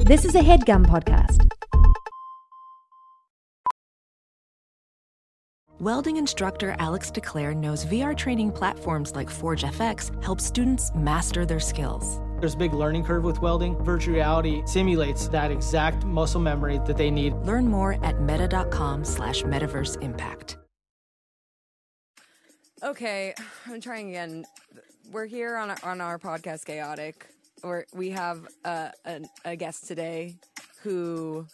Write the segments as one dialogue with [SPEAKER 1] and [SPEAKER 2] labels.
[SPEAKER 1] This is a headgum podcast.
[SPEAKER 2] Welding instructor Alex DeClaire knows VR training platforms like Forge FX help students master their skills.
[SPEAKER 3] There's a big learning curve with welding. Virtual reality simulates that exact muscle memory that they need.
[SPEAKER 2] Learn more at meta.com slash metaverse impact.
[SPEAKER 4] Okay, I'm trying again. We're here on our, on our podcast, Chaotic. We're, we have uh, an, a guest today who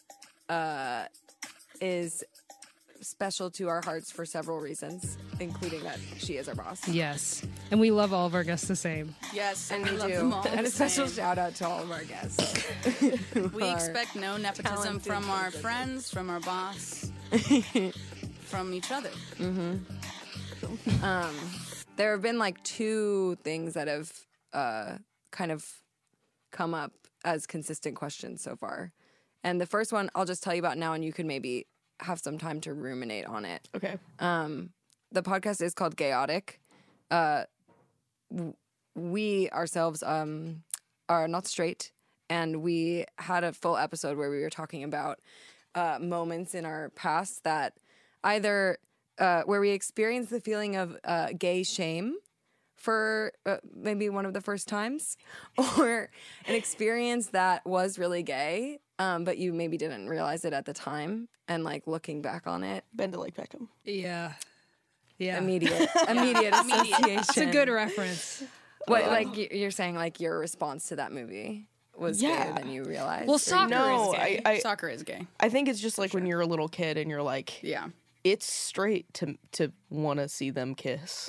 [SPEAKER 4] uh, is special to our hearts for several reasons, including that she is our boss.
[SPEAKER 5] Yes. And we love all of our guests the same.
[SPEAKER 6] Yes,
[SPEAKER 4] And
[SPEAKER 6] we,
[SPEAKER 4] we
[SPEAKER 6] love
[SPEAKER 4] do.
[SPEAKER 6] them all.
[SPEAKER 4] And
[SPEAKER 6] the
[SPEAKER 4] a special
[SPEAKER 6] same.
[SPEAKER 4] shout out to all of our guests.
[SPEAKER 6] we expect no nepotism from our friends, from our boss, from each other.
[SPEAKER 4] there have been like two things that have uh, kind of come up as consistent questions so far. And the first one I'll just tell you about now, and you can maybe have some time to ruminate on it.
[SPEAKER 7] Okay.
[SPEAKER 4] Um, the podcast is called Chaotic. Uh, w- we ourselves um, are not straight, and we had a full episode where we were talking about uh, moments in our past that either uh, where we experienced the feeling of uh, gay shame for uh, maybe one of the first times, or an experience that was really gay, um, but you maybe didn't realize it at the time, and like looking back on it,
[SPEAKER 7] Been to Lake Peckham.
[SPEAKER 5] Yeah. Yeah.
[SPEAKER 4] immediate immediate association.
[SPEAKER 5] It's a good reference.
[SPEAKER 4] What like y- you're saying like your response to that movie was yeah.
[SPEAKER 7] Yeah.
[SPEAKER 4] better than you realized.
[SPEAKER 5] Well,
[SPEAKER 4] or-
[SPEAKER 5] soccer
[SPEAKER 7] No,
[SPEAKER 5] is gay.
[SPEAKER 7] I, I,
[SPEAKER 6] Soccer is gay.
[SPEAKER 7] I think it's just like when you're a little kid and you're like,
[SPEAKER 6] Yeah.
[SPEAKER 7] it's straight to to want to see them kiss.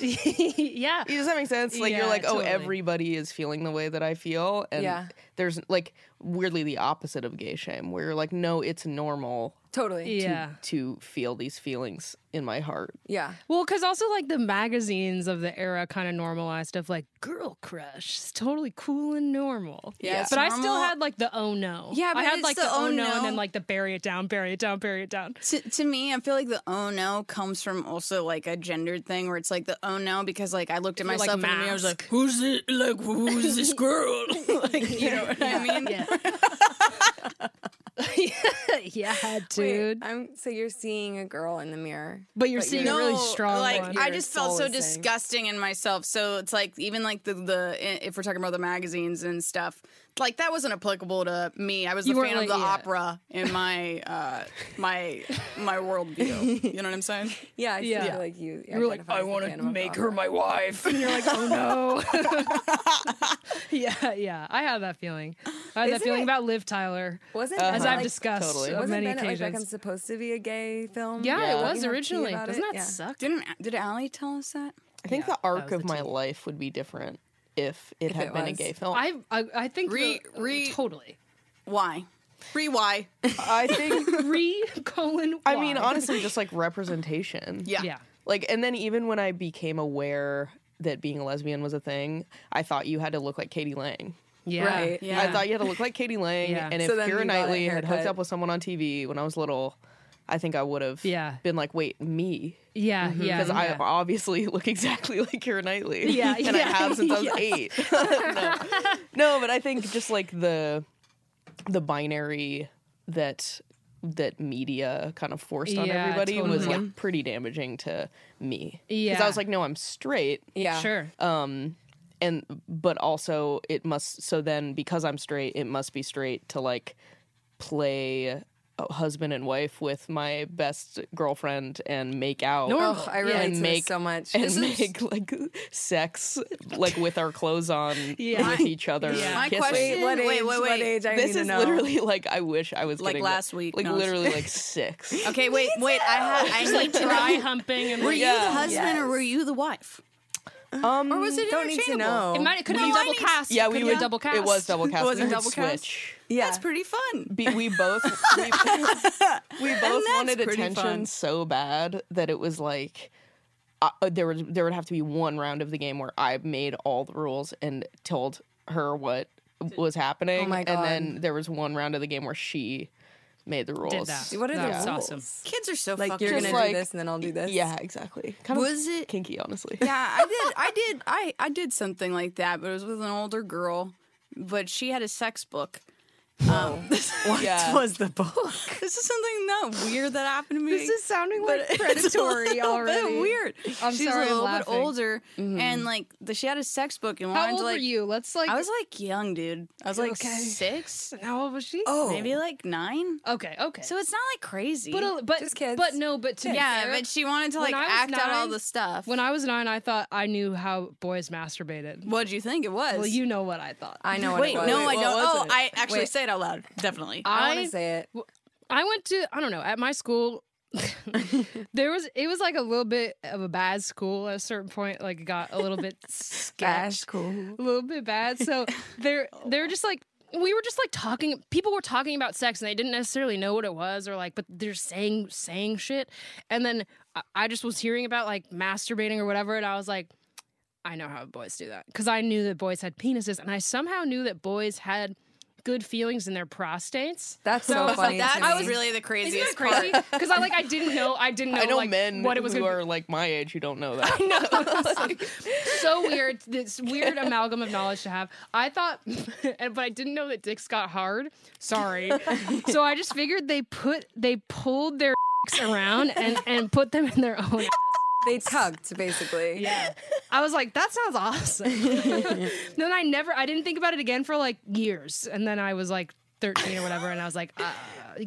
[SPEAKER 5] yeah.
[SPEAKER 7] Does that make sense? Like
[SPEAKER 5] Yeah,
[SPEAKER 7] you're like, oh,
[SPEAKER 5] totally.
[SPEAKER 7] everybody is feeling the way that I feel, and
[SPEAKER 4] Yeah.
[SPEAKER 7] there's like weirdly the opposite of gay shame, where you're like, no, it's normal
[SPEAKER 4] totally.
[SPEAKER 5] Yeah.
[SPEAKER 7] to feel these feelings in my heart.
[SPEAKER 4] Yeah.
[SPEAKER 5] Well, because also like the magazines of the era kind of normalized stuff like girl crush is totally cool and normal.
[SPEAKER 6] Yeah, it's
[SPEAKER 5] but I still
[SPEAKER 6] normal.
[SPEAKER 5] had like the oh no.
[SPEAKER 6] Yeah,
[SPEAKER 5] I
[SPEAKER 6] but
[SPEAKER 5] had
[SPEAKER 6] it's
[SPEAKER 5] like
[SPEAKER 6] the
[SPEAKER 5] oh
[SPEAKER 6] oh
[SPEAKER 5] no, and
[SPEAKER 6] no.
[SPEAKER 5] then like the bury it down, bury it down, bury it down.
[SPEAKER 6] To, to me, I feel like the oh no comes from also like a gendered thing where it's like the oh no because like I looked at
[SPEAKER 5] You're like,
[SPEAKER 6] myself and I was like,
[SPEAKER 5] mask.
[SPEAKER 6] who's it? Like who's this girl? like you know what I mean?
[SPEAKER 5] Yeah. yeah, dude.
[SPEAKER 4] Wait, I'm so you're seeing a girl in the mirror.
[SPEAKER 5] but you're seeing a really
[SPEAKER 6] No,
[SPEAKER 5] strong
[SPEAKER 6] like
[SPEAKER 5] one.
[SPEAKER 6] i
[SPEAKER 4] Your
[SPEAKER 6] just felt
[SPEAKER 4] soul
[SPEAKER 6] so
[SPEAKER 4] is saying.
[SPEAKER 6] disgusting in myself so it's like even like the the if we're talking about the magazines and stuff like that wasn't applicable to me i was
[SPEAKER 5] You
[SPEAKER 6] a
[SPEAKER 5] weren't
[SPEAKER 6] fan
[SPEAKER 5] like-
[SPEAKER 6] of the
[SPEAKER 5] yeah.
[SPEAKER 6] opera in my uh my my worldview you know what i'm saying
[SPEAKER 4] Yeah, I
[SPEAKER 5] Yeah.
[SPEAKER 4] feel like you.
[SPEAKER 6] you're like i want to make her my wife and you're like
[SPEAKER 5] oh no. yeah, yeah. I have that feeling. I had that
[SPEAKER 4] Isn't
[SPEAKER 5] feeling
[SPEAKER 4] it-
[SPEAKER 5] about Liv Tyler.
[SPEAKER 4] Wasn't
[SPEAKER 6] Uh-huh.
[SPEAKER 5] as
[SPEAKER 4] Bennett,
[SPEAKER 5] I've
[SPEAKER 4] like-
[SPEAKER 5] discussed
[SPEAKER 7] totally.
[SPEAKER 5] on
[SPEAKER 4] Wasn't
[SPEAKER 5] many
[SPEAKER 4] Bennett, like,
[SPEAKER 5] occasions.
[SPEAKER 4] Beckham supposed to be a gay film?
[SPEAKER 5] yeah,
[SPEAKER 7] Yeah.
[SPEAKER 5] it
[SPEAKER 4] You
[SPEAKER 5] was
[SPEAKER 4] had a tea
[SPEAKER 5] originally.
[SPEAKER 4] about
[SPEAKER 5] Doesn't
[SPEAKER 4] it?
[SPEAKER 5] that
[SPEAKER 4] Yeah.
[SPEAKER 5] suck?
[SPEAKER 6] didn't did Allie tell us that
[SPEAKER 7] I think the arc of my life would be different if it had
[SPEAKER 4] it
[SPEAKER 7] been a
[SPEAKER 4] was.
[SPEAKER 7] gay film.
[SPEAKER 5] I I, I think
[SPEAKER 6] Re-
[SPEAKER 5] the-
[SPEAKER 6] re-
[SPEAKER 5] totally
[SPEAKER 6] why Re why
[SPEAKER 7] I think.
[SPEAKER 5] re colon.
[SPEAKER 7] I mean,
[SPEAKER 5] Y.
[SPEAKER 7] honestly, just like representation.
[SPEAKER 6] yeah
[SPEAKER 5] yeah.
[SPEAKER 7] Like, and then even when I became aware that being a lesbian was a thing, I thought you had to look like Katie Lang.
[SPEAKER 5] Yeah.
[SPEAKER 4] Right.
[SPEAKER 6] Yeah.
[SPEAKER 7] I thought you had to look like Katie Lang.
[SPEAKER 5] Yeah.
[SPEAKER 7] And if
[SPEAKER 4] So then you
[SPEAKER 7] Kira
[SPEAKER 4] got
[SPEAKER 7] Knightley
[SPEAKER 4] a
[SPEAKER 7] had hooked
[SPEAKER 4] haircut.
[SPEAKER 7] up with someone on TV when I was little, I think I would have
[SPEAKER 5] Yeah.
[SPEAKER 7] been like, wait, me.
[SPEAKER 5] Yeah,
[SPEAKER 6] Mm-hmm.
[SPEAKER 5] yeah.
[SPEAKER 7] Because I
[SPEAKER 5] yeah.
[SPEAKER 7] obviously look exactly like Kira Knightley.
[SPEAKER 5] Yeah,
[SPEAKER 7] and I
[SPEAKER 5] yeah,
[SPEAKER 7] have since I was eight. no. no, but I think just like the the binary that that media kind of forced on
[SPEAKER 5] Yeah,
[SPEAKER 7] everybody was
[SPEAKER 5] totally.
[SPEAKER 7] like pretty damaging to me. Because
[SPEAKER 5] Yeah.
[SPEAKER 7] I was like, no, I'm straight.
[SPEAKER 4] Yeah.
[SPEAKER 5] Sure.
[SPEAKER 6] Uh,
[SPEAKER 7] And but also it must so then because I'm straight, it must be straight to like play uh, husband and wife with my best girlfriend and make out
[SPEAKER 4] Oh, I relate
[SPEAKER 7] and
[SPEAKER 4] to
[SPEAKER 7] make-
[SPEAKER 4] this so much.
[SPEAKER 7] and make like sex like with our clothes on
[SPEAKER 5] Yeah.
[SPEAKER 7] with each other.
[SPEAKER 5] Yeah.
[SPEAKER 6] My
[SPEAKER 7] kissing.
[SPEAKER 4] Wait,
[SPEAKER 6] question-
[SPEAKER 4] what age?
[SPEAKER 6] Wait, wait,
[SPEAKER 4] What
[SPEAKER 6] wait.
[SPEAKER 4] age? I
[SPEAKER 7] This
[SPEAKER 4] need to
[SPEAKER 7] is
[SPEAKER 4] know.
[SPEAKER 7] literally like I wish I was
[SPEAKER 6] Like
[SPEAKER 7] getting
[SPEAKER 6] last
[SPEAKER 7] that-
[SPEAKER 6] week,
[SPEAKER 7] Like
[SPEAKER 6] no.
[SPEAKER 7] literally like six.
[SPEAKER 6] okay wait wait I had I need to
[SPEAKER 5] Dry humping and
[SPEAKER 6] were
[SPEAKER 5] like,
[SPEAKER 6] you the husband or were you the wife
[SPEAKER 7] Um, or
[SPEAKER 6] was it
[SPEAKER 4] Don't need to
[SPEAKER 6] interchangeable?
[SPEAKER 4] know.
[SPEAKER 5] It might. It could have been
[SPEAKER 6] Well, I
[SPEAKER 5] double
[SPEAKER 6] need-
[SPEAKER 5] cast.
[SPEAKER 7] Yeah, we
[SPEAKER 5] could
[SPEAKER 7] would
[SPEAKER 5] double cast.
[SPEAKER 7] It was double cast.
[SPEAKER 6] was
[SPEAKER 7] we
[SPEAKER 6] it
[SPEAKER 7] would
[SPEAKER 6] double cast?
[SPEAKER 7] switch.
[SPEAKER 4] yeah.
[SPEAKER 6] that's pretty fun
[SPEAKER 7] Be- we both we, we both
[SPEAKER 6] that's
[SPEAKER 7] wanted
[SPEAKER 6] pretty
[SPEAKER 7] attention
[SPEAKER 6] fun.
[SPEAKER 7] so bad that it was like uh, uh, there was there would have to be one round of the game where I made all the rules and told her what was happening,
[SPEAKER 6] Oh
[SPEAKER 4] my
[SPEAKER 7] and
[SPEAKER 4] God.
[SPEAKER 7] then there was one round of the game where she made the rules.
[SPEAKER 5] Did that.
[SPEAKER 4] What are
[SPEAKER 5] that
[SPEAKER 4] the
[SPEAKER 5] was
[SPEAKER 4] rules?
[SPEAKER 5] awesome.
[SPEAKER 6] kids are so
[SPEAKER 4] Like
[SPEAKER 6] fucking
[SPEAKER 4] you're
[SPEAKER 7] Just
[SPEAKER 4] gonna
[SPEAKER 7] like-
[SPEAKER 4] do this and then I'll do this.
[SPEAKER 7] Yeah, exactly. Kind
[SPEAKER 6] Was
[SPEAKER 7] of
[SPEAKER 6] it-
[SPEAKER 7] kinky? Honestly,
[SPEAKER 6] yeah, I did. I did. I I did something like that, but it was with an older girl. But she had a sex book, Um, this,
[SPEAKER 7] Yeah.
[SPEAKER 4] was the book.
[SPEAKER 6] this is something not weird that happened to me.
[SPEAKER 4] This is sounding like
[SPEAKER 6] It's a
[SPEAKER 4] predatory
[SPEAKER 6] little
[SPEAKER 4] already.
[SPEAKER 6] Bit weird.
[SPEAKER 5] I'm
[SPEAKER 6] She's
[SPEAKER 5] sorry,
[SPEAKER 6] a
[SPEAKER 5] I'm
[SPEAKER 6] little bit
[SPEAKER 5] laughing. Mm-hmm.
[SPEAKER 6] older, and like the, she had a sex book and
[SPEAKER 5] How
[SPEAKER 6] wanted
[SPEAKER 5] old
[SPEAKER 6] to like.
[SPEAKER 5] were you? Let's like.
[SPEAKER 6] I was like young, dude. I was like
[SPEAKER 5] Okay.
[SPEAKER 6] six,
[SPEAKER 5] how old was she?
[SPEAKER 4] Oh,
[SPEAKER 6] maybe like nine.
[SPEAKER 5] Okay. Okay.
[SPEAKER 6] So it's not like crazy.
[SPEAKER 5] but a- but
[SPEAKER 4] Just kids.
[SPEAKER 5] but no. But to be
[SPEAKER 6] yeah,
[SPEAKER 5] fair,
[SPEAKER 6] but she wanted to
[SPEAKER 5] when
[SPEAKER 6] like
[SPEAKER 5] I was
[SPEAKER 6] act out all
[SPEAKER 5] nine-
[SPEAKER 6] the stuff.
[SPEAKER 5] when I was nine, I thought I knew how boys masturbated.
[SPEAKER 6] What'd you think it was?
[SPEAKER 5] Well, you know what I thought.
[SPEAKER 4] I know what
[SPEAKER 6] Wait,
[SPEAKER 4] it was.
[SPEAKER 6] no, I
[SPEAKER 7] Wait, what
[SPEAKER 6] don't.
[SPEAKER 7] was
[SPEAKER 6] Oh,
[SPEAKER 7] it?
[SPEAKER 6] I actually
[SPEAKER 4] Wait.
[SPEAKER 6] say it Oh, out loud. Definitely.
[SPEAKER 4] I want
[SPEAKER 5] I-
[SPEAKER 4] to say it.
[SPEAKER 5] I went to I don't know at my school. there was it was like a little bit of a bad school at a certain point. Like it got a little bit sketch,
[SPEAKER 4] cool.
[SPEAKER 5] a little bit bad. So they're they're just like we were just like talking. People were talking about sex and they didn't necessarily know what it was or like, but they're saying saying shit. And then I, I just was hearing about like masturbating or whatever, and I was like. I know how boys do that because I knew that boys had penises, and I somehow knew that boys had good feelings in their prostates.
[SPEAKER 4] That's
[SPEAKER 5] I
[SPEAKER 4] so
[SPEAKER 5] was like,
[SPEAKER 4] funny.
[SPEAKER 6] that
[SPEAKER 4] to me.
[SPEAKER 6] was really the
[SPEAKER 5] Isn't that
[SPEAKER 6] craziest part.
[SPEAKER 5] crazy? Because I like I didn't know I didn't know,
[SPEAKER 7] I know
[SPEAKER 5] like,
[SPEAKER 7] men
[SPEAKER 5] what it was
[SPEAKER 7] who
[SPEAKER 5] gonna
[SPEAKER 7] are like my age who don't know that.
[SPEAKER 5] be. No, it's so weird. This weird amalgam of knowledge to have. I thought, and- but I didn't know that dicks got hard. Sorry. so I just figured they put they pulled their around and and put them in their own.
[SPEAKER 4] they tugged basically. Yeah.
[SPEAKER 5] I was like, that sounds awesome. then I never I didn't think about it again for like years, and then I was like thirteen or whatever, and I was like, uh,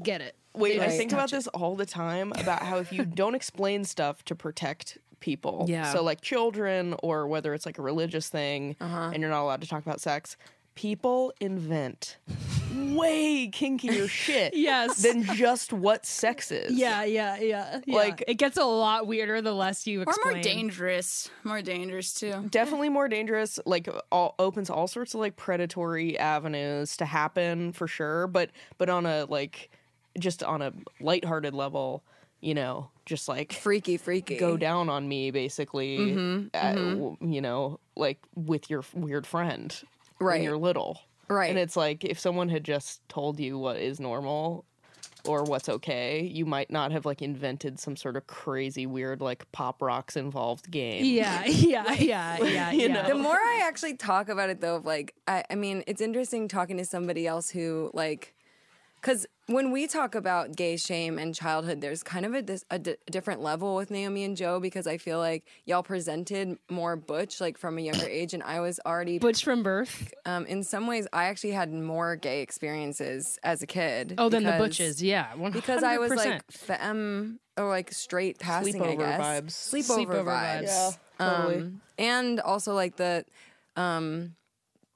[SPEAKER 5] get it.
[SPEAKER 7] Wait, I
[SPEAKER 4] Right.
[SPEAKER 7] think about this all the time about how if you don't explain stuff to protect people,
[SPEAKER 5] Yeah.
[SPEAKER 7] so like children or whether it's like a religious thing
[SPEAKER 5] Uh-huh.
[SPEAKER 7] and you're not allowed to talk about sex, people invent way kinkier shit
[SPEAKER 5] Yes.
[SPEAKER 7] than just what sex is.
[SPEAKER 5] Yeah, yeah, yeah. yeah.
[SPEAKER 7] Like-
[SPEAKER 5] it gets a lot weirder the less you
[SPEAKER 6] Or
[SPEAKER 5] explain.
[SPEAKER 6] more dangerous. More dangerous too.
[SPEAKER 7] Definitely more dangerous, like all, opens all sorts of like predatory avenues to happen for sure, but but on a like just on a lighthearted level, you know, just like
[SPEAKER 4] Freaky, freaky.
[SPEAKER 7] go down on me basically
[SPEAKER 4] Mm-hmm,
[SPEAKER 7] uh, w- you know like with your f- weird friend
[SPEAKER 4] Right.
[SPEAKER 7] when you're little
[SPEAKER 4] Right.
[SPEAKER 7] and it's like if someone had just told you what is normal or what's okay you might not have like invented some sort of crazy weird like pop rocks involved game
[SPEAKER 5] Yeah, yeah, yeah, yeah.
[SPEAKER 7] You
[SPEAKER 5] yeah.
[SPEAKER 7] know?
[SPEAKER 4] The more I actually talk about it, though, of like, I, I mean, it's interesting talking to somebody else who, like, because when we talk about gay shame and childhood, there's kind of a, dis- a di- different level with Naomi and Joe because I feel like y'all presented more butch, like, from a younger age, and I was already,
[SPEAKER 5] Butch from birth.
[SPEAKER 4] um, in some ways, I actually had more gay experiences as a kid.
[SPEAKER 5] Oh, then the
[SPEAKER 4] because-
[SPEAKER 5] butches. Yeah, 100%.
[SPEAKER 4] Because I was like femme or like straight passing, I
[SPEAKER 7] Sleepover
[SPEAKER 4] guess.
[SPEAKER 7] vibes.
[SPEAKER 4] Sleepover,
[SPEAKER 5] Sleepover
[SPEAKER 4] vibes.
[SPEAKER 5] vibes. Yeah,
[SPEAKER 7] totally.
[SPEAKER 4] Um, and also like the um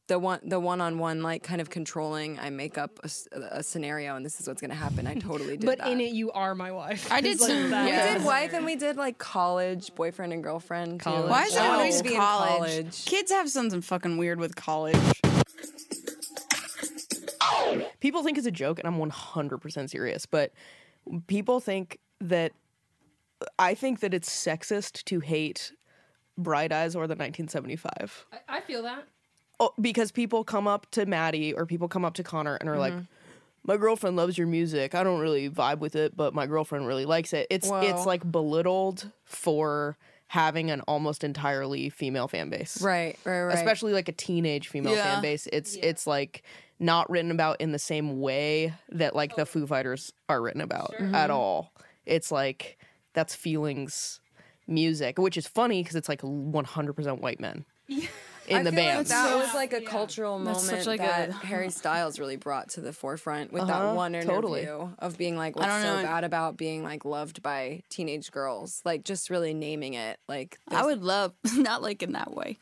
[SPEAKER 4] the one the one-on-one like kind of controlling i make up a, s- a scenario and this is what's going to happen i totally did
[SPEAKER 5] but
[SPEAKER 4] that.
[SPEAKER 5] in it, you are my wife.
[SPEAKER 6] I did
[SPEAKER 5] It's like
[SPEAKER 6] some-
[SPEAKER 5] that.
[SPEAKER 4] we
[SPEAKER 6] Yeah.
[SPEAKER 4] did wife and we did like college boyfriend and girlfriend too. Oh.
[SPEAKER 5] College.
[SPEAKER 6] Why is it
[SPEAKER 4] Wow.
[SPEAKER 6] always
[SPEAKER 4] Be in
[SPEAKER 6] college? Kids have something fucking weird with college.
[SPEAKER 7] people think it's a joke and i'm 100% serious but people think that i think that it's sexist to hate bright eyes or the 1975
[SPEAKER 5] I feel that.
[SPEAKER 7] oh, because people come up to Maddie or people come up to Connor and are like,
[SPEAKER 4] Mm-hmm.
[SPEAKER 7] "My girlfriend loves your music. I don't really vibe with it, but my girlfriend really likes it." It's it's like belittled for having an almost entirely female fan base,
[SPEAKER 4] right right right
[SPEAKER 7] Especially like a teenage female
[SPEAKER 6] Yeah.
[SPEAKER 7] fan base. It's it's like not written about in the same way that like the Foo Fighters are written about
[SPEAKER 4] Mm-hmm.
[SPEAKER 7] at all. It's like that's feelings music, which is funny because it's like 100% white men in
[SPEAKER 4] I
[SPEAKER 7] the
[SPEAKER 4] feel like
[SPEAKER 7] band.
[SPEAKER 4] that was like a cultural
[SPEAKER 6] That's
[SPEAKER 4] moment
[SPEAKER 6] such, like,
[SPEAKER 4] that
[SPEAKER 6] a- Uh-huh.
[SPEAKER 4] Harry Styles really brought to the forefront with that one interview
[SPEAKER 7] totally.
[SPEAKER 4] of being like, "What's
[SPEAKER 6] don't
[SPEAKER 4] so
[SPEAKER 6] know.
[SPEAKER 4] bad about being like loved by teenage girls?" Like just really naming it. Like
[SPEAKER 6] I would love not like in that way.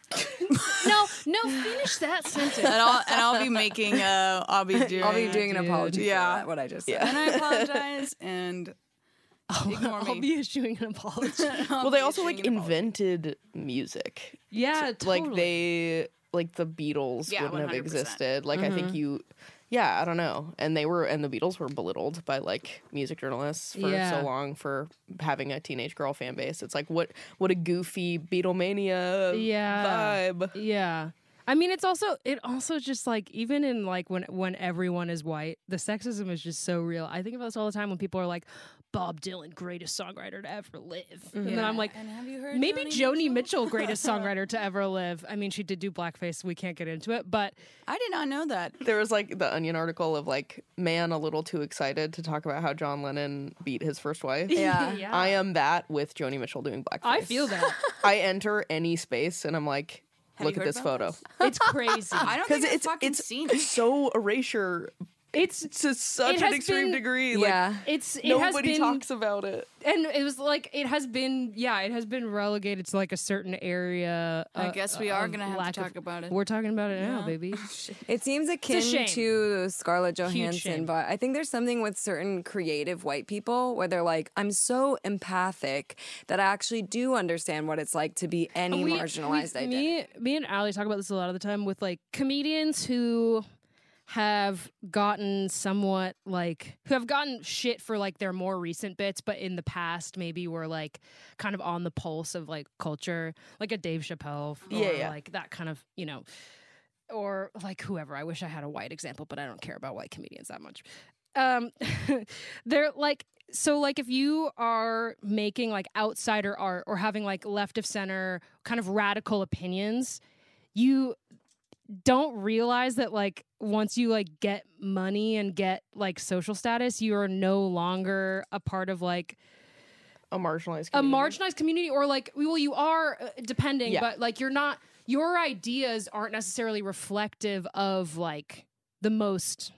[SPEAKER 5] No, no, finish that sentence.
[SPEAKER 6] And I'll and I'll be making uh I'll be doing
[SPEAKER 4] I'll be doing an apology.
[SPEAKER 6] Yeah.
[SPEAKER 4] Yeah, what I just said.
[SPEAKER 6] and I apologize and ignore
[SPEAKER 5] I'll
[SPEAKER 6] me. Um,
[SPEAKER 5] be issuing an apology.
[SPEAKER 7] well they also like invented music
[SPEAKER 5] yeah, totally.
[SPEAKER 7] like they like the beatles
[SPEAKER 6] Yeah,
[SPEAKER 7] wouldn't have
[SPEAKER 6] 100%.
[SPEAKER 7] existed like i
[SPEAKER 5] Mm-hmm.
[SPEAKER 7] think you yeah i don't know and they were and the beatles were belittled by like music journalists for
[SPEAKER 5] Yeah.
[SPEAKER 7] so long for having a teenage girl fan base it's like what what a goofy beatlemania
[SPEAKER 5] Yeah.
[SPEAKER 7] vibe
[SPEAKER 5] Yeah. I mean, it's also it also just like even in like when when everyone is white, the sexism is just so real. I think about this all the time when people are like, Bob Dylan, greatest songwriter to ever live. And then I'm like,
[SPEAKER 6] And have you heard
[SPEAKER 5] maybe
[SPEAKER 6] Joni
[SPEAKER 5] Joni Mitchell, greatest songwriter to ever live. I mean, she did do blackface. We can't get into it, but
[SPEAKER 6] I did not know that.
[SPEAKER 7] There was like the Onion article of like man a little too excited to talk about how John Lennon beat his first wife.
[SPEAKER 4] Yeah.
[SPEAKER 7] I am that with Joni Mitchell doing blackface.
[SPEAKER 5] I feel that
[SPEAKER 7] I enter any space and I'm like,
[SPEAKER 6] Have
[SPEAKER 7] look
[SPEAKER 6] you
[SPEAKER 7] at
[SPEAKER 6] heard
[SPEAKER 7] this
[SPEAKER 6] about
[SPEAKER 7] photo.
[SPEAKER 6] this?
[SPEAKER 5] it's crazy.
[SPEAKER 6] I don't
[SPEAKER 7] Because
[SPEAKER 6] think
[SPEAKER 7] it's
[SPEAKER 6] it's, I've fucking
[SPEAKER 7] it's
[SPEAKER 6] seen it.
[SPEAKER 7] so erasure
[SPEAKER 5] It's
[SPEAKER 7] to such
[SPEAKER 5] It
[SPEAKER 7] an
[SPEAKER 5] has
[SPEAKER 7] extreme
[SPEAKER 5] been-
[SPEAKER 7] degree. Like,
[SPEAKER 4] yeah.
[SPEAKER 5] it's it has
[SPEAKER 7] Nobody
[SPEAKER 5] been
[SPEAKER 7] talks about it.
[SPEAKER 5] and it was like it has been yeah it has been relegated to like a certain area.
[SPEAKER 6] I
[SPEAKER 5] uh,
[SPEAKER 6] guess we are
[SPEAKER 5] of
[SPEAKER 6] gonna have to
[SPEAKER 5] lack of-
[SPEAKER 6] talk about it.
[SPEAKER 5] We're talking about it now, baby.
[SPEAKER 4] It seems akin
[SPEAKER 5] shame.
[SPEAKER 4] to Scarlett
[SPEAKER 5] shame.
[SPEAKER 4] Johansson, but I think there's something with certain creative white people where they're like, I'm so empathic that I actually do understand what it's like to be any
[SPEAKER 5] We- we-
[SPEAKER 4] marginalized identity.
[SPEAKER 5] Me, me and Ali talk about this a lot of the time with like comedians who have gotten somewhat like who have gotten shit for like their more recent bits, but in the past maybe were like kind of on the pulse of like culture, like a Dave Chappelle, f- or
[SPEAKER 7] Yeah, yeah.
[SPEAKER 5] like that kind of you know, or like whoever. I wish I had a white example, but I don't care about white comedians that much. Um, they're like so like if you are making like outsider art or having like left of center kind of radical opinions, you don't realize that like once you like get money and get like social status, you are no longer a part of like
[SPEAKER 7] A marginalized
[SPEAKER 5] a
[SPEAKER 7] community.
[SPEAKER 5] marginalized community or like well you are uh, depending
[SPEAKER 7] Mm-hmm. Yeah.
[SPEAKER 5] but like you're not your ideas aren't necessarily reflective of like the most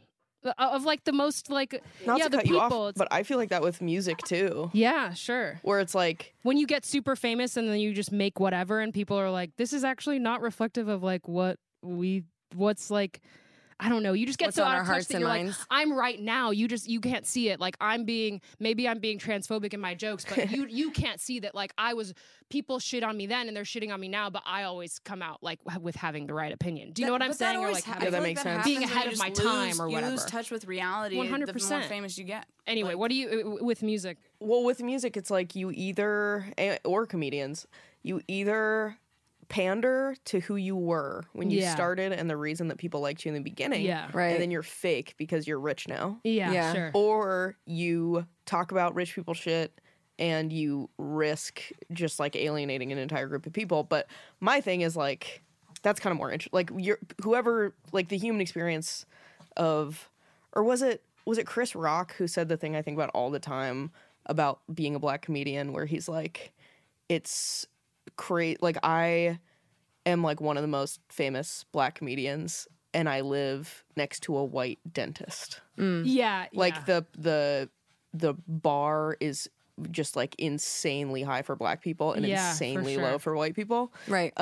[SPEAKER 5] uh, of like the most like
[SPEAKER 7] Not
[SPEAKER 5] yeah
[SPEAKER 7] to
[SPEAKER 5] the
[SPEAKER 7] cut
[SPEAKER 5] people
[SPEAKER 7] you off,
[SPEAKER 5] It's-
[SPEAKER 7] but I feel like that with music too,
[SPEAKER 5] yeah sure
[SPEAKER 7] where it's like
[SPEAKER 5] when you get super famous and then you just make whatever and people are like this is actually not reflective of like what we what's like i don't know you just get
[SPEAKER 4] What's
[SPEAKER 5] so
[SPEAKER 4] on
[SPEAKER 5] out
[SPEAKER 4] our
[SPEAKER 5] of touch
[SPEAKER 4] hearts
[SPEAKER 5] that
[SPEAKER 4] and
[SPEAKER 5] you're
[SPEAKER 4] minds.
[SPEAKER 5] like i'm right now you just you can't see it like i'm being maybe i'm being transphobic in my jokes but you you can't see that like i was people shit on me then and they're shitting on me now but i always come out like with having the right opinion do you know what i'm
[SPEAKER 6] But that
[SPEAKER 5] saying or
[SPEAKER 6] always
[SPEAKER 5] like
[SPEAKER 6] hap-
[SPEAKER 5] having-
[SPEAKER 6] I feel
[SPEAKER 7] that
[SPEAKER 6] like
[SPEAKER 7] makes sense.
[SPEAKER 5] Being
[SPEAKER 6] happens
[SPEAKER 5] ahead
[SPEAKER 6] when
[SPEAKER 5] of
[SPEAKER 6] you
[SPEAKER 5] my
[SPEAKER 6] just
[SPEAKER 5] time
[SPEAKER 6] lose-
[SPEAKER 5] or
[SPEAKER 6] You
[SPEAKER 5] whatever.
[SPEAKER 6] lose touch with reality. The more
[SPEAKER 5] 100%.
[SPEAKER 6] famous you get.
[SPEAKER 5] anyway what do you with music
[SPEAKER 7] well with music it's like you either a- or comedians you either pander to who you were when you
[SPEAKER 5] Yeah.
[SPEAKER 7] started and the reason that people liked you in the beginning
[SPEAKER 5] Yeah.
[SPEAKER 4] Right.
[SPEAKER 7] and then you're fake because you're rich now
[SPEAKER 5] yeah,
[SPEAKER 4] Yeah.
[SPEAKER 5] sure
[SPEAKER 7] or you talk about rich people shit and you risk just like alienating an entire group of people but my thing is like that's kind of more interesting like you're whoever like the human experience of or was it was it chris rock who said the thing i think about all the time about being a black comedian where he's like it's crazy like i am like one of the most famous black comedians and i live next to a white dentist
[SPEAKER 5] yeah
[SPEAKER 7] like
[SPEAKER 5] yeah.
[SPEAKER 7] the the the bar is just like insanely high for black people and
[SPEAKER 5] Yeah, for
[SPEAKER 7] insanely
[SPEAKER 5] sure.
[SPEAKER 7] low for white people
[SPEAKER 4] right.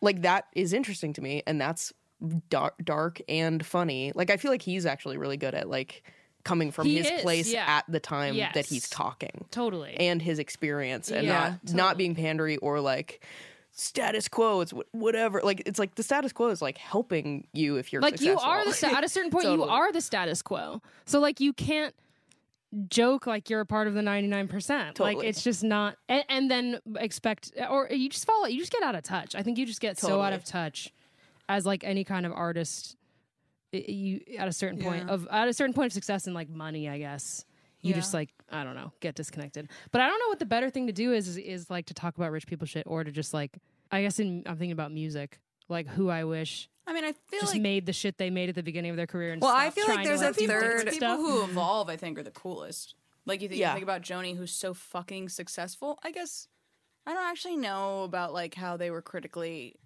[SPEAKER 7] like that is interesting to me and that's dark, dark and funny like i feel like he's actually really good at like coming from
[SPEAKER 5] He
[SPEAKER 7] his
[SPEAKER 5] is,
[SPEAKER 7] place
[SPEAKER 5] yeah.
[SPEAKER 7] at the time that he's
[SPEAKER 5] Yes.
[SPEAKER 7] talking
[SPEAKER 5] totally
[SPEAKER 7] and his experience and
[SPEAKER 5] Yeah,
[SPEAKER 7] not not being pandery or like status quo it's wh- whatever like it's like the status quo is like helping you if you're
[SPEAKER 5] like you are the
[SPEAKER 7] successful.
[SPEAKER 5] sta- at a certain point
[SPEAKER 7] Totally.
[SPEAKER 5] you are the status quo so like you can't joke like you're a part of the 99% like
[SPEAKER 7] Totally.
[SPEAKER 5] it's just not and, and then expect or you just fall you just get out of touch i think you just get so out
[SPEAKER 7] Totally.
[SPEAKER 5] of touch as like any kind of artist i- you at a certain point of at a certain point of success and like money i guess you just like i don't know get disconnected but i don't know what the better thing to do is, is is like to talk about rich people shit or to just like i guess in, i'm thinking about music like who i wish
[SPEAKER 6] I mean, I feel
[SPEAKER 5] just
[SPEAKER 6] like
[SPEAKER 5] made the shit they made at the beginning of their career. And
[SPEAKER 4] Well, I
[SPEAKER 5] stopped
[SPEAKER 4] feel like
[SPEAKER 5] trying to,
[SPEAKER 4] there's a
[SPEAKER 5] do
[SPEAKER 4] third-
[SPEAKER 5] different
[SPEAKER 4] It's
[SPEAKER 6] people
[SPEAKER 5] stuff.
[SPEAKER 6] who evolve, I think, are the coolest. Like you, think
[SPEAKER 7] Yeah.
[SPEAKER 6] you think about Joni, who's so fucking successful. I guess I don't actually know about like how they were critically.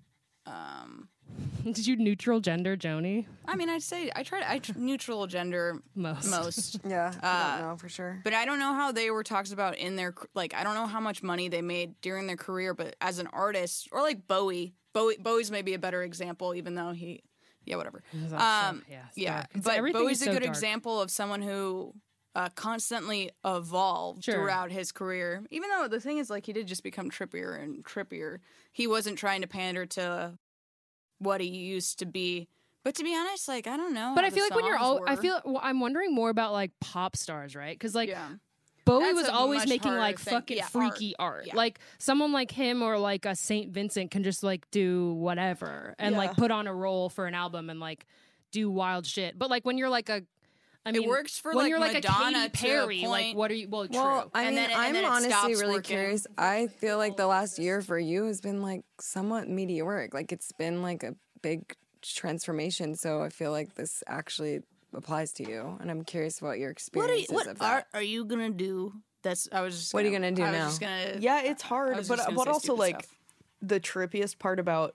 [SPEAKER 6] Um,
[SPEAKER 5] Did you neutral gender Joni?
[SPEAKER 6] I mean, I'd say I try to I tr- neutral gender
[SPEAKER 5] Most.
[SPEAKER 6] most,
[SPEAKER 4] yeah. I
[SPEAKER 6] uh,
[SPEAKER 4] don't know for sure.
[SPEAKER 6] but I don't know how they were talked about in their c- like I don't know how much money they made during their career, but as an artist or like Bowie, Bowie Bowie's maybe a better example, even though he, yeah, whatever. Um,
[SPEAKER 5] yeah, it's
[SPEAKER 6] yeah,
[SPEAKER 5] dark. It's-
[SPEAKER 6] but
[SPEAKER 5] everything
[SPEAKER 6] Bowie's
[SPEAKER 5] is
[SPEAKER 6] a
[SPEAKER 5] so
[SPEAKER 6] good
[SPEAKER 5] dark.
[SPEAKER 6] example of someone who uh, constantly evolved
[SPEAKER 5] Sure.
[SPEAKER 6] throughout his career. Even though the thing is, like, he did just become trippier and trippier. He wasn't trying to pander to what he used to be. But to be honest, like, I don't know.
[SPEAKER 5] But
[SPEAKER 6] how
[SPEAKER 5] I feel
[SPEAKER 6] Oh, the
[SPEAKER 5] like when you're
[SPEAKER 6] songs
[SPEAKER 5] all, I
[SPEAKER 6] were.
[SPEAKER 5] feel well, I'm wondering more about like pop stars, right? Because like
[SPEAKER 6] Yeah.
[SPEAKER 5] Bowie
[SPEAKER 6] That's
[SPEAKER 5] was
[SPEAKER 6] a
[SPEAKER 5] always
[SPEAKER 6] much
[SPEAKER 5] making
[SPEAKER 6] harder
[SPEAKER 5] like
[SPEAKER 6] thing.
[SPEAKER 5] fucking
[SPEAKER 6] Yeah,
[SPEAKER 5] freaky art.
[SPEAKER 6] Yeah.
[SPEAKER 5] Like someone like him or like a Saint Vincent can just like do whatever and like put on a role for an album and like do wild shit. But like when you're like a I
[SPEAKER 6] It
[SPEAKER 5] mean,
[SPEAKER 6] works for,
[SPEAKER 5] when
[SPEAKER 6] like,
[SPEAKER 5] you're like
[SPEAKER 6] Madonna
[SPEAKER 5] a
[SPEAKER 6] to a
[SPEAKER 5] Katy Perry. Like,
[SPEAKER 6] point.
[SPEAKER 5] what are you? Well,
[SPEAKER 4] Well,
[SPEAKER 5] true.
[SPEAKER 4] I mean,
[SPEAKER 6] And then- and
[SPEAKER 4] I'm
[SPEAKER 6] then it
[SPEAKER 4] honestly
[SPEAKER 6] stops
[SPEAKER 4] really
[SPEAKER 6] working.
[SPEAKER 4] curious. I feel like the last year for you has been like somewhat meteoric. Like it's been like a big transformation. So I feel like this actually applies to you, and I'm curious about your
[SPEAKER 6] What are you,
[SPEAKER 4] experiences
[SPEAKER 6] what
[SPEAKER 4] of
[SPEAKER 6] are,
[SPEAKER 4] that.
[SPEAKER 6] are you gonna do? That's I was just.
[SPEAKER 4] What are you
[SPEAKER 6] gonna-
[SPEAKER 4] gonna do
[SPEAKER 6] I was
[SPEAKER 4] now?
[SPEAKER 6] just gonna-
[SPEAKER 7] yeah, it's
[SPEAKER 6] I
[SPEAKER 7] hard,
[SPEAKER 6] was
[SPEAKER 7] but
[SPEAKER 6] just gonna
[SPEAKER 7] but
[SPEAKER 6] say
[SPEAKER 7] also
[SPEAKER 6] stupid
[SPEAKER 7] like
[SPEAKER 6] stuff.
[SPEAKER 7] the trippiest part about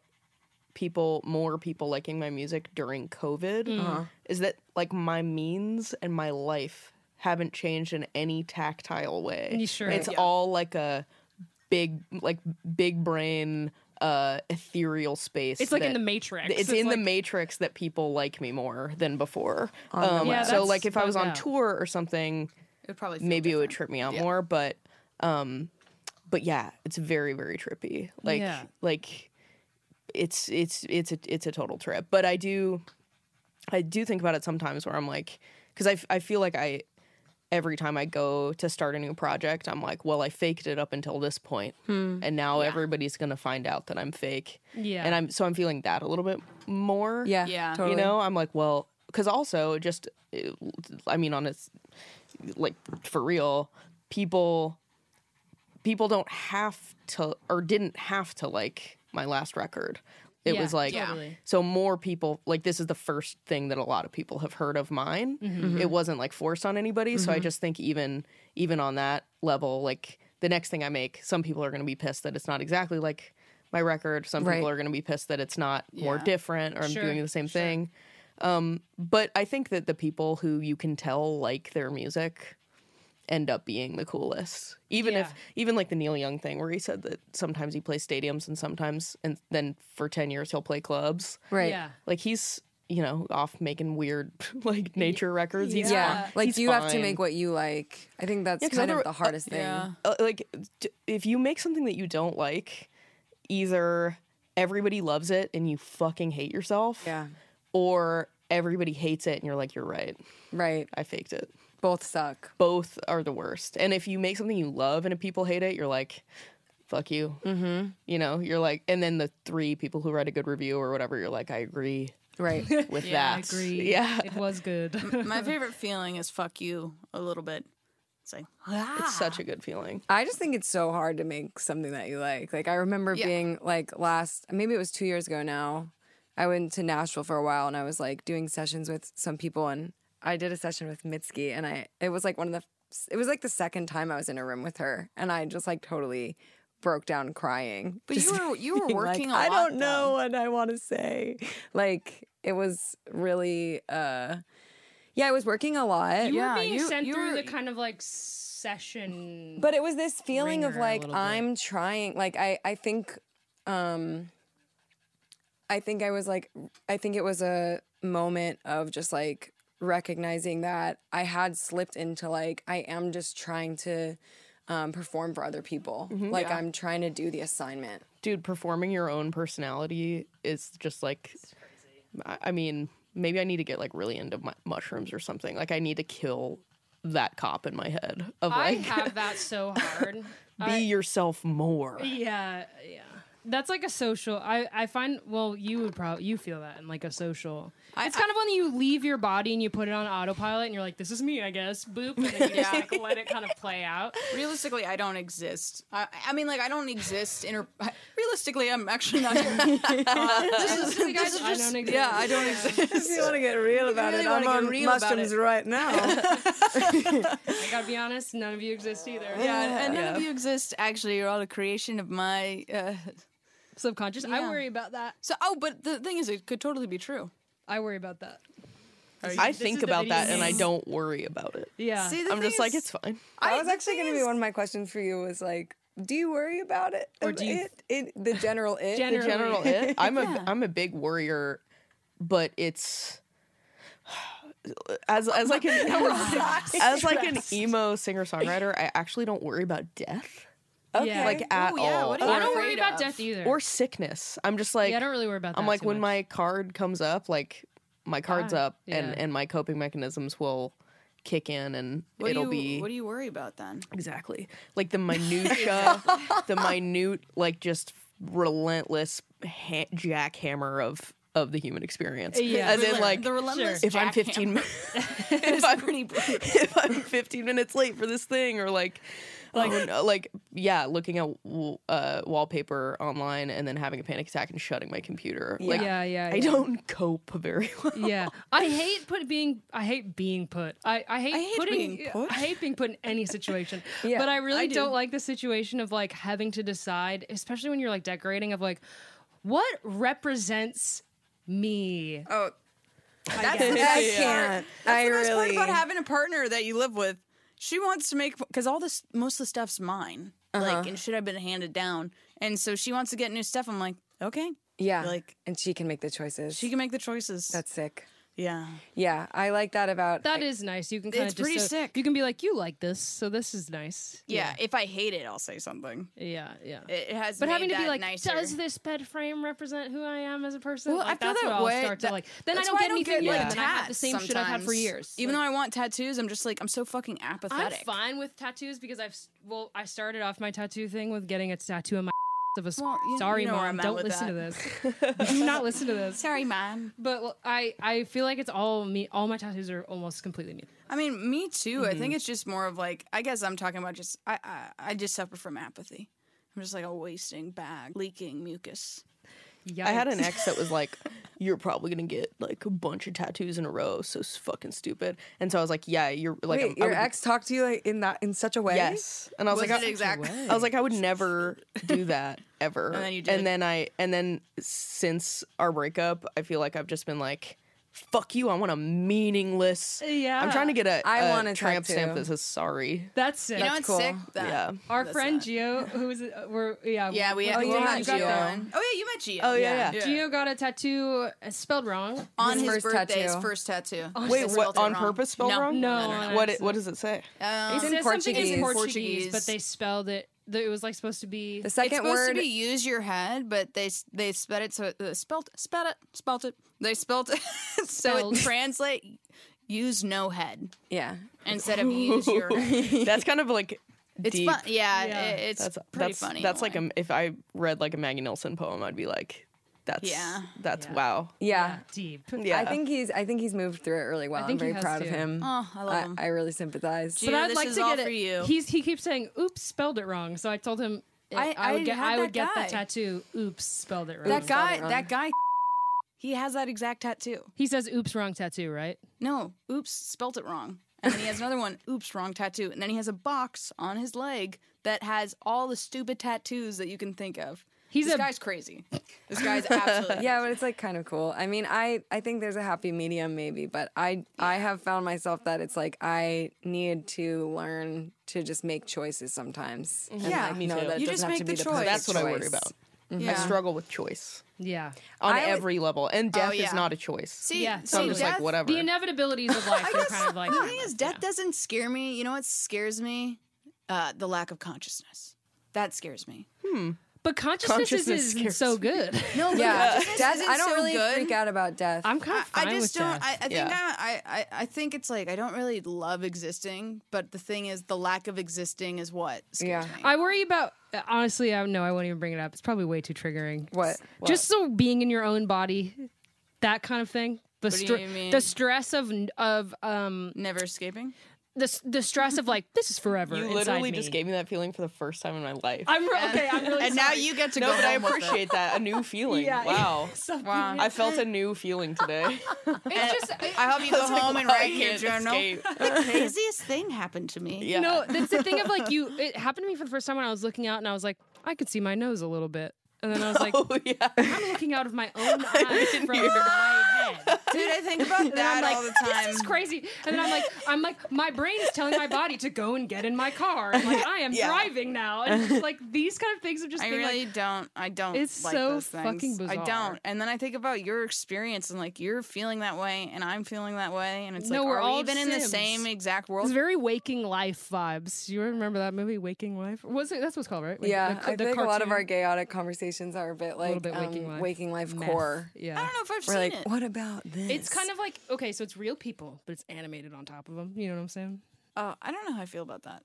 [SPEAKER 7] people, more people liking my music during COVID,
[SPEAKER 5] Mm. Uh-huh.
[SPEAKER 7] is that like my means and my life haven't changed in any tactile way.
[SPEAKER 5] You sure?
[SPEAKER 7] It's all like a big, like big brain, uh, ethereal space.
[SPEAKER 5] It's like in
[SPEAKER 7] that-
[SPEAKER 5] the Matrix.
[SPEAKER 7] It's, in
[SPEAKER 5] like-
[SPEAKER 7] the Matrix that people like me more than before.
[SPEAKER 4] the
[SPEAKER 7] Um,
[SPEAKER 5] web.
[SPEAKER 7] so
[SPEAKER 5] Yeah,
[SPEAKER 7] like if I
[SPEAKER 5] that's
[SPEAKER 7] was on
[SPEAKER 5] bugged out.
[SPEAKER 7] tour or something,
[SPEAKER 6] It probably feel
[SPEAKER 7] maybe it would
[SPEAKER 6] different.
[SPEAKER 7] trip me out more but um but yeah it's very very trippy like
[SPEAKER 5] Yeah.
[SPEAKER 7] like it's it's it's a it's a total trip but i do i do think about it sometimes where i'm like because I, f- I feel like i every time i go to start a new project i'm like well i faked it up until this point and now everybody's gonna find out that i'm fake
[SPEAKER 5] Yeah.
[SPEAKER 7] and i'm so i'm feeling that a little bit more
[SPEAKER 4] yeah,
[SPEAKER 6] Yeah.
[SPEAKER 4] totally.
[SPEAKER 7] you know i'm like well because also just uh, i mean on it's like for real people people don't have to or didn't have to like my last record it
[SPEAKER 5] Yeah,
[SPEAKER 7] was like
[SPEAKER 5] totally.
[SPEAKER 7] so more people like this is the first thing that a lot of people have heard of mine it wasn't like forced on anybody so i just think even even on that level like the next thing i make some people are going to be pissed that it's not exactly like my record some
[SPEAKER 4] Right.
[SPEAKER 7] people are going to be pissed that it's not more
[SPEAKER 6] Yeah.
[SPEAKER 7] different or i'm
[SPEAKER 5] Sure,
[SPEAKER 7] doing the same thing um but i think that the people who you can tell like their music end up being the coolest. Even if
[SPEAKER 5] Yeah.
[SPEAKER 7] even like the Neil Young thing where he said that sometimes he plays stadiums and sometimes and then for 10 years he'll play clubs.
[SPEAKER 4] right?
[SPEAKER 5] Yeah.
[SPEAKER 7] Like he's, you know, off making weird like nature records. He's
[SPEAKER 4] Yeah.
[SPEAKER 7] fine.
[SPEAKER 4] Like
[SPEAKER 7] He's
[SPEAKER 4] you have to
[SPEAKER 7] fine.
[SPEAKER 4] make what you like. I think that's
[SPEAKER 7] 'cause
[SPEAKER 4] kind of
[SPEAKER 7] other-
[SPEAKER 4] the hardest thing.
[SPEAKER 6] Yeah.
[SPEAKER 7] uh, like d- if you make something that you don't like, either everybody loves it and you fucking hate yourself.
[SPEAKER 4] Yeah.
[SPEAKER 7] Or everybody hates it and you're like you're right.
[SPEAKER 4] Right.
[SPEAKER 7] I faked it.
[SPEAKER 4] Both suck.
[SPEAKER 7] both are the worst. And if you make something you love and if people hate it, you're like, fuck you. Mm-hmm. You know, you're like, and then the three people who write a good review or whatever, you're like, I agree
[SPEAKER 4] Right.
[SPEAKER 7] with
[SPEAKER 5] Yeah,
[SPEAKER 7] that.
[SPEAKER 5] I agree.
[SPEAKER 7] Yeah.
[SPEAKER 5] it was good.
[SPEAKER 6] My favorite feeling is fuck you a little bit. It's like "Ah."
[SPEAKER 7] It's such a good feeling.
[SPEAKER 4] I just think it's so hard to make something that you like. Like I remember being like last maybe it was 2 years ago now. I went to Nashville for a while and I was like doing sessions with some people and I did a session with Mitski and I it was like one of the it was like the second time I was in a room with her and I just like totally broke down crying.
[SPEAKER 6] But you
[SPEAKER 4] Just
[SPEAKER 6] were- you were
[SPEAKER 4] being like,
[SPEAKER 6] working a
[SPEAKER 4] I
[SPEAKER 6] lot,
[SPEAKER 4] don't know what I want to say. Like it was really uh yeah, I was working a lot.
[SPEAKER 5] You
[SPEAKER 6] Yeah,
[SPEAKER 5] were being
[SPEAKER 6] you-
[SPEAKER 5] sent
[SPEAKER 6] you
[SPEAKER 5] through
[SPEAKER 6] were-
[SPEAKER 5] the kind of like session.
[SPEAKER 4] but it was this feeling of
[SPEAKER 5] ringer a
[SPEAKER 4] like
[SPEAKER 5] little bit.
[SPEAKER 4] i'm trying like i i think um i think i was like i think it was a moment of just like recognizing that i had slipped into like i am just trying to um, perform for other people like i'm trying to do the assignment
[SPEAKER 7] Dude, performing your own personality is just like, I, I mean, maybe I need to get like really into mu- mushrooms or something. Like, I need to kill that cop in my head of
[SPEAKER 5] I
[SPEAKER 7] like,
[SPEAKER 5] have that so hard.
[SPEAKER 7] be yourself more.
[SPEAKER 5] Yeah, yeah. That's like a social. I I find well, you would probably you feel that in like a social. it's kind of when you leave your body and you put it on autopilot and you're like, this is me, I guess. Boop, and then you just like let it kind of play out.
[SPEAKER 6] realistically, I don't exist. I, I mean, like I don't exist. Inter- realistically, I'm actually not. Uh, this is
[SPEAKER 5] Honestly, guys,
[SPEAKER 6] this is
[SPEAKER 5] I
[SPEAKER 6] just
[SPEAKER 5] don't exist.
[SPEAKER 6] yeah. I don't exist.
[SPEAKER 4] if you want to get real about
[SPEAKER 6] really wanna get real about it.
[SPEAKER 4] right now
[SPEAKER 5] I gotta be honest, none of you exist either.
[SPEAKER 6] Yeah, and- and none of you exist. Actually, you're all a creation of my. Uh,
[SPEAKER 5] Subconscious. I worry about that.
[SPEAKER 6] so, oh, but the thing is, it could totally be true.
[SPEAKER 5] I worry about that.
[SPEAKER 7] I
[SPEAKER 5] This is
[SPEAKER 7] think
[SPEAKER 5] the
[SPEAKER 7] about
[SPEAKER 5] video
[SPEAKER 7] that and I
[SPEAKER 5] game.
[SPEAKER 7] don't worry about it.
[SPEAKER 5] Yeah.
[SPEAKER 6] See, the
[SPEAKER 7] I'm
[SPEAKER 6] thing
[SPEAKER 7] just like,
[SPEAKER 6] is-
[SPEAKER 7] it's fine.
[SPEAKER 4] that was actually going to be one of my questions for you was like do you worry about it
[SPEAKER 5] Or do you-
[SPEAKER 4] it, it the general it
[SPEAKER 5] General-
[SPEAKER 7] the general
[SPEAKER 5] Really.
[SPEAKER 7] it. I'm a am a big worrier, but it's as as like an as like an emo singer songwriter, I actually don't worry about death
[SPEAKER 5] Yeah.
[SPEAKER 7] like at
[SPEAKER 6] yeah,
[SPEAKER 7] all
[SPEAKER 6] what do you
[SPEAKER 5] I
[SPEAKER 7] or,
[SPEAKER 5] don't worry
[SPEAKER 6] afraid
[SPEAKER 5] about
[SPEAKER 6] of.
[SPEAKER 5] death either.
[SPEAKER 7] or sickness. I'm just like
[SPEAKER 5] yeah, I don't really worry about that.
[SPEAKER 7] I'm like
[SPEAKER 5] too
[SPEAKER 7] when
[SPEAKER 5] much.
[SPEAKER 7] my card comes up, like my card's
[SPEAKER 5] Ah,
[SPEAKER 7] up, and
[SPEAKER 5] yeah.
[SPEAKER 7] and my coping mechanisms will kick in, and
[SPEAKER 6] What
[SPEAKER 7] it'll
[SPEAKER 6] do you,
[SPEAKER 7] be
[SPEAKER 6] What do you worry about then?
[SPEAKER 7] Exactly. Like the minutia, the minute, like just relentless ha- jackhammer of of the human experience.
[SPEAKER 5] Yeah.
[SPEAKER 7] As
[SPEAKER 6] The
[SPEAKER 7] in
[SPEAKER 6] rel-
[SPEAKER 7] like
[SPEAKER 6] the relentless
[SPEAKER 7] if I'm
[SPEAKER 6] jackhammer
[SPEAKER 7] 15 mi- if,
[SPEAKER 6] is
[SPEAKER 7] I'm,
[SPEAKER 6] pretty brutal.
[SPEAKER 7] if I'm 15 minutes late for this thing or like like like yeah, looking at w- uh, wallpaper online and then having a panic attack and shutting my computer. Like
[SPEAKER 5] Yeah, yeah,
[SPEAKER 7] I
[SPEAKER 5] yeah.
[SPEAKER 7] don't cope very well.
[SPEAKER 5] Yeah, I hate put being. I hate being put. I, I hate,
[SPEAKER 6] I hate
[SPEAKER 5] putting.
[SPEAKER 6] being put.
[SPEAKER 5] I hate being put in any situation. but I really do. not like the situation of like having to decide, especially when you're like decorating, of like what represents me.
[SPEAKER 4] Oh,
[SPEAKER 6] That's the
[SPEAKER 4] I
[SPEAKER 6] best part.
[SPEAKER 4] can't.
[SPEAKER 6] That's
[SPEAKER 4] I
[SPEAKER 6] the best
[SPEAKER 4] really.
[SPEAKER 6] part about having a partner that you live with. She wants to make because all this most of the stuff's mine, like
[SPEAKER 4] Uh-huh.
[SPEAKER 6] and should have been handed down. And so she wants to get new stuff. I'm like, okay,
[SPEAKER 4] yeah,
[SPEAKER 6] like
[SPEAKER 4] and she can make the choices.
[SPEAKER 6] she can make the choices.
[SPEAKER 4] That's sick.
[SPEAKER 6] yeah.
[SPEAKER 4] Yeah, I like that about.
[SPEAKER 5] That is nice. You can kind
[SPEAKER 6] It's
[SPEAKER 5] of
[SPEAKER 6] pretty sick.
[SPEAKER 5] You can be like, you like this, so this is nice.
[SPEAKER 6] yeah, If I hate it, I'll say something.
[SPEAKER 5] yeah, yeah.
[SPEAKER 6] It has,
[SPEAKER 5] but
[SPEAKER 6] made
[SPEAKER 5] having to
[SPEAKER 6] that
[SPEAKER 5] be like,
[SPEAKER 6] nicer.
[SPEAKER 5] does this bed frame represent who I am as a person?
[SPEAKER 4] Well, I
[SPEAKER 5] like,
[SPEAKER 4] feel
[SPEAKER 5] that's
[SPEAKER 4] that
[SPEAKER 5] where I'll
[SPEAKER 4] way-
[SPEAKER 5] start
[SPEAKER 4] that-
[SPEAKER 5] to like. Then I
[SPEAKER 6] That's
[SPEAKER 5] don't
[SPEAKER 6] why
[SPEAKER 5] get anything
[SPEAKER 6] like,
[SPEAKER 5] new. and I have the
[SPEAKER 6] tats
[SPEAKER 5] same shit I've had for
[SPEAKER 6] sometimes.
[SPEAKER 5] years.
[SPEAKER 6] Even
[SPEAKER 5] Like-
[SPEAKER 6] though I want tattoos, I'm just like I'm so fucking apathetic.
[SPEAKER 5] I'm fine with tattoos because I've s- well, I started off my tattoo thing with getting a tattoo on my of a squ-
[SPEAKER 6] Well, you-
[SPEAKER 5] sorry
[SPEAKER 6] you know where
[SPEAKER 5] mom.
[SPEAKER 6] I'm at
[SPEAKER 5] Don't
[SPEAKER 6] with
[SPEAKER 5] listen to this. Do not listen to this.
[SPEAKER 6] Sorry, mom.
[SPEAKER 5] But well, I I feel like it's all me. All my tattoos are almost completely me.
[SPEAKER 6] I mean, me too. I think it's just more of like I guess I'm talking about just I I, I just suffer from apathy. I'm just like a wasting bag, leaking mucus.
[SPEAKER 5] Yikes.
[SPEAKER 7] I had an ex that was like, "You're probably gonna get like a bunch of tattoos in a row, so it's fucking stupid." And so I was like, "Yeah, you're like
[SPEAKER 4] Wait,
[SPEAKER 7] I
[SPEAKER 4] your
[SPEAKER 7] would-
[SPEAKER 4] ex talked to you like in that in such a way.
[SPEAKER 7] Yes, and I was, like, I,
[SPEAKER 6] exactly?
[SPEAKER 7] I was like, I would never do that ever.
[SPEAKER 6] And then you did.
[SPEAKER 7] And then I, and then since our breakup, I feel like I've just been like, "Fuck you! I want a meaningless."
[SPEAKER 5] Yeah.
[SPEAKER 7] I'm trying to get a,
[SPEAKER 4] I
[SPEAKER 7] a
[SPEAKER 4] want a
[SPEAKER 7] tramp stamp
[SPEAKER 4] tattoo.
[SPEAKER 7] that says sorry.
[SPEAKER 5] That's sick.
[SPEAKER 6] You know, it's
[SPEAKER 4] cool.
[SPEAKER 6] sick. That,
[SPEAKER 7] Yeah.
[SPEAKER 5] Our friend Gio, who was uh, we're yeah
[SPEAKER 6] Yeah, we
[SPEAKER 5] we're-
[SPEAKER 6] had,
[SPEAKER 5] we're-
[SPEAKER 6] we
[SPEAKER 5] Oh, you
[SPEAKER 6] had
[SPEAKER 5] got
[SPEAKER 6] Gio.
[SPEAKER 5] that.
[SPEAKER 6] on. Oh yeah, you met Gio.
[SPEAKER 7] Oh yeah, yeah.
[SPEAKER 5] Gio got a tattoo uh, spelled wrong.
[SPEAKER 6] On his,
[SPEAKER 4] first
[SPEAKER 6] birthday, his
[SPEAKER 4] tattoo.
[SPEAKER 6] first tattoo.
[SPEAKER 7] Wait,
[SPEAKER 6] Just
[SPEAKER 7] what?
[SPEAKER 6] spelled it
[SPEAKER 7] On
[SPEAKER 6] wrong.
[SPEAKER 7] purpose spelled
[SPEAKER 6] No.
[SPEAKER 7] wrong?
[SPEAKER 5] No, no, no.
[SPEAKER 7] What? It, what does it say?
[SPEAKER 4] It's
[SPEAKER 5] It
[SPEAKER 4] in
[SPEAKER 5] says something
[SPEAKER 4] Portuguese.
[SPEAKER 5] in Portuguese,
[SPEAKER 6] Portuguese.
[SPEAKER 5] but they spelled it. It was like supposed to be.
[SPEAKER 4] The
[SPEAKER 6] It's
[SPEAKER 4] second
[SPEAKER 6] supposed
[SPEAKER 4] word
[SPEAKER 6] to be use your head, but they s- they spelled it so uh, spelt spelled it spelt it. They spelt it so
[SPEAKER 5] Spelled.
[SPEAKER 6] it translate use no head
[SPEAKER 4] Yeah.
[SPEAKER 6] instead of use your. head.
[SPEAKER 7] That's kind of like
[SPEAKER 6] It's
[SPEAKER 7] deep.
[SPEAKER 6] fun. Yeah,
[SPEAKER 5] Yeah.
[SPEAKER 6] it- it's
[SPEAKER 7] that's
[SPEAKER 6] pretty
[SPEAKER 7] that's,
[SPEAKER 6] funny. in
[SPEAKER 7] That's
[SPEAKER 6] a
[SPEAKER 7] like
[SPEAKER 6] way.
[SPEAKER 7] a, if I read like a Maggie Nelson poem, I'd be like, that's
[SPEAKER 6] Yeah.
[SPEAKER 7] that's wow.
[SPEAKER 4] yeah.
[SPEAKER 5] deep.
[SPEAKER 7] Yeah,
[SPEAKER 4] I think he's I think he's moved through it really well.
[SPEAKER 5] think he
[SPEAKER 4] I'm very
[SPEAKER 5] has
[SPEAKER 4] proud
[SPEAKER 5] too.
[SPEAKER 4] of him.
[SPEAKER 6] Oh, I love him.
[SPEAKER 4] I, really sympathize.
[SPEAKER 6] Gee, Gio, this is all for you.
[SPEAKER 5] He's he keeps saying "oops" spelled it wrong, so I told him it- I,
[SPEAKER 6] I-
[SPEAKER 5] would
[SPEAKER 6] I
[SPEAKER 5] get
[SPEAKER 6] had
[SPEAKER 5] I would
[SPEAKER 6] that
[SPEAKER 5] get the
[SPEAKER 6] guy.
[SPEAKER 5] tattoo "oops" spelled it wrong.
[SPEAKER 6] that guy.
[SPEAKER 4] it wrong.
[SPEAKER 6] That guy. He has that exact tattoo.
[SPEAKER 5] he says "oops" wrong tattoo, right?
[SPEAKER 6] No, oops, spelt it wrong. And then he has another one, oops, wrong tattoo. And then he has a box on his leg that has all the stupid tattoos that you can think of.
[SPEAKER 5] He's
[SPEAKER 6] this
[SPEAKER 5] a-
[SPEAKER 6] guy's crazy. This guy's absolutely
[SPEAKER 4] yeah, but it's like kind of cool. I mean, I I think there's a happy medium maybe, but I I have found myself that it's like I need to learn to to just make choices sometimes. And,
[SPEAKER 6] Yeah,
[SPEAKER 4] like,
[SPEAKER 6] me
[SPEAKER 4] know
[SPEAKER 7] too.
[SPEAKER 4] that it
[SPEAKER 6] You
[SPEAKER 4] doesn't
[SPEAKER 6] just
[SPEAKER 4] have
[SPEAKER 6] make
[SPEAKER 4] to be
[SPEAKER 6] the
[SPEAKER 4] the
[SPEAKER 6] choice.
[SPEAKER 4] perfect
[SPEAKER 7] that's what I worry
[SPEAKER 4] choice.
[SPEAKER 7] about. I
[SPEAKER 6] Yeah. Oh,
[SPEAKER 7] struggle with choice
[SPEAKER 5] Yeah.
[SPEAKER 7] on
[SPEAKER 4] I always-
[SPEAKER 7] every level, and death is
[SPEAKER 6] yeah.
[SPEAKER 7] not a choice.
[SPEAKER 6] See,
[SPEAKER 5] Yeah,
[SPEAKER 7] so I'm
[SPEAKER 6] see,
[SPEAKER 7] just
[SPEAKER 6] death,
[SPEAKER 7] like whatever.
[SPEAKER 5] The inevitabilities of life are kind of like.
[SPEAKER 6] The thing is, death doesn't scare me. You know what scares me? Uh, the lack of consciousness. That scares me.
[SPEAKER 5] but consciousness,
[SPEAKER 7] Consciousness
[SPEAKER 5] is isn't
[SPEAKER 7] scares
[SPEAKER 5] so
[SPEAKER 7] me.
[SPEAKER 5] good. No,
[SPEAKER 4] Yeah,
[SPEAKER 6] Consciousness
[SPEAKER 4] death,
[SPEAKER 6] isn't
[SPEAKER 4] I don't
[SPEAKER 6] so
[SPEAKER 4] really
[SPEAKER 6] good.
[SPEAKER 4] freak out about death.
[SPEAKER 5] I'm kind of
[SPEAKER 6] I
[SPEAKER 5] fine
[SPEAKER 6] I just
[SPEAKER 5] with
[SPEAKER 6] don't.
[SPEAKER 5] death.
[SPEAKER 6] I, I think
[SPEAKER 7] Yeah.
[SPEAKER 6] I, I, I think it's like I don't really love existing, but the thing is, the lack of existing is what scares
[SPEAKER 4] Yeah.
[SPEAKER 6] me.
[SPEAKER 5] I worry about honestly. I no, I won't even bring it up. It's probably way too triggering.
[SPEAKER 4] What?
[SPEAKER 5] Just so being in your own body, that kind of thing. The,
[SPEAKER 6] do
[SPEAKER 5] stre-
[SPEAKER 6] you mean?
[SPEAKER 5] the stress of of um
[SPEAKER 6] Never escaping.
[SPEAKER 5] the s- the stress of like this is forever.
[SPEAKER 7] you
[SPEAKER 5] inside
[SPEAKER 7] literally
[SPEAKER 5] me.
[SPEAKER 7] just gave me that feeling for the first time in my life.
[SPEAKER 5] I'm re- okay. I'm really
[SPEAKER 6] and now
[SPEAKER 5] sorry.
[SPEAKER 6] you get to
[SPEAKER 7] no,
[SPEAKER 6] go.
[SPEAKER 7] but I
[SPEAKER 6] home with it.
[SPEAKER 7] appreciate that a new feeling. Wow,
[SPEAKER 6] Wow.
[SPEAKER 7] I felt a new feeling today. Oh,
[SPEAKER 5] It's just
[SPEAKER 6] I hope you go home and
[SPEAKER 7] Wow, I
[SPEAKER 6] write your
[SPEAKER 7] can't
[SPEAKER 6] journal.
[SPEAKER 7] escape.
[SPEAKER 6] The craziest thing happened to me.
[SPEAKER 7] Yeah.
[SPEAKER 5] no. That's the thing of like you. It happened to me for the first time when I was looking out, and I was like, I could see my nose a little bit, and then I was like,
[SPEAKER 7] Oh yeah.
[SPEAKER 5] I'm looking out of my own eyes from my head.
[SPEAKER 6] Dude, I think about
[SPEAKER 5] And I'm
[SPEAKER 6] that
[SPEAKER 5] like,
[SPEAKER 6] all the time.
[SPEAKER 5] this is crazy. And then I'm like, I'm like, my brain is telling my body to go and get in my car. I'm like, I am
[SPEAKER 7] Yeah.
[SPEAKER 5] driving now. And it's just like these kind of things of just
[SPEAKER 6] I
[SPEAKER 5] being
[SPEAKER 6] really
[SPEAKER 5] like,
[SPEAKER 6] don't. I don't.
[SPEAKER 5] It's
[SPEAKER 6] like
[SPEAKER 5] so
[SPEAKER 6] those things.
[SPEAKER 5] fucking
[SPEAKER 6] I
[SPEAKER 5] bizarre.
[SPEAKER 6] don't. And then I think about your experience and like you're feeling that way and I'm feeling that way and it's
[SPEAKER 5] No,
[SPEAKER 6] like
[SPEAKER 5] we're
[SPEAKER 6] are
[SPEAKER 5] all
[SPEAKER 6] we even in the
[SPEAKER 5] Sims.
[SPEAKER 6] same exact world?
[SPEAKER 5] It's very Waking Life vibes. You remember that movie, Waking Life? Was it? That's what's called, right? Like,
[SPEAKER 4] yeah,
[SPEAKER 5] the ca-
[SPEAKER 4] I
[SPEAKER 5] the
[SPEAKER 4] think a lot of
[SPEAKER 5] cartoon.
[SPEAKER 4] our chaotic conversations are a bit like
[SPEAKER 5] bit
[SPEAKER 4] um,
[SPEAKER 5] Waking Life. Meth.
[SPEAKER 4] core.
[SPEAKER 5] Yeah.
[SPEAKER 6] I don't know if I've
[SPEAKER 4] We're
[SPEAKER 6] seen
[SPEAKER 4] like,
[SPEAKER 6] it.
[SPEAKER 4] what about this?
[SPEAKER 5] It's kind of like okay, so it's real people, but it's animated on top of them. You know what I'm saying?
[SPEAKER 6] Oh, I don't know how I feel about that.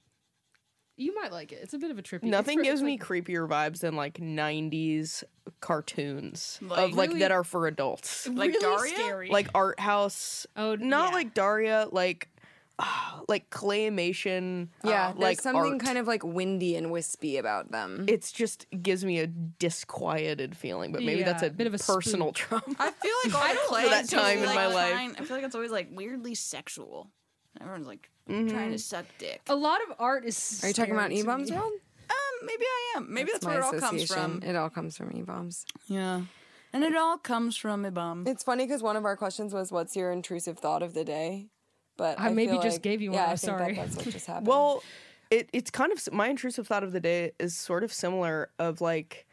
[SPEAKER 5] You might like it. It's a bit of a trippy.
[SPEAKER 7] Nothing
[SPEAKER 5] it's for-
[SPEAKER 7] gives
[SPEAKER 5] it's
[SPEAKER 7] me
[SPEAKER 5] like-
[SPEAKER 7] creepier vibes than like 90s cartoons
[SPEAKER 6] Like-
[SPEAKER 7] of like
[SPEAKER 6] Really?
[SPEAKER 7] that are for adults.
[SPEAKER 6] Like
[SPEAKER 5] really
[SPEAKER 6] Daria?
[SPEAKER 5] Scary.
[SPEAKER 7] Like art house.
[SPEAKER 5] Oh,
[SPEAKER 7] not
[SPEAKER 5] yeah.
[SPEAKER 7] like Daria, like ah, like claymation.
[SPEAKER 4] Yeah,
[SPEAKER 7] uh,
[SPEAKER 4] there's
[SPEAKER 7] like
[SPEAKER 4] something
[SPEAKER 7] art.
[SPEAKER 4] kind of like windy and wispy about them.
[SPEAKER 7] it's just gives me a disquieted feeling, but maybe that's
[SPEAKER 5] Yeah,
[SPEAKER 7] a
[SPEAKER 5] a bit of a
[SPEAKER 7] personal trauma.
[SPEAKER 6] I feel like all the clay
[SPEAKER 7] that
[SPEAKER 6] is
[SPEAKER 7] time in
[SPEAKER 6] like
[SPEAKER 7] my life.
[SPEAKER 6] trying- I feel like it's always like weirdly sexual. Everyone's like trying to suck dick.
[SPEAKER 5] a lot of art is.
[SPEAKER 4] Are you talking about
[SPEAKER 5] scary
[SPEAKER 4] E
[SPEAKER 5] to me.
[SPEAKER 4] bombs world?
[SPEAKER 6] Um, maybe I am. Maybe that's,
[SPEAKER 4] my
[SPEAKER 6] where it all comes
[SPEAKER 4] association.
[SPEAKER 6] from.
[SPEAKER 4] It all comes from E bombs.
[SPEAKER 6] Yeah, and it all comes from a bum.
[SPEAKER 4] It's funny because one of our questions was, "What's your intrusive thought of the day?" But
[SPEAKER 5] I
[SPEAKER 4] I
[SPEAKER 5] maybe
[SPEAKER 4] feel
[SPEAKER 5] just
[SPEAKER 4] like-
[SPEAKER 5] gave you one,
[SPEAKER 4] Yeah,
[SPEAKER 5] I'm
[SPEAKER 4] I think that
[SPEAKER 5] sorry.
[SPEAKER 4] that's what just happened.
[SPEAKER 7] Well, it, it's kind of my intrusive thought of the day is sort of similar of like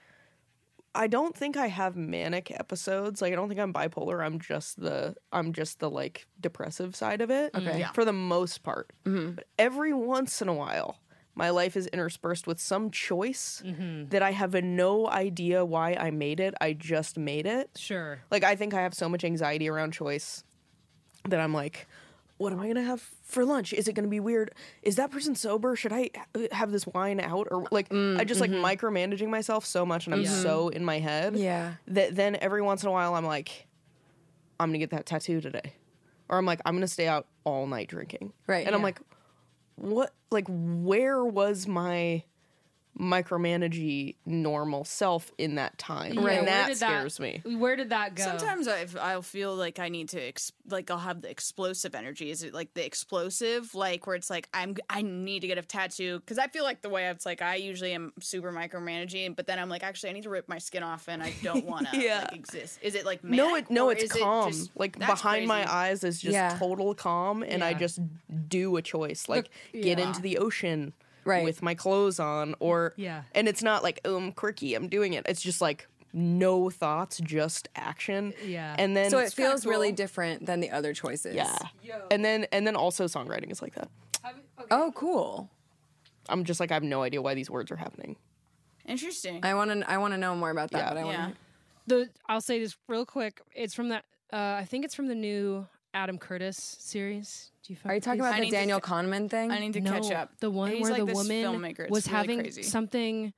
[SPEAKER 7] I don't think I have manic episodes. Like I don't think I'm bipolar. I'm just the I'm just the like depressive side of it. Okay. For the most part. But every once in a while, my life is interspersed with some choice that I have no idea why I made it. I just made it.
[SPEAKER 5] Sure.
[SPEAKER 7] Like I think I have so much anxiety around choice that I'm like, what am I gonna have for lunch? Is it gonna be weird? Is that person sober? Should I ha- have this wine out or like I just like micromanaging myself so much and I'm so in my head.
[SPEAKER 4] Yeah.
[SPEAKER 7] That then every once in a while I'm like, I'm gonna get that tattoo today, or I'm like I'm gonna stay out all night drinking.
[SPEAKER 4] Right,
[SPEAKER 7] And I'm
[SPEAKER 4] yeah.
[SPEAKER 7] like, what? Like where was my micromanagey normal self in that time?
[SPEAKER 5] Yeah,
[SPEAKER 7] And
[SPEAKER 5] where
[SPEAKER 7] that
[SPEAKER 5] did
[SPEAKER 7] scares me.
[SPEAKER 5] Where did that go?
[SPEAKER 6] Sometimes I I'll feel like I need to ex- like I'll have the explosive energy. Is it like the explosive like where it's like I'm I need to get a tattoo because I feel like the way it's like I usually am super micromanaging, but then I'm like actually I need to rip my skin off and I don't want to
[SPEAKER 7] Yeah.
[SPEAKER 6] like, exist. Is it like
[SPEAKER 7] No,
[SPEAKER 6] manic,
[SPEAKER 7] it no,
[SPEAKER 6] or
[SPEAKER 7] it's
[SPEAKER 6] is it
[SPEAKER 7] calm.
[SPEAKER 6] just-
[SPEAKER 7] like
[SPEAKER 6] That's
[SPEAKER 7] behind my
[SPEAKER 6] crazy.
[SPEAKER 7] eyes is just
[SPEAKER 4] Yeah.
[SPEAKER 7] total calm, and I
[SPEAKER 5] Yeah.
[SPEAKER 7] just do a choice, like get into the ocean
[SPEAKER 4] Right.
[SPEAKER 7] with my clothes on, or
[SPEAKER 5] Yeah.
[SPEAKER 7] And it's not like oh, I'm quirky, I'm doing it. It's just like no thoughts, just action.
[SPEAKER 5] Yeah.
[SPEAKER 7] and then
[SPEAKER 4] so it feels really
[SPEAKER 7] different.
[SPEAKER 4] different than the other choices.
[SPEAKER 7] yeah, and then and then also songwriting is like that.
[SPEAKER 4] Oh, cool.
[SPEAKER 7] I'm just like I have no idea why these words are happening.
[SPEAKER 6] Interesting.
[SPEAKER 4] I want to. I want to know more about that.
[SPEAKER 7] Yeah.
[SPEAKER 4] But I want
[SPEAKER 6] yeah.
[SPEAKER 4] to.
[SPEAKER 5] the I'll say this real quick. It's from that. Uh, I think it's from the new Adam Curtis series. Do you?
[SPEAKER 4] Are you
[SPEAKER 5] fucking
[SPEAKER 4] talking about
[SPEAKER 6] I
[SPEAKER 4] the
[SPEAKER 6] need to
[SPEAKER 4] Daniel
[SPEAKER 6] ca-
[SPEAKER 4] Kahneman thing?
[SPEAKER 6] I need to
[SPEAKER 5] no,
[SPEAKER 6] catch up.
[SPEAKER 5] The one
[SPEAKER 6] He's
[SPEAKER 5] where
[SPEAKER 6] like
[SPEAKER 5] the
[SPEAKER 6] this
[SPEAKER 5] woman
[SPEAKER 6] filmmaker. It's
[SPEAKER 5] was
[SPEAKER 6] really
[SPEAKER 5] having
[SPEAKER 6] crazy.
[SPEAKER 5] something.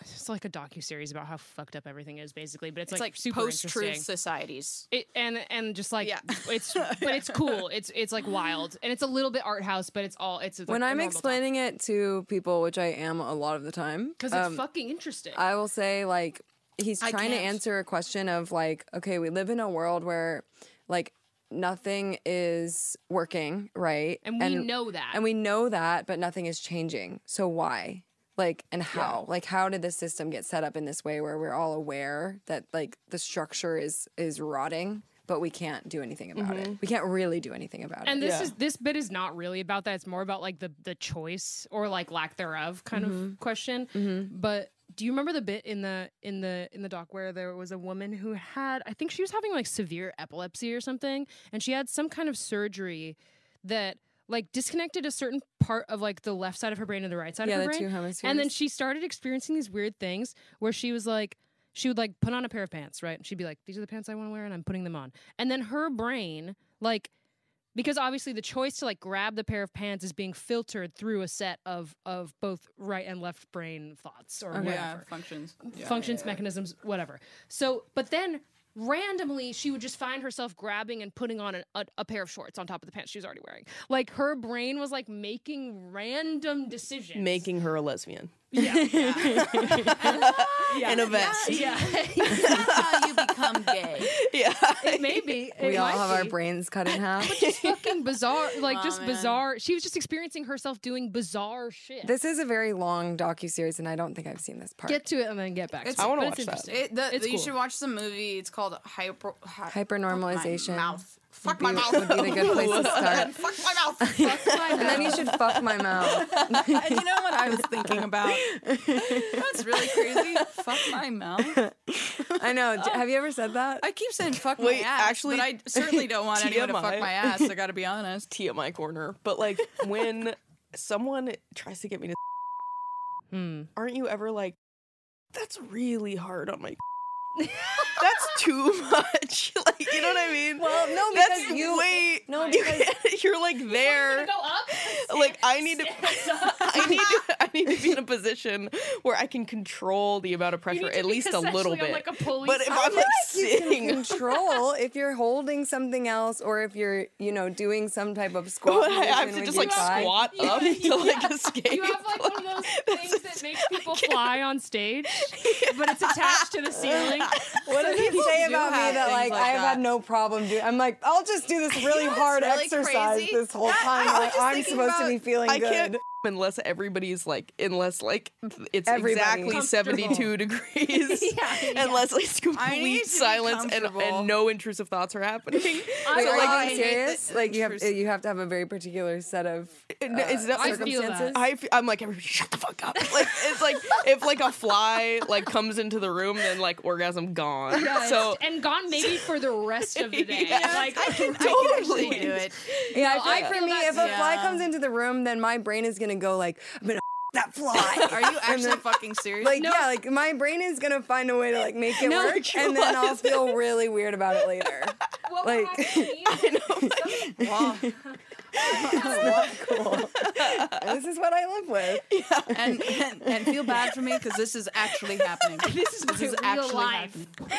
[SPEAKER 5] It's like a docu series about how fucked up everything is, basically. But it's,
[SPEAKER 6] It's
[SPEAKER 5] like,
[SPEAKER 6] like
[SPEAKER 5] super
[SPEAKER 6] post
[SPEAKER 5] interesting.
[SPEAKER 6] truth societies.
[SPEAKER 5] It, and and just like
[SPEAKER 6] Yeah.
[SPEAKER 5] it's but it's cool. It's it's like wild and it's a little bit art house, but it's all it's like
[SPEAKER 4] when
[SPEAKER 5] a
[SPEAKER 4] I'm
[SPEAKER 5] normal
[SPEAKER 4] explaining it to people, which I am a lot of the time,
[SPEAKER 5] because it's fucking interesting.
[SPEAKER 4] I will say like he's
[SPEAKER 6] I
[SPEAKER 4] trying to
[SPEAKER 6] can't.
[SPEAKER 4] answer a question of like, okay, we live in a world where like nothing is working, right?
[SPEAKER 5] And we know that.
[SPEAKER 4] And we know that, but nothing is changing. So why? Like and how? Like how did the system get set up in this way where we're all aware that like the structure is is rotting, but we can't do anything about it. We can't really do anything about
[SPEAKER 5] and
[SPEAKER 4] it.
[SPEAKER 5] this is this bit is not really about that. It's more about like the the choice or like lack thereof kind
[SPEAKER 4] Mm-hmm.
[SPEAKER 5] of question. But do you remember the bit in the in the in the doc where there was a woman who had I think she was having like severe epilepsy or something, and she had some kind of surgery that like disconnected a certain part of like the left side of her brain and the right side
[SPEAKER 4] Yeah,
[SPEAKER 5] of her
[SPEAKER 4] the
[SPEAKER 5] brain.
[SPEAKER 4] two
[SPEAKER 5] And then
[SPEAKER 4] hemispheres.
[SPEAKER 5] she started experiencing these weird things where she was like she would like put on a pair of pants, right? And she'd be like, These are the pants I want to wear and I'm putting them on. And then her brain, like because obviously the choice to like grab the pair of pants is being filtered through a set of of both right and left brain thoughts or whatever Mm,
[SPEAKER 6] Yeah, functions. Yeah.
[SPEAKER 5] functions, mechanisms, whatever. So, but then randomly she would just find herself grabbing and putting on an, a, a pair of shorts on top of the pants she was already wearing. Like her brain was like making random decisions.
[SPEAKER 7] Making her a lesbian. Yeah, and a vest.
[SPEAKER 5] yeah,
[SPEAKER 6] That's how you become gay.
[SPEAKER 5] maybe
[SPEAKER 4] we all have our brains cut in half.
[SPEAKER 5] fucking bizarre, like just bizarre. She was just experiencing herself doing bizarre shit.
[SPEAKER 4] This is a very long docu series, and I don't think I've seen this part.
[SPEAKER 5] Get to it and then get back.
[SPEAKER 7] I want
[SPEAKER 5] But
[SPEAKER 7] to watch
[SPEAKER 5] it's
[SPEAKER 7] that.
[SPEAKER 5] interesting.
[SPEAKER 6] It, the,
[SPEAKER 5] It's
[SPEAKER 6] you
[SPEAKER 5] cool.
[SPEAKER 6] should watch the movie. It's called Hyper hi-
[SPEAKER 4] Hypernormalization.
[SPEAKER 6] My mouth. Fuck
[SPEAKER 4] Be-
[SPEAKER 6] my mouth.
[SPEAKER 4] would be the good place to start.
[SPEAKER 6] Fuck my mouth.
[SPEAKER 4] and then you should fuck my mouth.
[SPEAKER 6] you know what I was thinking about? That's really crazy. Fuck my mouth.
[SPEAKER 4] I know. d- Have you ever said that?
[SPEAKER 6] I keep saying fuck
[SPEAKER 7] Wait,
[SPEAKER 6] my ass,
[SPEAKER 7] actually,
[SPEAKER 6] but I certainly don't want anyone to
[SPEAKER 7] TMI.
[SPEAKER 6] fuck my ass. I got to be honest.
[SPEAKER 7] Tea at my corner. But like when someone tries to get me to aren't you ever like that's really hard on my that's too much like you know what i mean
[SPEAKER 4] Well, no,
[SPEAKER 7] that's
[SPEAKER 4] because you-
[SPEAKER 7] way
[SPEAKER 4] no,
[SPEAKER 7] you can't- you're like there
[SPEAKER 5] Go up.
[SPEAKER 7] like I need to I need to I need to be in a position where I can control the amount of pressure
[SPEAKER 5] to
[SPEAKER 7] at
[SPEAKER 5] be
[SPEAKER 7] least a little
[SPEAKER 5] essentially on,
[SPEAKER 7] bit.
[SPEAKER 5] like, a pulley
[SPEAKER 7] but if
[SPEAKER 5] side.
[SPEAKER 7] I'm like sitting
[SPEAKER 4] control if you're holding something else or if you're you know doing some type of squat
[SPEAKER 7] But I have
[SPEAKER 4] position with
[SPEAKER 7] to just
[SPEAKER 4] your
[SPEAKER 7] like
[SPEAKER 4] thigh.
[SPEAKER 7] squat up to like escape.
[SPEAKER 5] You have like one of those things that makes people fly on stage, but it's attached to the ceiling.
[SPEAKER 4] What does it say
[SPEAKER 6] do
[SPEAKER 4] about me
[SPEAKER 6] have
[SPEAKER 4] that
[SPEAKER 6] things
[SPEAKER 4] like,
[SPEAKER 6] like
[SPEAKER 4] I've
[SPEAKER 6] that.
[SPEAKER 4] had no problem doing? I'm like, I'll just do this really hard
[SPEAKER 6] really
[SPEAKER 4] exercise
[SPEAKER 6] crazy?
[SPEAKER 4] this whole time.
[SPEAKER 6] was
[SPEAKER 4] like,
[SPEAKER 6] just
[SPEAKER 4] I'm
[SPEAKER 6] thinking
[SPEAKER 4] supposed to
[SPEAKER 6] about-
[SPEAKER 4] be feeling
[SPEAKER 7] I
[SPEAKER 4] good.
[SPEAKER 7] can't unless everybody's like unless like it's
[SPEAKER 4] Everybody.
[SPEAKER 7] exactly 72 degrees unless it's
[SPEAKER 6] I need
[SPEAKER 7] complete
[SPEAKER 6] to be
[SPEAKER 7] silence and,
[SPEAKER 6] comfortable.
[SPEAKER 7] and no intrusive thoughts are happening
[SPEAKER 4] Wait,
[SPEAKER 5] So,
[SPEAKER 4] are
[SPEAKER 5] like,
[SPEAKER 4] you
[SPEAKER 5] I
[SPEAKER 4] being
[SPEAKER 6] hate the
[SPEAKER 4] serious? Like you have
[SPEAKER 6] intrusive-
[SPEAKER 4] you have to have a very particular set of
[SPEAKER 7] No, it's not,
[SPEAKER 5] I feel that.
[SPEAKER 4] circumstances.
[SPEAKER 7] I f- I'm like everybody shut the fuck up like it's like if like a fly like comes into the room then like orgasm gone so
[SPEAKER 5] and gone maybe for the rest of the day.
[SPEAKER 7] Yeah.
[SPEAKER 5] Like
[SPEAKER 6] Actually
[SPEAKER 7] totally
[SPEAKER 6] do it.
[SPEAKER 4] yeah, I feel
[SPEAKER 5] No, I
[SPEAKER 4] like for
[SPEAKER 5] feel
[SPEAKER 4] me,
[SPEAKER 5] that
[SPEAKER 4] if a
[SPEAKER 6] too.
[SPEAKER 4] fly
[SPEAKER 6] Yeah.
[SPEAKER 4] comes into the room, then my brain is gonna go like, I'm gonna that fly.
[SPEAKER 6] Are you actually fucking serious?
[SPEAKER 4] Like yeah, like my brain is gonna find a way to like make it
[SPEAKER 7] No,
[SPEAKER 4] work, and then I'll feel really weird about it later.
[SPEAKER 5] what
[SPEAKER 4] Like-
[SPEAKER 5] would happen is
[SPEAKER 6] Wow.
[SPEAKER 4] this is what I live with.
[SPEAKER 6] and, and and feel bad for me because this is actually happening. This is this is
[SPEAKER 5] real
[SPEAKER 6] actually
[SPEAKER 5] life.
[SPEAKER 6] happening.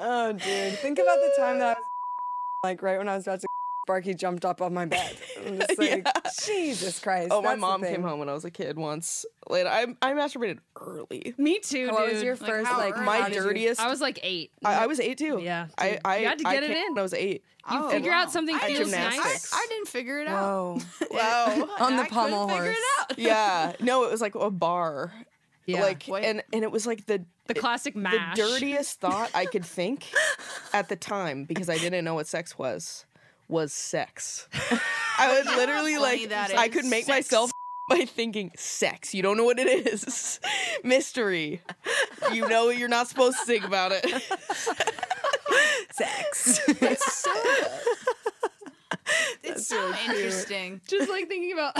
[SPEAKER 4] Oh, dude. Think about the time that I was like right when I was about to Barky jumped up on my bed. I'm just like, Jesus Christ.
[SPEAKER 7] oh my
[SPEAKER 4] that's the
[SPEAKER 7] mom came
[SPEAKER 4] thing.
[SPEAKER 7] home when I was a kid once like I I masturbated early
[SPEAKER 5] Me too, dude.
[SPEAKER 4] What was your
[SPEAKER 6] like,
[SPEAKER 4] first
[SPEAKER 6] how
[SPEAKER 4] like?
[SPEAKER 6] early?
[SPEAKER 4] how
[SPEAKER 7] my
[SPEAKER 4] did you-
[SPEAKER 7] dirtiest
[SPEAKER 5] I was like eight.
[SPEAKER 7] I, I was eight too.
[SPEAKER 5] Yeah,
[SPEAKER 7] I,
[SPEAKER 5] dude.
[SPEAKER 7] I
[SPEAKER 5] You had to
[SPEAKER 7] I
[SPEAKER 5] get it
[SPEAKER 7] came
[SPEAKER 5] in.
[SPEAKER 7] When I was eight.
[SPEAKER 5] You figure out something
[SPEAKER 6] I
[SPEAKER 5] feels
[SPEAKER 6] didn't- I-
[SPEAKER 5] nice.
[SPEAKER 6] I, didn't figure it out.
[SPEAKER 4] Whoa.
[SPEAKER 7] Wow.
[SPEAKER 4] On the
[SPEAKER 6] I couldn't
[SPEAKER 4] pommel
[SPEAKER 6] figure
[SPEAKER 4] horse.
[SPEAKER 6] It out.
[SPEAKER 7] yeah. No, it was like a bar.
[SPEAKER 5] Yeah.
[SPEAKER 7] Like
[SPEAKER 6] What?
[SPEAKER 7] and and it was like the
[SPEAKER 5] the classic
[SPEAKER 7] the
[SPEAKER 5] mash.
[SPEAKER 7] dirtiest thought I could think at the time because I didn't know what sex was was sex. I would literally
[SPEAKER 6] funny
[SPEAKER 7] like
[SPEAKER 6] that
[SPEAKER 7] I
[SPEAKER 6] is.
[SPEAKER 7] could make
[SPEAKER 6] Sex.
[SPEAKER 7] myself by thinking sex. You don't know what it is. Mystery. You know you're not supposed to think about it.
[SPEAKER 4] Sex.
[SPEAKER 6] It's so. It's so interesting.
[SPEAKER 5] Just like thinking about.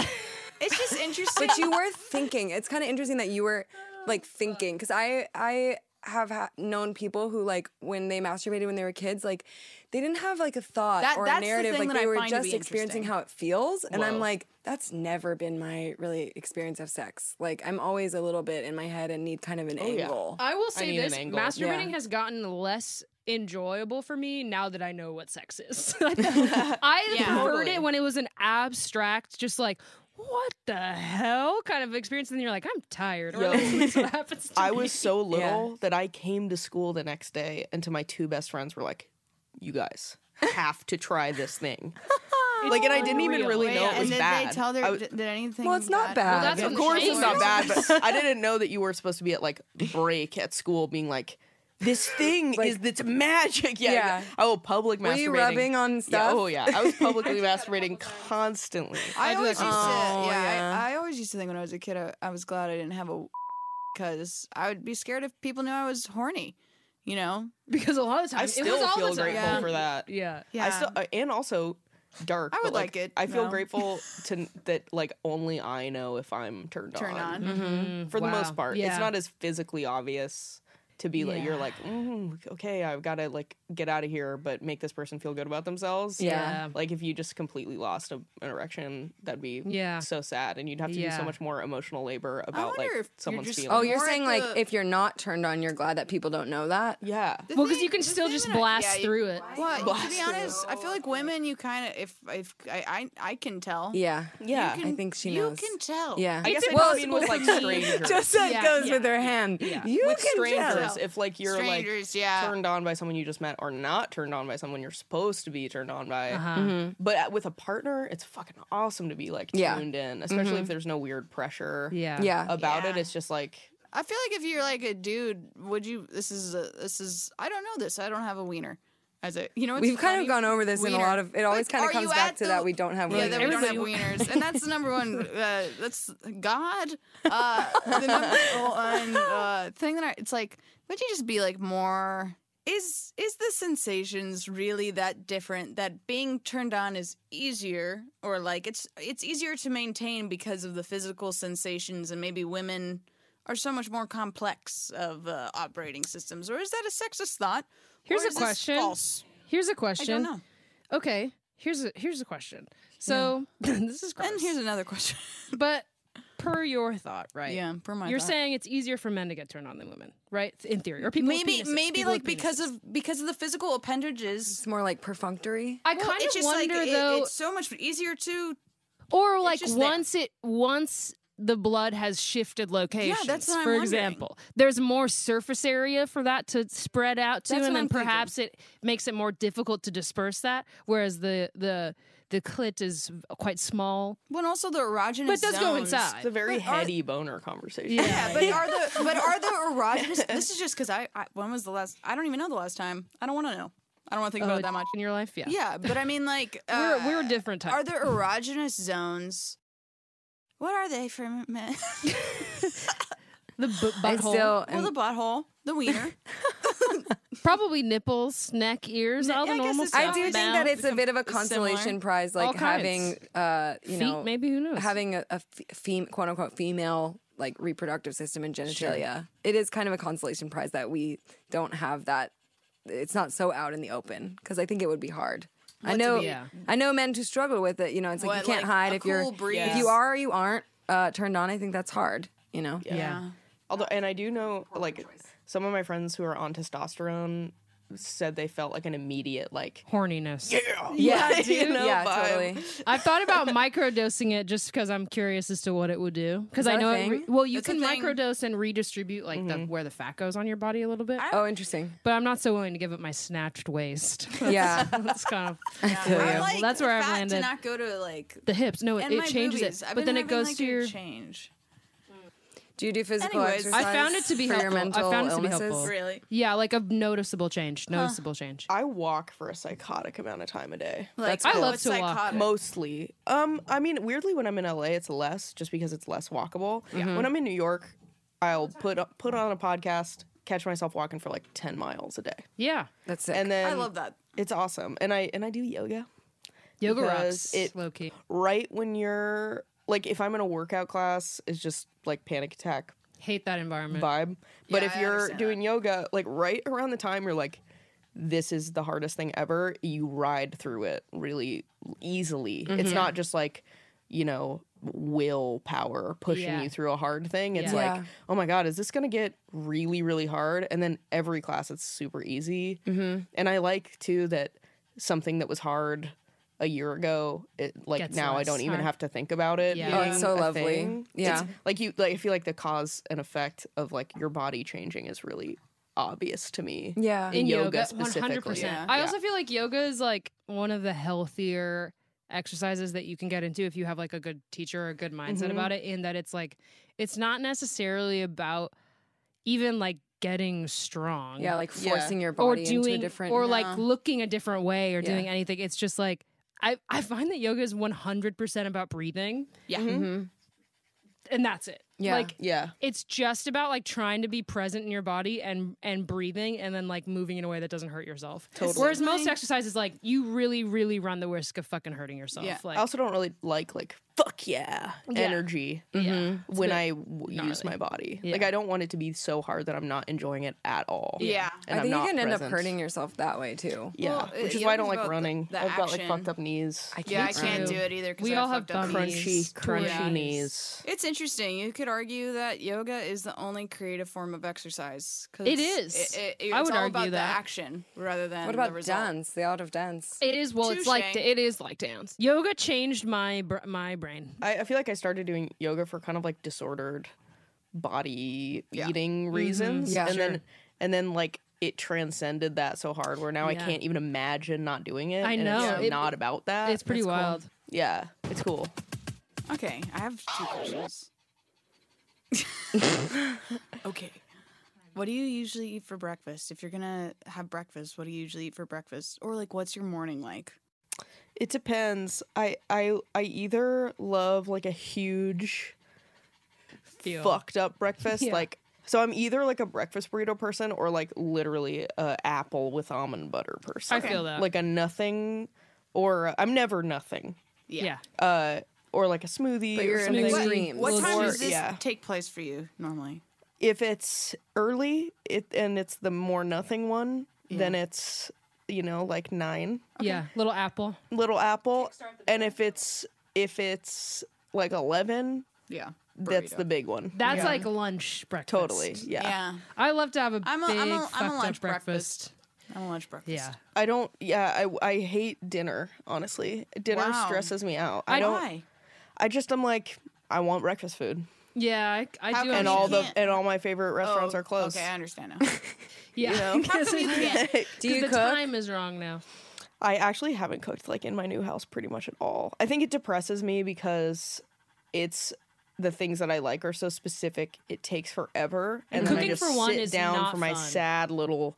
[SPEAKER 6] It's just interesting.
[SPEAKER 4] but you were thinking. It's kind of interesting that you were like thinking because I I have ha- known people who like when they masturbated when they were kids like they didn't have like a thought
[SPEAKER 6] That-
[SPEAKER 4] or
[SPEAKER 6] that's
[SPEAKER 4] a
[SPEAKER 6] the
[SPEAKER 4] narrative like
[SPEAKER 6] thing that
[SPEAKER 4] they
[SPEAKER 6] I
[SPEAKER 4] were
[SPEAKER 6] find to
[SPEAKER 4] just
[SPEAKER 6] be
[SPEAKER 4] experiencing
[SPEAKER 6] interesting.
[SPEAKER 4] how it feels and I'm like that's never been my really experience of sex like I'm always a little bit in my head and need kind of
[SPEAKER 6] Oh,
[SPEAKER 4] an angle
[SPEAKER 5] I will
[SPEAKER 7] I
[SPEAKER 5] say
[SPEAKER 7] need an
[SPEAKER 5] this:
[SPEAKER 7] angle.
[SPEAKER 5] masturbating
[SPEAKER 4] Yeah.
[SPEAKER 5] has gotten less enjoyable for me now that I know what sex is. I preferred
[SPEAKER 7] Totally.
[SPEAKER 5] it when it was an abstract, just like what the hell kind of experience, and then you're like, I'm tired. Or
[SPEAKER 7] Yo.
[SPEAKER 5] that's what happens to
[SPEAKER 7] I
[SPEAKER 5] me.
[SPEAKER 7] was so little that I came to school the next day and to my two best friends were like, "You guys have to try this thing." like, and I didn't even
[SPEAKER 5] unreal.
[SPEAKER 7] really
[SPEAKER 6] Wait,
[SPEAKER 7] know it
[SPEAKER 6] and
[SPEAKER 7] was
[SPEAKER 6] did
[SPEAKER 7] bad.
[SPEAKER 6] they tell their
[SPEAKER 7] I was-
[SPEAKER 6] did anything?
[SPEAKER 4] Well, it's not bad.
[SPEAKER 5] that's
[SPEAKER 7] of
[SPEAKER 5] what
[SPEAKER 7] course,
[SPEAKER 5] shame
[SPEAKER 7] it's not
[SPEAKER 5] is.
[SPEAKER 7] bad, but I didn't know that you were supposed to be at like break at school, being like, "This thing is that's magic." Yeah.
[SPEAKER 4] Yeah.
[SPEAKER 7] Oh, public
[SPEAKER 4] Were
[SPEAKER 7] masturbating.
[SPEAKER 4] you rubbing on
[SPEAKER 7] Yeah,
[SPEAKER 4] stuff?
[SPEAKER 7] oh yeah, I was publicly masturbating constantly.
[SPEAKER 6] I, always used to,
[SPEAKER 4] Oh,
[SPEAKER 6] yeah,
[SPEAKER 4] yeah.
[SPEAKER 6] I, I always used to think when I was a kid, I, I was glad I didn't have a because I would be scared if people knew I was horny. You know?
[SPEAKER 5] because a lot of
[SPEAKER 7] I
[SPEAKER 5] times it
[SPEAKER 7] still
[SPEAKER 5] was all the
[SPEAKER 7] feel
[SPEAKER 5] time.
[SPEAKER 7] grateful
[SPEAKER 6] Yeah.
[SPEAKER 7] for that.
[SPEAKER 5] Yeah.
[SPEAKER 6] Yeah.
[SPEAKER 7] I still, uh, and also dark.
[SPEAKER 6] I
[SPEAKER 7] but,
[SPEAKER 6] would like it,
[SPEAKER 7] I feel
[SPEAKER 6] no.
[SPEAKER 7] grateful to n- that like only I know if I'm turned
[SPEAKER 6] turn on.
[SPEAKER 5] Mm-hmm.
[SPEAKER 7] for the
[SPEAKER 5] Wow.
[SPEAKER 7] most part.
[SPEAKER 5] Yeah.
[SPEAKER 7] It's not as physically obvious to be like you're like mm, okay, I've got to like get out of here, but make this person feel good about themselves.
[SPEAKER 5] Yeah.
[SPEAKER 7] Like if you just completely lost a, an erection, that'd be
[SPEAKER 5] Yeah.
[SPEAKER 7] so sad, and you'd have to do
[SPEAKER 5] Yeah.
[SPEAKER 7] so much more emotional labor about like
[SPEAKER 6] wonder if you're
[SPEAKER 7] someone's
[SPEAKER 6] just-
[SPEAKER 7] feelings.
[SPEAKER 4] oh you're
[SPEAKER 6] More at
[SPEAKER 4] saying like
[SPEAKER 6] the-
[SPEAKER 4] if you're not turned on you're glad that people don't know that
[SPEAKER 7] yeah.
[SPEAKER 5] Well, because you can still just blast
[SPEAKER 6] yeah, you-
[SPEAKER 5] through it.
[SPEAKER 6] Well, to be honest, I feel like women, you kind of if if I I, I can tell.
[SPEAKER 4] yeah
[SPEAKER 7] Yeah.
[SPEAKER 4] I think she
[SPEAKER 6] You
[SPEAKER 4] knows
[SPEAKER 6] can tell.
[SPEAKER 4] yeah
[SPEAKER 7] I guess
[SPEAKER 5] It's
[SPEAKER 7] I just mean
[SPEAKER 5] impossible
[SPEAKER 7] with
[SPEAKER 5] for
[SPEAKER 7] like
[SPEAKER 5] me.
[SPEAKER 7] strangers.
[SPEAKER 4] just said
[SPEAKER 5] Yeah,
[SPEAKER 4] goes
[SPEAKER 5] yeah.
[SPEAKER 4] with her hand
[SPEAKER 5] Yeah.
[SPEAKER 4] you
[SPEAKER 7] with
[SPEAKER 4] can tell.
[SPEAKER 7] strangers, if like you're
[SPEAKER 6] Strangers,
[SPEAKER 7] like
[SPEAKER 6] yeah.
[SPEAKER 7] turned on by someone you just met, or not turned on by someone you're supposed to be turned on by,
[SPEAKER 6] Uh-huh.
[SPEAKER 7] but at- with a partner, it's fucking awesome to be like
[SPEAKER 4] Mm-hmm. Yeah. Mm-hmm.
[SPEAKER 7] tuned in, especially if there's no weird pressure.
[SPEAKER 5] Yeah.
[SPEAKER 4] yeah
[SPEAKER 7] about it. It's just like
[SPEAKER 6] I feel like if you're like a dude, would you? This is a, this is I don't know this. I don't have a wiener. as a you know what's
[SPEAKER 4] We've kind of
[SPEAKER 6] funny?
[SPEAKER 4] gone over this in a
[SPEAKER 6] Wiener.
[SPEAKER 4] lot of- it always
[SPEAKER 6] Like,
[SPEAKER 4] kinda
[SPEAKER 6] are
[SPEAKER 4] comes
[SPEAKER 6] you
[SPEAKER 4] back
[SPEAKER 6] at
[SPEAKER 4] to that we don't have
[SPEAKER 6] yeah
[SPEAKER 4] wieners.
[SPEAKER 6] that we don't have wieners and that's the number one uh, that's God uh, the number one uh, thing that I, it's like would you just be like more is is the sensations really that different that being turned on is easier or like it's it's easier to maintain because of the physical sensations and maybe women are so much more complex of uh, operating systems or is that a sexist thought
[SPEAKER 5] Here's
[SPEAKER 6] Or
[SPEAKER 5] a
[SPEAKER 6] is this
[SPEAKER 5] question.
[SPEAKER 6] false?
[SPEAKER 5] Here's a
[SPEAKER 6] I
[SPEAKER 5] question.
[SPEAKER 6] don't know.
[SPEAKER 5] Okay, here's a here's a question. So this is gross.
[SPEAKER 6] And here's another question.
[SPEAKER 5] but per your thought, right?
[SPEAKER 6] Yeah, per my
[SPEAKER 5] You're
[SPEAKER 6] thought.
[SPEAKER 5] saying it's easier for men to get turned on than women, right? In theory, or people with
[SPEAKER 6] maybe
[SPEAKER 5] penises,
[SPEAKER 6] maybe
[SPEAKER 5] people
[SPEAKER 6] like
[SPEAKER 5] with penises.
[SPEAKER 6] because of because of the physical appendages.
[SPEAKER 4] It's more like perfunctory.
[SPEAKER 5] I kind
[SPEAKER 6] it's
[SPEAKER 5] of
[SPEAKER 6] just
[SPEAKER 5] wonder
[SPEAKER 6] like, it-
[SPEAKER 5] though,
[SPEAKER 6] it's so much easier to.
[SPEAKER 5] or like
[SPEAKER 6] just there.
[SPEAKER 5] once it once the blood has shifted locations.
[SPEAKER 6] that's what I'm
[SPEAKER 5] for
[SPEAKER 6] wondering.
[SPEAKER 5] example, there's more surface area for that to spread out to, and
[SPEAKER 6] That's what
[SPEAKER 5] then
[SPEAKER 6] I'm thinking.
[SPEAKER 5] perhaps it makes it more difficult to disperse that. Whereas the the the clit is quite small.
[SPEAKER 6] When also the erogenous.
[SPEAKER 5] But it does go
[SPEAKER 6] zones-
[SPEAKER 5] inside. uh,
[SPEAKER 7] It's a very
[SPEAKER 6] But are-
[SPEAKER 7] heady boner conversation.
[SPEAKER 6] Yeah, but are the but are the erogenous? this is just because I, I when was the last? I don't even know the last time. I don't want to know. I don't want to think
[SPEAKER 5] Oh,
[SPEAKER 6] about it that much.
[SPEAKER 5] in your life, yeah.
[SPEAKER 6] Yeah, but I mean, like
[SPEAKER 5] We're- we're a
[SPEAKER 6] uh,
[SPEAKER 5] different type.
[SPEAKER 6] Are there erogenous zones? What are they for men?
[SPEAKER 5] The b-
[SPEAKER 4] I
[SPEAKER 5] butthole,
[SPEAKER 4] still
[SPEAKER 6] well,
[SPEAKER 4] am-
[SPEAKER 6] the butthole, the wiener.
[SPEAKER 5] probably nipples, neck, ears,
[SPEAKER 6] Yeah,
[SPEAKER 5] all the
[SPEAKER 6] I guess
[SPEAKER 5] normal
[SPEAKER 6] it's
[SPEAKER 5] stuff.
[SPEAKER 4] I do think
[SPEAKER 5] Mouth.
[SPEAKER 4] that it's a
[SPEAKER 6] Some-
[SPEAKER 4] bit of a
[SPEAKER 6] similar.
[SPEAKER 4] consolation prize,
[SPEAKER 5] All
[SPEAKER 4] like having,
[SPEAKER 5] kinds.
[SPEAKER 4] uh, you
[SPEAKER 5] feet,
[SPEAKER 4] know,
[SPEAKER 5] maybe who knows?
[SPEAKER 4] having a, a fem- quote unquote female like reproductive system and genitalia. It is kind of a consolation prize that we don't have that. It's not so out in the open because I think it would be hard. I know,
[SPEAKER 5] yeah.
[SPEAKER 4] I know men who struggle with it. You know, it's like
[SPEAKER 6] What,
[SPEAKER 4] you can't
[SPEAKER 6] like,
[SPEAKER 4] hide
[SPEAKER 6] a
[SPEAKER 4] if you're
[SPEAKER 6] cool breeze?
[SPEAKER 4] if you are or you aren't uh, turned on. I think that's hard. You know,
[SPEAKER 5] yeah.
[SPEAKER 7] Although, and I do know, like, some of my friends who are on testosterone said they felt like an immediate, like,
[SPEAKER 5] horniness.
[SPEAKER 4] yeah,
[SPEAKER 7] you know,
[SPEAKER 4] yeah,
[SPEAKER 7] vibe.
[SPEAKER 4] totally.
[SPEAKER 5] I've thought about microdosing it just because I'm curious as to what it would do. Because
[SPEAKER 4] that
[SPEAKER 5] I
[SPEAKER 4] a
[SPEAKER 5] know, it
[SPEAKER 4] thing?
[SPEAKER 5] re- well, you
[SPEAKER 6] It's a
[SPEAKER 5] can
[SPEAKER 6] thing.
[SPEAKER 5] microdose and redistribute like the, where the fat goes on your body a little bit.
[SPEAKER 4] Oh, interesting.
[SPEAKER 5] but I'm not so willing to give up my snatched waist.
[SPEAKER 4] Yeah.
[SPEAKER 5] that's kind of
[SPEAKER 6] I
[SPEAKER 4] you.
[SPEAKER 6] like
[SPEAKER 5] That's where I've
[SPEAKER 6] fat
[SPEAKER 5] landed.
[SPEAKER 6] To not go to like
[SPEAKER 5] the hips. No, it,
[SPEAKER 6] and
[SPEAKER 5] it
[SPEAKER 6] my
[SPEAKER 5] changes
[SPEAKER 6] boobies.
[SPEAKER 5] it,
[SPEAKER 6] I've
[SPEAKER 5] but
[SPEAKER 6] been
[SPEAKER 5] then it
[SPEAKER 6] having,
[SPEAKER 5] goes
[SPEAKER 6] like,
[SPEAKER 5] to
[SPEAKER 6] a
[SPEAKER 5] your.
[SPEAKER 6] change.
[SPEAKER 4] Do you do physical
[SPEAKER 6] Anyways,
[SPEAKER 4] exercise?
[SPEAKER 5] I found it to be
[SPEAKER 4] for your
[SPEAKER 5] helpful. I
[SPEAKER 4] mental
[SPEAKER 5] found it to be
[SPEAKER 4] illnesses?
[SPEAKER 5] helpful.
[SPEAKER 6] Really?
[SPEAKER 5] Yeah, like a noticeable change. Noticeable change.
[SPEAKER 7] I walk for a psychotic amount of time a day.
[SPEAKER 6] Like,
[SPEAKER 5] I love
[SPEAKER 6] what's
[SPEAKER 5] to walk.
[SPEAKER 6] psychotic?
[SPEAKER 7] Mostly. Um, I mean, weirdly, when I'm in LA, it's less just because it's less walkable. When I'm in New York, I'll put put on a podcast, catch myself walking for like ten miles a day,
[SPEAKER 5] Yeah,
[SPEAKER 4] That's it.
[SPEAKER 7] and then
[SPEAKER 6] I love that.
[SPEAKER 7] It's awesome, and I and I do yoga
[SPEAKER 5] yoga rocks.
[SPEAKER 7] Because it-
[SPEAKER 5] low key.
[SPEAKER 7] right when you're like if I'm in a workout class, it's just like panic attack
[SPEAKER 5] Hate that environment.
[SPEAKER 7] vibe. But
[SPEAKER 6] Yeah,
[SPEAKER 7] if
[SPEAKER 6] I
[SPEAKER 7] you're
[SPEAKER 6] understand
[SPEAKER 7] doing yoga, like right around the time you're like, this is the hardest thing ever, you ride through it really easily.
[SPEAKER 5] Mm-hmm.
[SPEAKER 7] It's not just like, you know, willpower pushing
[SPEAKER 5] Yeah.
[SPEAKER 7] you through a hard thing. It's
[SPEAKER 5] Yeah.
[SPEAKER 7] like,
[SPEAKER 4] Yeah.
[SPEAKER 7] oh my God, is this going to get really, really hard? And then every class, it's super easy. Mm-hmm. And I like too that something that was hard a year ago, it, like
[SPEAKER 5] Gets
[SPEAKER 7] now I
[SPEAKER 5] less
[SPEAKER 7] don't even
[SPEAKER 5] hard.
[SPEAKER 7] have to think about it.
[SPEAKER 5] Yeah. Oh,
[SPEAKER 4] it's
[SPEAKER 7] being
[SPEAKER 4] so
[SPEAKER 7] a
[SPEAKER 4] lovely.
[SPEAKER 7] thing.
[SPEAKER 4] Yeah.
[SPEAKER 7] It's- like you, like I feel like the cause and effect of like your body changing is really obvious to me.
[SPEAKER 4] yeah.
[SPEAKER 7] In yoga,
[SPEAKER 5] percent.
[SPEAKER 7] specifically.
[SPEAKER 6] Yeah.
[SPEAKER 5] I also feel like yoga is like one of the healthier exercises that you can get into if you have like a good teacher or a good mindset
[SPEAKER 4] Mm-hmm.
[SPEAKER 5] about it. In that it's like it's not necessarily about even like getting strong,
[SPEAKER 4] Yeah, like
[SPEAKER 7] Yeah.
[SPEAKER 4] forcing your
[SPEAKER 5] or
[SPEAKER 4] body into a
[SPEAKER 5] doing
[SPEAKER 4] different
[SPEAKER 5] or like looking a different way or
[SPEAKER 4] Yeah.
[SPEAKER 5] doing anything. It's just like I I find that yoga is one hundred percent about breathing,
[SPEAKER 6] Yeah.
[SPEAKER 4] Mm-hmm.
[SPEAKER 5] and that's it.
[SPEAKER 4] Yeah.
[SPEAKER 5] Like
[SPEAKER 7] Mm-hmm. Yeah.
[SPEAKER 5] it's just about like trying to be present in your body and and breathing and then like moving in a way that doesn't hurt yourself.
[SPEAKER 7] Totally.
[SPEAKER 5] Whereas most exercises like you really really run the risk of fucking hurting yourself.
[SPEAKER 6] Yeah.
[SPEAKER 5] Like
[SPEAKER 7] I also don't really like like fuck yeah, energy
[SPEAKER 5] yeah.
[SPEAKER 4] Mm-hmm.
[SPEAKER 7] when I w- use my body. Like
[SPEAKER 5] Yeah.
[SPEAKER 7] I don't want it to be so hard that I'm not enjoying it at all.
[SPEAKER 6] Yeah.
[SPEAKER 7] And
[SPEAKER 4] I
[SPEAKER 7] I'm
[SPEAKER 4] think you
[SPEAKER 7] not
[SPEAKER 4] can end up
[SPEAKER 7] present.
[SPEAKER 4] hurting yourself that way too.
[SPEAKER 7] Yeah,
[SPEAKER 6] Well,
[SPEAKER 7] which
[SPEAKER 6] it-
[SPEAKER 7] is why I
[SPEAKER 6] yoga's
[SPEAKER 7] don't like
[SPEAKER 6] about the-
[SPEAKER 7] running.
[SPEAKER 6] the
[SPEAKER 7] I've got like
[SPEAKER 6] action.
[SPEAKER 7] fucked up knees,
[SPEAKER 4] I can't,
[SPEAKER 6] Yeah, I can't
[SPEAKER 4] run.
[SPEAKER 6] do it either because
[SPEAKER 5] We
[SPEAKER 6] I
[SPEAKER 5] all have
[SPEAKER 6] fucked up
[SPEAKER 5] bum
[SPEAKER 6] knees.
[SPEAKER 5] knees.
[SPEAKER 7] crunchy, crunchy
[SPEAKER 6] Yeah.
[SPEAKER 7] knees.
[SPEAKER 6] It's interesting. You could argue that yoga is the only creative form of exercise. 'cause
[SPEAKER 5] It is.
[SPEAKER 6] It, it, it's
[SPEAKER 5] I would
[SPEAKER 6] all
[SPEAKER 5] argue
[SPEAKER 6] about the
[SPEAKER 5] that.
[SPEAKER 6] action rather than
[SPEAKER 4] What
[SPEAKER 6] the
[SPEAKER 4] about
[SPEAKER 6] result.
[SPEAKER 4] dance? The art of dance.
[SPEAKER 5] It is well it's like
[SPEAKER 6] Touche.
[SPEAKER 5] it is like dance. Yoga changed my br- my brain.
[SPEAKER 7] I, I feel like I started doing yoga for kind of like disordered body
[SPEAKER 5] Mm-hmm.
[SPEAKER 7] eating reasons.
[SPEAKER 4] Yeah.
[SPEAKER 7] and then and then like it transcended that so hard where now I
[SPEAKER 5] Yeah.
[SPEAKER 7] can't even imagine not doing it.
[SPEAKER 5] I
[SPEAKER 7] and it's
[SPEAKER 5] know. It-
[SPEAKER 7] not about that.
[SPEAKER 5] It's pretty
[SPEAKER 7] Uh, That's cool.
[SPEAKER 5] wild.
[SPEAKER 7] Yeah, it's cool.
[SPEAKER 6] Okay, I have two questions. okay. what do you usually eat for breakfast? If you're gonna have breakfast, what do you usually eat for breakfast? Or like, what's your morning like?
[SPEAKER 7] It depends. I I I either love like a huge
[SPEAKER 5] Deal.
[SPEAKER 7] fucked up breakfast like so I'm either like a breakfast burrito person or like literally a apple with almond butter person.
[SPEAKER 5] I feel that.
[SPEAKER 7] Like a nothing or i I'm never nothing.
[SPEAKER 5] Yeah.
[SPEAKER 7] Uh or like a smoothie
[SPEAKER 4] But
[SPEAKER 7] or
[SPEAKER 4] you're in
[SPEAKER 7] something.
[SPEAKER 4] extremes.
[SPEAKER 6] What
[SPEAKER 4] Well,
[SPEAKER 6] time
[SPEAKER 7] or-
[SPEAKER 6] does this
[SPEAKER 7] yeah.
[SPEAKER 6] take place for you normally?
[SPEAKER 7] if it's early it and it's the more nothing one then it's you know like nine
[SPEAKER 5] Yeah. Little apple.
[SPEAKER 7] little apple and if it's if it's like 11
[SPEAKER 6] Yeah,
[SPEAKER 7] that's
[SPEAKER 6] burrito.
[SPEAKER 7] the big one
[SPEAKER 5] That's like lunch breakfast.
[SPEAKER 7] totally yeah.
[SPEAKER 6] yeah.
[SPEAKER 5] I love to have a
[SPEAKER 6] I'm a,
[SPEAKER 5] big
[SPEAKER 6] I'm a,
[SPEAKER 5] fucked
[SPEAKER 6] I'm a
[SPEAKER 5] up
[SPEAKER 6] lunch
[SPEAKER 5] breakfast.
[SPEAKER 6] breakfast. I'm a lunch breakfast.
[SPEAKER 5] Yeah.
[SPEAKER 7] i don't yeah i i hate dinner honestly dinner
[SPEAKER 6] Wow.
[SPEAKER 7] stresses me out i don't
[SPEAKER 6] Why?
[SPEAKER 7] i just i'm like i want breakfast food
[SPEAKER 5] Yeah. I, I
[SPEAKER 6] How
[SPEAKER 5] do.
[SPEAKER 6] come
[SPEAKER 7] and
[SPEAKER 6] you
[SPEAKER 7] all
[SPEAKER 5] understand.
[SPEAKER 7] the
[SPEAKER 6] can't-
[SPEAKER 7] and all my favorite restaurants are closed
[SPEAKER 6] Oh, Okay, I understand now.
[SPEAKER 5] yeah.
[SPEAKER 6] How come you can't?
[SPEAKER 4] Do you
[SPEAKER 5] the
[SPEAKER 4] cook?
[SPEAKER 5] time is wrong now.
[SPEAKER 7] I actually haven't cooked like in my new house pretty much at all. I think it depresses me because it's the things that I like are so specific. It takes forever, and then I
[SPEAKER 5] Cooking
[SPEAKER 7] just
[SPEAKER 5] for one
[SPEAKER 7] sit
[SPEAKER 5] is
[SPEAKER 7] down
[SPEAKER 5] not
[SPEAKER 7] for my
[SPEAKER 5] fun.
[SPEAKER 7] sad little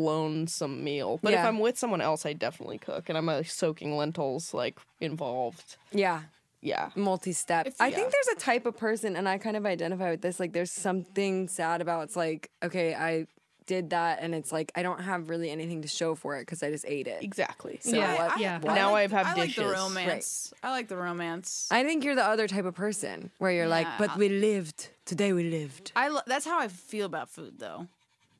[SPEAKER 7] lonesome meal. But if
[SPEAKER 4] Yeah.
[SPEAKER 7] I'm with someone else, I definitely cook, and I'm like soaking lentils like involved.
[SPEAKER 4] Yeah.
[SPEAKER 7] Yeah, Mm,
[SPEAKER 4] multi-step. I think there's a type of person, and I kind of identify with this. Like, there's something sad about. It's like, okay, I did that, and it's like I don't have really anything to show for it because I just ate it.
[SPEAKER 7] exactly.
[SPEAKER 4] So
[SPEAKER 5] Yeah,
[SPEAKER 4] what-
[SPEAKER 5] yeah.
[SPEAKER 4] what?
[SPEAKER 7] now I've had
[SPEAKER 6] I like
[SPEAKER 7] dishes.
[SPEAKER 6] the romance. I like the romance.
[SPEAKER 4] I think you're the other type of person where you're like, but we lived today. We lived.
[SPEAKER 6] I lo- that's how I feel about food though,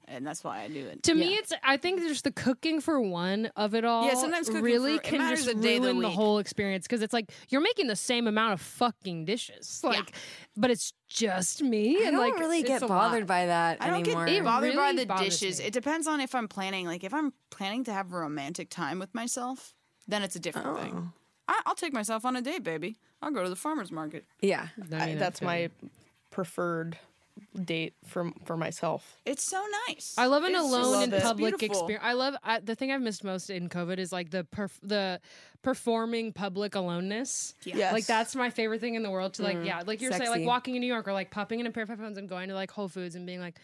[SPEAKER 6] and that's why I do it.
[SPEAKER 5] To me, it's I think there's the cooking for one of it all.
[SPEAKER 6] sometimes cooking
[SPEAKER 5] really
[SPEAKER 6] for- it
[SPEAKER 5] can
[SPEAKER 6] matters
[SPEAKER 5] just
[SPEAKER 6] the day of the
[SPEAKER 5] ruin the
[SPEAKER 6] week.
[SPEAKER 5] whole experience because it's like you're making the same amount of fucking dishes, like, but it's just me.
[SPEAKER 4] I
[SPEAKER 5] and
[SPEAKER 4] don't
[SPEAKER 5] like,
[SPEAKER 4] really
[SPEAKER 5] it's
[SPEAKER 4] get
[SPEAKER 5] a
[SPEAKER 4] bothered
[SPEAKER 5] lot.
[SPEAKER 4] by that
[SPEAKER 6] I don't
[SPEAKER 4] anymore.
[SPEAKER 6] get bothered by
[SPEAKER 5] really
[SPEAKER 6] the
[SPEAKER 5] bothers
[SPEAKER 6] dishes.
[SPEAKER 5] me.
[SPEAKER 6] It depends on if I'm planning. Like if I'm planning to have a romantic time with myself, then it's a different thing. I- I'll take myself on a date, baby. I'll go to the farmer's market.
[SPEAKER 4] yeah,
[SPEAKER 5] I
[SPEAKER 7] I-
[SPEAKER 5] mean,
[SPEAKER 7] that's
[SPEAKER 5] feel
[SPEAKER 7] my
[SPEAKER 5] you.
[SPEAKER 7] preferred date for for myself.
[SPEAKER 6] It's so nice.
[SPEAKER 5] I love an
[SPEAKER 6] It's just-
[SPEAKER 5] alone in
[SPEAKER 6] it's
[SPEAKER 5] public
[SPEAKER 6] beautiful.
[SPEAKER 5] experience. I love I, the thing I've missed most in COVID is like the perf- the performing public aloneness.
[SPEAKER 6] Yeah.
[SPEAKER 5] Like that's my favorite thing in the world to
[SPEAKER 7] Mm.
[SPEAKER 5] like, yeah, like you're saying,
[SPEAKER 4] Sexy.
[SPEAKER 5] like walking in New York or like popping in a pair of headphones and going to like Whole Foods and being like,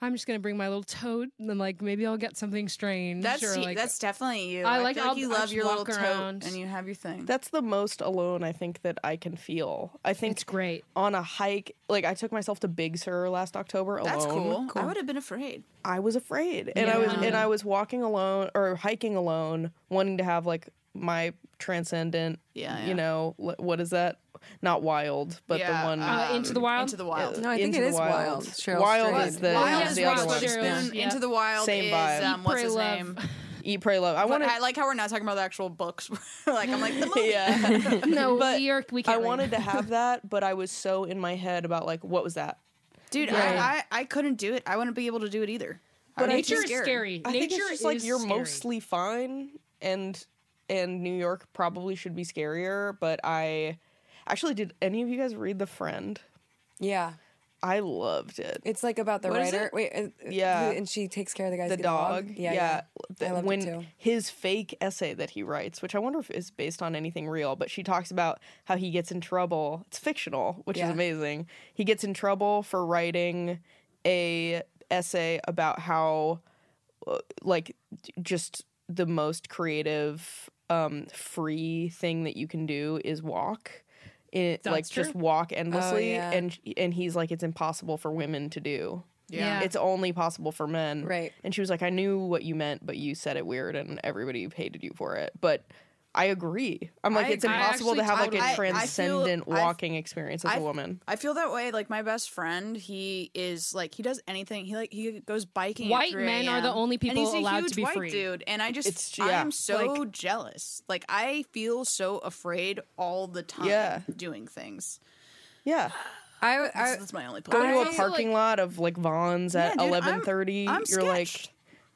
[SPEAKER 5] I'm just gonna bring my little toad and then like maybe I'll get something strange.
[SPEAKER 6] That's
[SPEAKER 5] or,
[SPEAKER 6] you-
[SPEAKER 5] like,
[SPEAKER 6] that's definitely you.
[SPEAKER 5] I
[SPEAKER 6] I,
[SPEAKER 5] like-
[SPEAKER 6] feel
[SPEAKER 5] I'll-
[SPEAKER 6] like you
[SPEAKER 5] I'll
[SPEAKER 6] love
[SPEAKER 5] just
[SPEAKER 6] your little
[SPEAKER 5] walk
[SPEAKER 6] tote
[SPEAKER 5] around.
[SPEAKER 6] and you have your thing.
[SPEAKER 7] That's the most alone I think that I can feel. I think
[SPEAKER 5] it's great.
[SPEAKER 7] on a hike. Like I took myself to Big Sur last October alone.
[SPEAKER 6] That's cool. I would have been afraid.
[SPEAKER 7] I was afraid, and I was and I was walking alone or hiking alone, wanting to have like my transcendent.
[SPEAKER 6] Yeah, yeah.
[SPEAKER 7] You know wh- what is that? Not wild, but
[SPEAKER 6] Yeah,
[SPEAKER 7] the one.
[SPEAKER 5] Uh, into the wild.
[SPEAKER 6] Into the wild.
[SPEAKER 4] no, I think
[SPEAKER 7] Into
[SPEAKER 4] it
[SPEAKER 7] the
[SPEAKER 4] is
[SPEAKER 7] Wild.
[SPEAKER 4] wild. Cheryl
[SPEAKER 7] Wild
[SPEAKER 4] Strayed.
[SPEAKER 7] is the-
[SPEAKER 6] Wild
[SPEAKER 5] Yes,
[SPEAKER 6] is
[SPEAKER 7] the
[SPEAKER 6] Wild
[SPEAKER 7] other one.
[SPEAKER 6] Spoon.
[SPEAKER 5] Yeah.
[SPEAKER 6] Into the Wild
[SPEAKER 7] Same
[SPEAKER 6] is
[SPEAKER 7] vibe.
[SPEAKER 6] um, what's
[SPEAKER 5] Pray,
[SPEAKER 6] his
[SPEAKER 5] love.
[SPEAKER 6] name?
[SPEAKER 7] Eat, pray, love. I
[SPEAKER 6] But
[SPEAKER 7] want
[SPEAKER 6] I like how we're not talking about the actual books. like I'm like the movie.
[SPEAKER 7] Yeah.
[SPEAKER 5] No,
[SPEAKER 7] But
[SPEAKER 5] we are. We
[SPEAKER 7] I
[SPEAKER 5] can't leave.
[SPEAKER 7] wanted to have that, but I was so in my head about like what was that.
[SPEAKER 6] Dude, I, I I couldn't do it. I wouldn't be able to do it either.
[SPEAKER 7] But I
[SPEAKER 5] Nature
[SPEAKER 7] just-
[SPEAKER 5] is scary.
[SPEAKER 7] I
[SPEAKER 5] Nature
[SPEAKER 7] think it's just
[SPEAKER 5] is
[SPEAKER 7] like you're
[SPEAKER 5] scary.
[SPEAKER 7] mostly fine, and and New York probably should be scarier. But I actually did. Any of you guys read The Friend?
[SPEAKER 4] yeah.
[SPEAKER 7] I loved it.
[SPEAKER 4] It's like about the
[SPEAKER 7] What is
[SPEAKER 4] writer.
[SPEAKER 7] it?
[SPEAKER 4] Wait, uh,
[SPEAKER 7] Yeah.
[SPEAKER 4] who- and she takes care of the guy's
[SPEAKER 7] the dog.
[SPEAKER 4] Yeah,
[SPEAKER 7] The-
[SPEAKER 4] I loved it
[SPEAKER 7] when
[SPEAKER 4] too.
[SPEAKER 7] his fake essay that he writes, which I wonder if is based on anything real, but she talks about how he gets in trouble. It's fictional, which
[SPEAKER 4] Yeah.
[SPEAKER 7] is amazing. He gets in trouble for writing a essay about how uh, like j- just the most creative um free thing that you can do is walk. It, like just walk endlessly
[SPEAKER 4] yeah.
[SPEAKER 7] and and he's like it's impossible for women to do
[SPEAKER 5] Yeah.
[SPEAKER 7] it's only possible for men.
[SPEAKER 4] Right.
[SPEAKER 7] And she was like, I knew what you meant, but you said it weird and everybody hated you for it. But I agree. I'm
[SPEAKER 6] I
[SPEAKER 7] like, it's
[SPEAKER 6] agree. I
[SPEAKER 7] impossible to
[SPEAKER 5] actually
[SPEAKER 7] have like
[SPEAKER 5] totally- I- I
[SPEAKER 7] a
[SPEAKER 5] feel-
[SPEAKER 7] transcendent
[SPEAKER 6] I've-
[SPEAKER 7] walking experience as a
[SPEAKER 6] I've-
[SPEAKER 7] woman.
[SPEAKER 6] I feel that way. Like my best friend, he is like he does anything. He like he goes biking. at
[SPEAKER 5] White
[SPEAKER 6] 3
[SPEAKER 5] men are the
[SPEAKER 6] a.m.,
[SPEAKER 5] only
[SPEAKER 6] and
[SPEAKER 5] people
[SPEAKER 6] he's a
[SPEAKER 5] allowed to
[SPEAKER 6] huge
[SPEAKER 5] be
[SPEAKER 6] white
[SPEAKER 5] free.
[SPEAKER 6] Dude, and I just
[SPEAKER 7] It's-
[SPEAKER 6] I
[SPEAKER 7] yeah.
[SPEAKER 6] am so jealous. Like I feel so afraid all the time.
[SPEAKER 7] Yeah.
[SPEAKER 6] doing things.
[SPEAKER 7] Yeah.
[SPEAKER 4] I,
[SPEAKER 6] That's,
[SPEAKER 4] I
[SPEAKER 6] that's my only
[SPEAKER 7] Go
[SPEAKER 6] point.
[SPEAKER 7] to a
[SPEAKER 5] feel
[SPEAKER 7] parking
[SPEAKER 5] like-
[SPEAKER 7] lot of like Vons at
[SPEAKER 6] dude, I'm-
[SPEAKER 7] 11:30.
[SPEAKER 6] I'm
[SPEAKER 7] You're like,
[SPEAKER 6] sketched.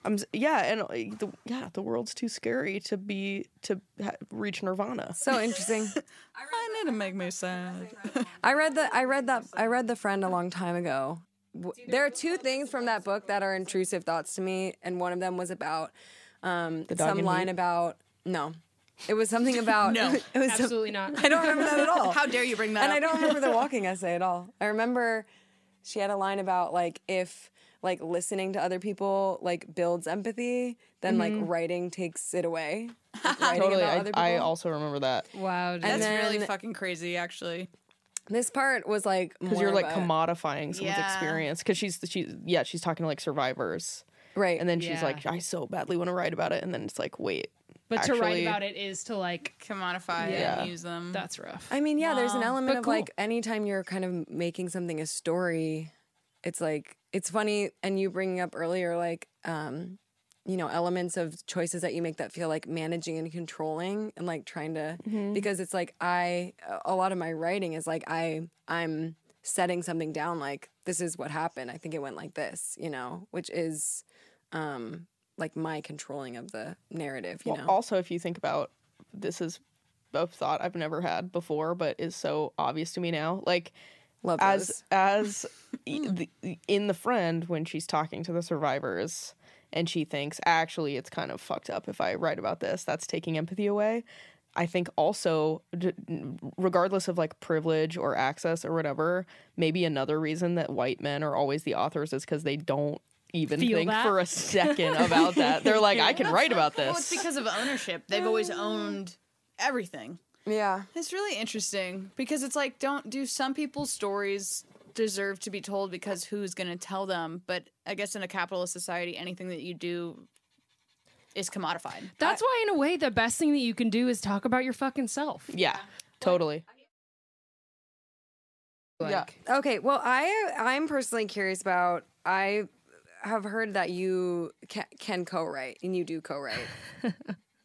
[SPEAKER 7] I'm s- yeah, and uh, the, yeah, the world's too scary to be to ha- reach nirvana.
[SPEAKER 4] so interesting.
[SPEAKER 6] I need to make me sad.
[SPEAKER 4] I read the I read that I read the friend a long time ago. W- There are two things from that book that are intrusive thoughts to me, and one of them was about um,
[SPEAKER 7] dog
[SPEAKER 4] some
[SPEAKER 7] in
[SPEAKER 4] line
[SPEAKER 7] heat?
[SPEAKER 4] about no, it was something about
[SPEAKER 6] No,
[SPEAKER 4] it was some-
[SPEAKER 5] Absolutely not.
[SPEAKER 4] I don't remember that at all.
[SPEAKER 6] How dare you bring that
[SPEAKER 4] and
[SPEAKER 6] up?
[SPEAKER 4] I don't remember the walking essay at all. I remember she had a line about like if like listening to other people like builds empathy, then like writing takes it away. Like, writing
[SPEAKER 7] Mm-hmm. Totally.
[SPEAKER 4] about
[SPEAKER 7] I,
[SPEAKER 4] other people.
[SPEAKER 7] I also remember that.
[SPEAKER 5] Wow, dude.
[SPEAKER 4] And
[SPEAKER 6] That's really
[SPEAKER 4] then-
[SPEAKER 6] fucking crazy, actually.
[SPEAKER 4] this part was like
[SPEAKER 7] Because you're
[SPEAKER 4] more
[SPEAKER 7] like
[SPEAKER 4] of a-
[SPEAKER 7] commodifying someone's
[SPEAKER 6] Yeah.
[SPEAKER 7] experience. Because she's she's yeah she's talking to like survivors,
[SPEAKER 4] right,
[SPEAKER 7] and then she's
[SPEAKER 5] Yeah.
[SPEAKER 7] like, I so badly want to write about it, and then it's like, wait,
[SPEAKER 5] but to write
[SPEAKER 7] actually-
[SPEAKER 5] about it is to like
[SPEAKER 6] Commodify
[SPEAKER 7] Yeah.
[SPEAKER 6] and use them.
[SPEAKER 5] that's rough.
[SPEAKER 4] I mean, yeah, there's an element
[SPEAKER 5] But
[SPEAKER 4] of like anytime you're kind of making something a story, it's like it's funny. And you bringing up earlier, like, um, you know, elements of choices that you make that feel like managing and controlling, and like trying to because it's like I a lot of my writing is like I I'm setting something down like this is what happened. I think it went like this, you know, which is um like my controlling of the narrative, you
[SPEAKER 7] Well,
[SPEAKER 4] know.
[SPEAKER 7] also if you think about this is a thought I've never had before, but is so obvious to me now. Like
[SPEAKER 4] Love
[SPEAKER 7] as
[SPEAKER 4] those.
[SPEAKER 7] as e- the, in the friend when she's talking to the survivors and she thinks actually it's kind of fucked up if I write about this. That's taking empathy away. I think also, d- regardless of like privilege or access or whatever, maybe another reason that white men are always the authors is because they don't even
[SPEAKER 5] Feel
[SPEAKER 7] think
[SPEAKER 5] that?
[SPEAKER 7] for a second about that. They're like, I can write about this.
[SPEAKER 6] Well, it's because of ownership. They've always owned everything.
[SPEAKER 4] Yeah.
[SPEAKER 6] It's really interesting because it's like, don't do some people's stories deserve to be told because who's going to tell them? But I guess in a capitalist society, anything that you do is commodified.
[SPEAKER 5] That's why, in a way, the best thing that you can do is talk about your fucking self.
[SPEAKER 7] Yeah, totally. yeah.
[SPEAKER 4] Okay, well, I I'm personally curious about I have heard that you can, can co-write and you do co-write,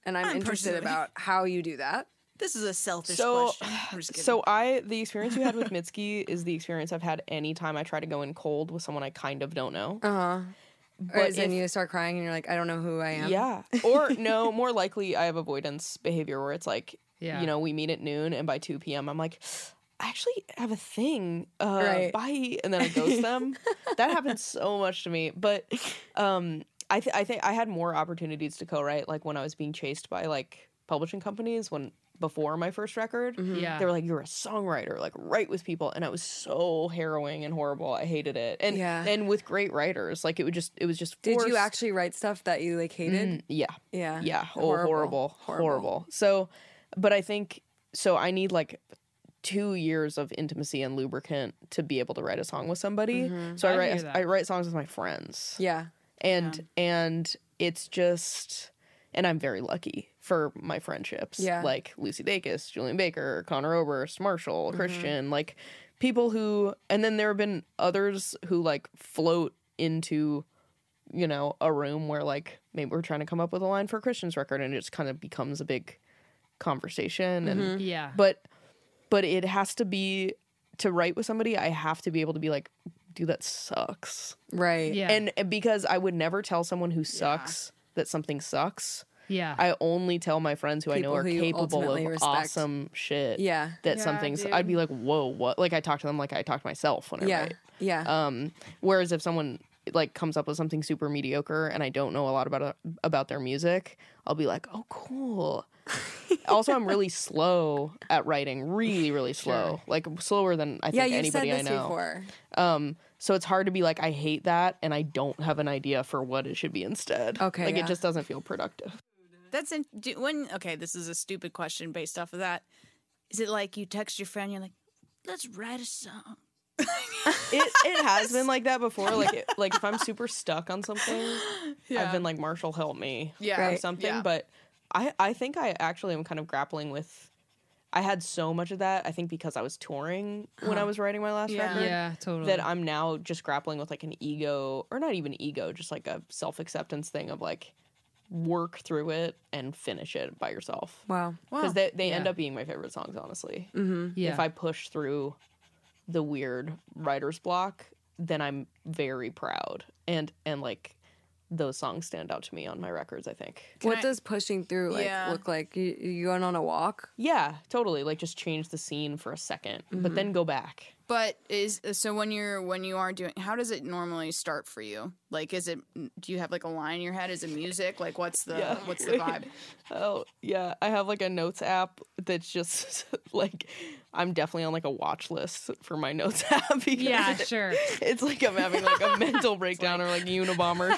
[SPEAKER 4] and I'm, interested about how you do that.
[SPEAKER 6] This is a selfish
[SPEAKER 7] So,
[SPEAKER 6] question. I'm just kidding.
[SPEAKER 7] so I the experience you had with Mitski is the experience I've had any time I try to go in cold with someone I kind of don't
[SPEAKER 4] Oh,
[SPEAKER 7] know.
[SPEAKER 4] Or is then
[SPEAKER 7] Uh-huh. if-
[SPEAKER 4] you start crying and you're like, I don't know who I am.
[SPEAKER 7] Yeah. Or no, more likely I have avoidance behavior where it's like,
[SPEAKER 5] Yeah.
[SPEAKER 7] you know, we meet at noon and by 2 p.m. I'm like, I actually have a thing. Uh,
[SPEAKER 4] Right.
[SPEAKER 7] Bye. And then I ghost them. that happens so much to me. But um, I, th- I think I had more opportunities to co-write like when I was being chased by like publishing companies when before my first record.
[SPEAKER 5] Yeah.
[SPEAKER 7] They were like, you're a songwriter, like write with people. And I was so harrowing and horrible. I hated it. And
[SPEAKER 4] Yeah.
[SPEAKER 7] and with great writers, like it would just it was just
[SPEAKER 4] Did you
[SPEAKER 7] forced-
[SPEAKER 4] actually write stuff that you like hated?
[SPEAKER 7] yeah
[SPEAKER 4] Yeah.
[SPEAKER 7] Mm. yeah oh,
[SPEAKER 4] Horrible.
[SPEAKER 7] horrible. Horrible,
[SPEAKER 4] Horrible.
[SPEAKER 7] so but i think so i need like two years of intimacy and lubricant to be able to write a song with somebody so i,
[SPEAKER 5] I
[SPEAKER 7] write
[SPEAKER 5] hear that.
[SPEAKER 7] i write songs with my friends
[SPEAKER 4] Yeah.
[SPEAKER 7] and and it's just and i'm very lucky for my friendships
[SPEAKER 4] Yeah.
[SPEAKER 7] like lucy dacus julian baker connor oberst marshall
[SPEAKER 4] Mm-hmm.
[SPEAKER 7] christian like people who and then there have been others who like float into you know a room where like maybe we're trying to come up with a line for christian's record and it just kind of becomes a big conversation
[SPEAKER 4] Mm-hmm.
[SPEAKER 7] and
[SPEAKER 5] Yeah.
[SPEAKER 7] but but it has to be to write with somebody i have to be able to be like dude that sucks
[SPEAKER 4] Right.
[SPEAKER 5] yeah.
[SPEAKER 7] and and because I would never tell someone who sucks that something sucks.
[SPEAKER 5] yeah.
[SPEAKER 7] I only tell my friends who I
[SPEAKER 4] People
[SPEAKER 7] know are
[SPEAKER 4] who you
[SPEAKER 7] capable
[SPEAKER 4] ultimately
[SPEAKER 7] of
[SPEAKER 4] respect.
[SPEAKER 7] awesome shit.
[SPEAKER 4] Yeah.
[SPEAKER 7] That
[SPEAKER 5] Yeah,
[SPEAKER 7] something's
[SPEAKER 5] dude.
[SPEAKER 7] I'd be like, whoa, what like I talk to them like I talk to myself when I
[SPEAKER 4] Yeah.
[SPEAKER 7] write.
[SPEAKER 4] Yeah.
[SPEAKER 7] Um whereas if someone like comes up with something super mediocre and I don't know a lot about about their music, I'll be like, "Oh, cool." also, I'm really slow at writing, really really slow. Like slower than I
[SPEAKER 4] yeah.
[SPEAKER 7] think
[SPEAKER 4] You've said
[SPEAKER 7] anybody
[SPEAKER 4] this
[SPEAKER 7] I know.
[SPEAKER 4] before.
[SPEAKER 7] Um, so it's hard to be like, I hate that, and I don't have an idea for what it should be instead.
[SPEAKER 4] Okay,
[SPEAKER 7] like
[SPEAKER 4] yeah.
[SPEAKER 7] it just doesn't feel productive.
[SPEAKER 6] That's in, do, when okay. This is a stupid question based off of that. Is it like you text your friend? You're like, let's write a song.
[SPEAKER 7] It it has been like that before. Like it, like if I'm super stuck on something, I've been like, Marshall, help me,
[SPEAKER 6] Yeah.
[SPEAKER 7] or
[SPEAKER 6] Right.
[SPEAKER 7] something.
[SPEAKER 6] Yeah.
[SPEAKER 7] But I I think I actually am kind of grappling with. I had so much of that. I think because I was touring when I was writing my last
[SPEAKER 6] Yeah.
[SPEAKER 7] record.
[SPEAKER 5] yeah. Totally.
[SPEAKER 7] that I'm now just grappling with like an ego or not even ego, just like a self acceptance thing of like work through it and finish it by yourself.
[SPEAKER 4] Wow.
[SPEAKER 7] Because they, they end
[SPEAKER 5] Yeah. Mm-hmm.
[SPEAKER 7] up being my favorite songs, honestly.
[SPEAKER 5] yeah.
[SPEAKER 7] If I push through the weird writer's block, then I'm very proud. And and like those songs stand out to me on my records, I think.
[SPEAKER 4] what does pushing through like
[SPEAKER 6] Yeah.
[SPEAKER 4] look like? You, you going on a walk?
[SPEAKER 7] Yeah, totally. Like just change the scene for a 2nd
[SPEAKER 5] Mm-hmm.
[SPEAKER 7] but then go back.
[SPEAKER 6] But is so when you're when you are doing. How does it normally start for you? Like, is it? Do you have like a line in your head? Is it music? Like, what's the
[SPEAKER 7] Yeah.
[SPEAKER 6] what's the vibe?
[SPEAKER 7] Oh yeah, I have like a notes app that's just like I'm definitely on like a watch list for my notes app. Because
[SPEAKER 5] Yeah,
[SPEAKER 7] it-
[SPEAKER 5] sure.
[SPEAKER 7] It's like I'm having like a mental breakdown or like Unabomber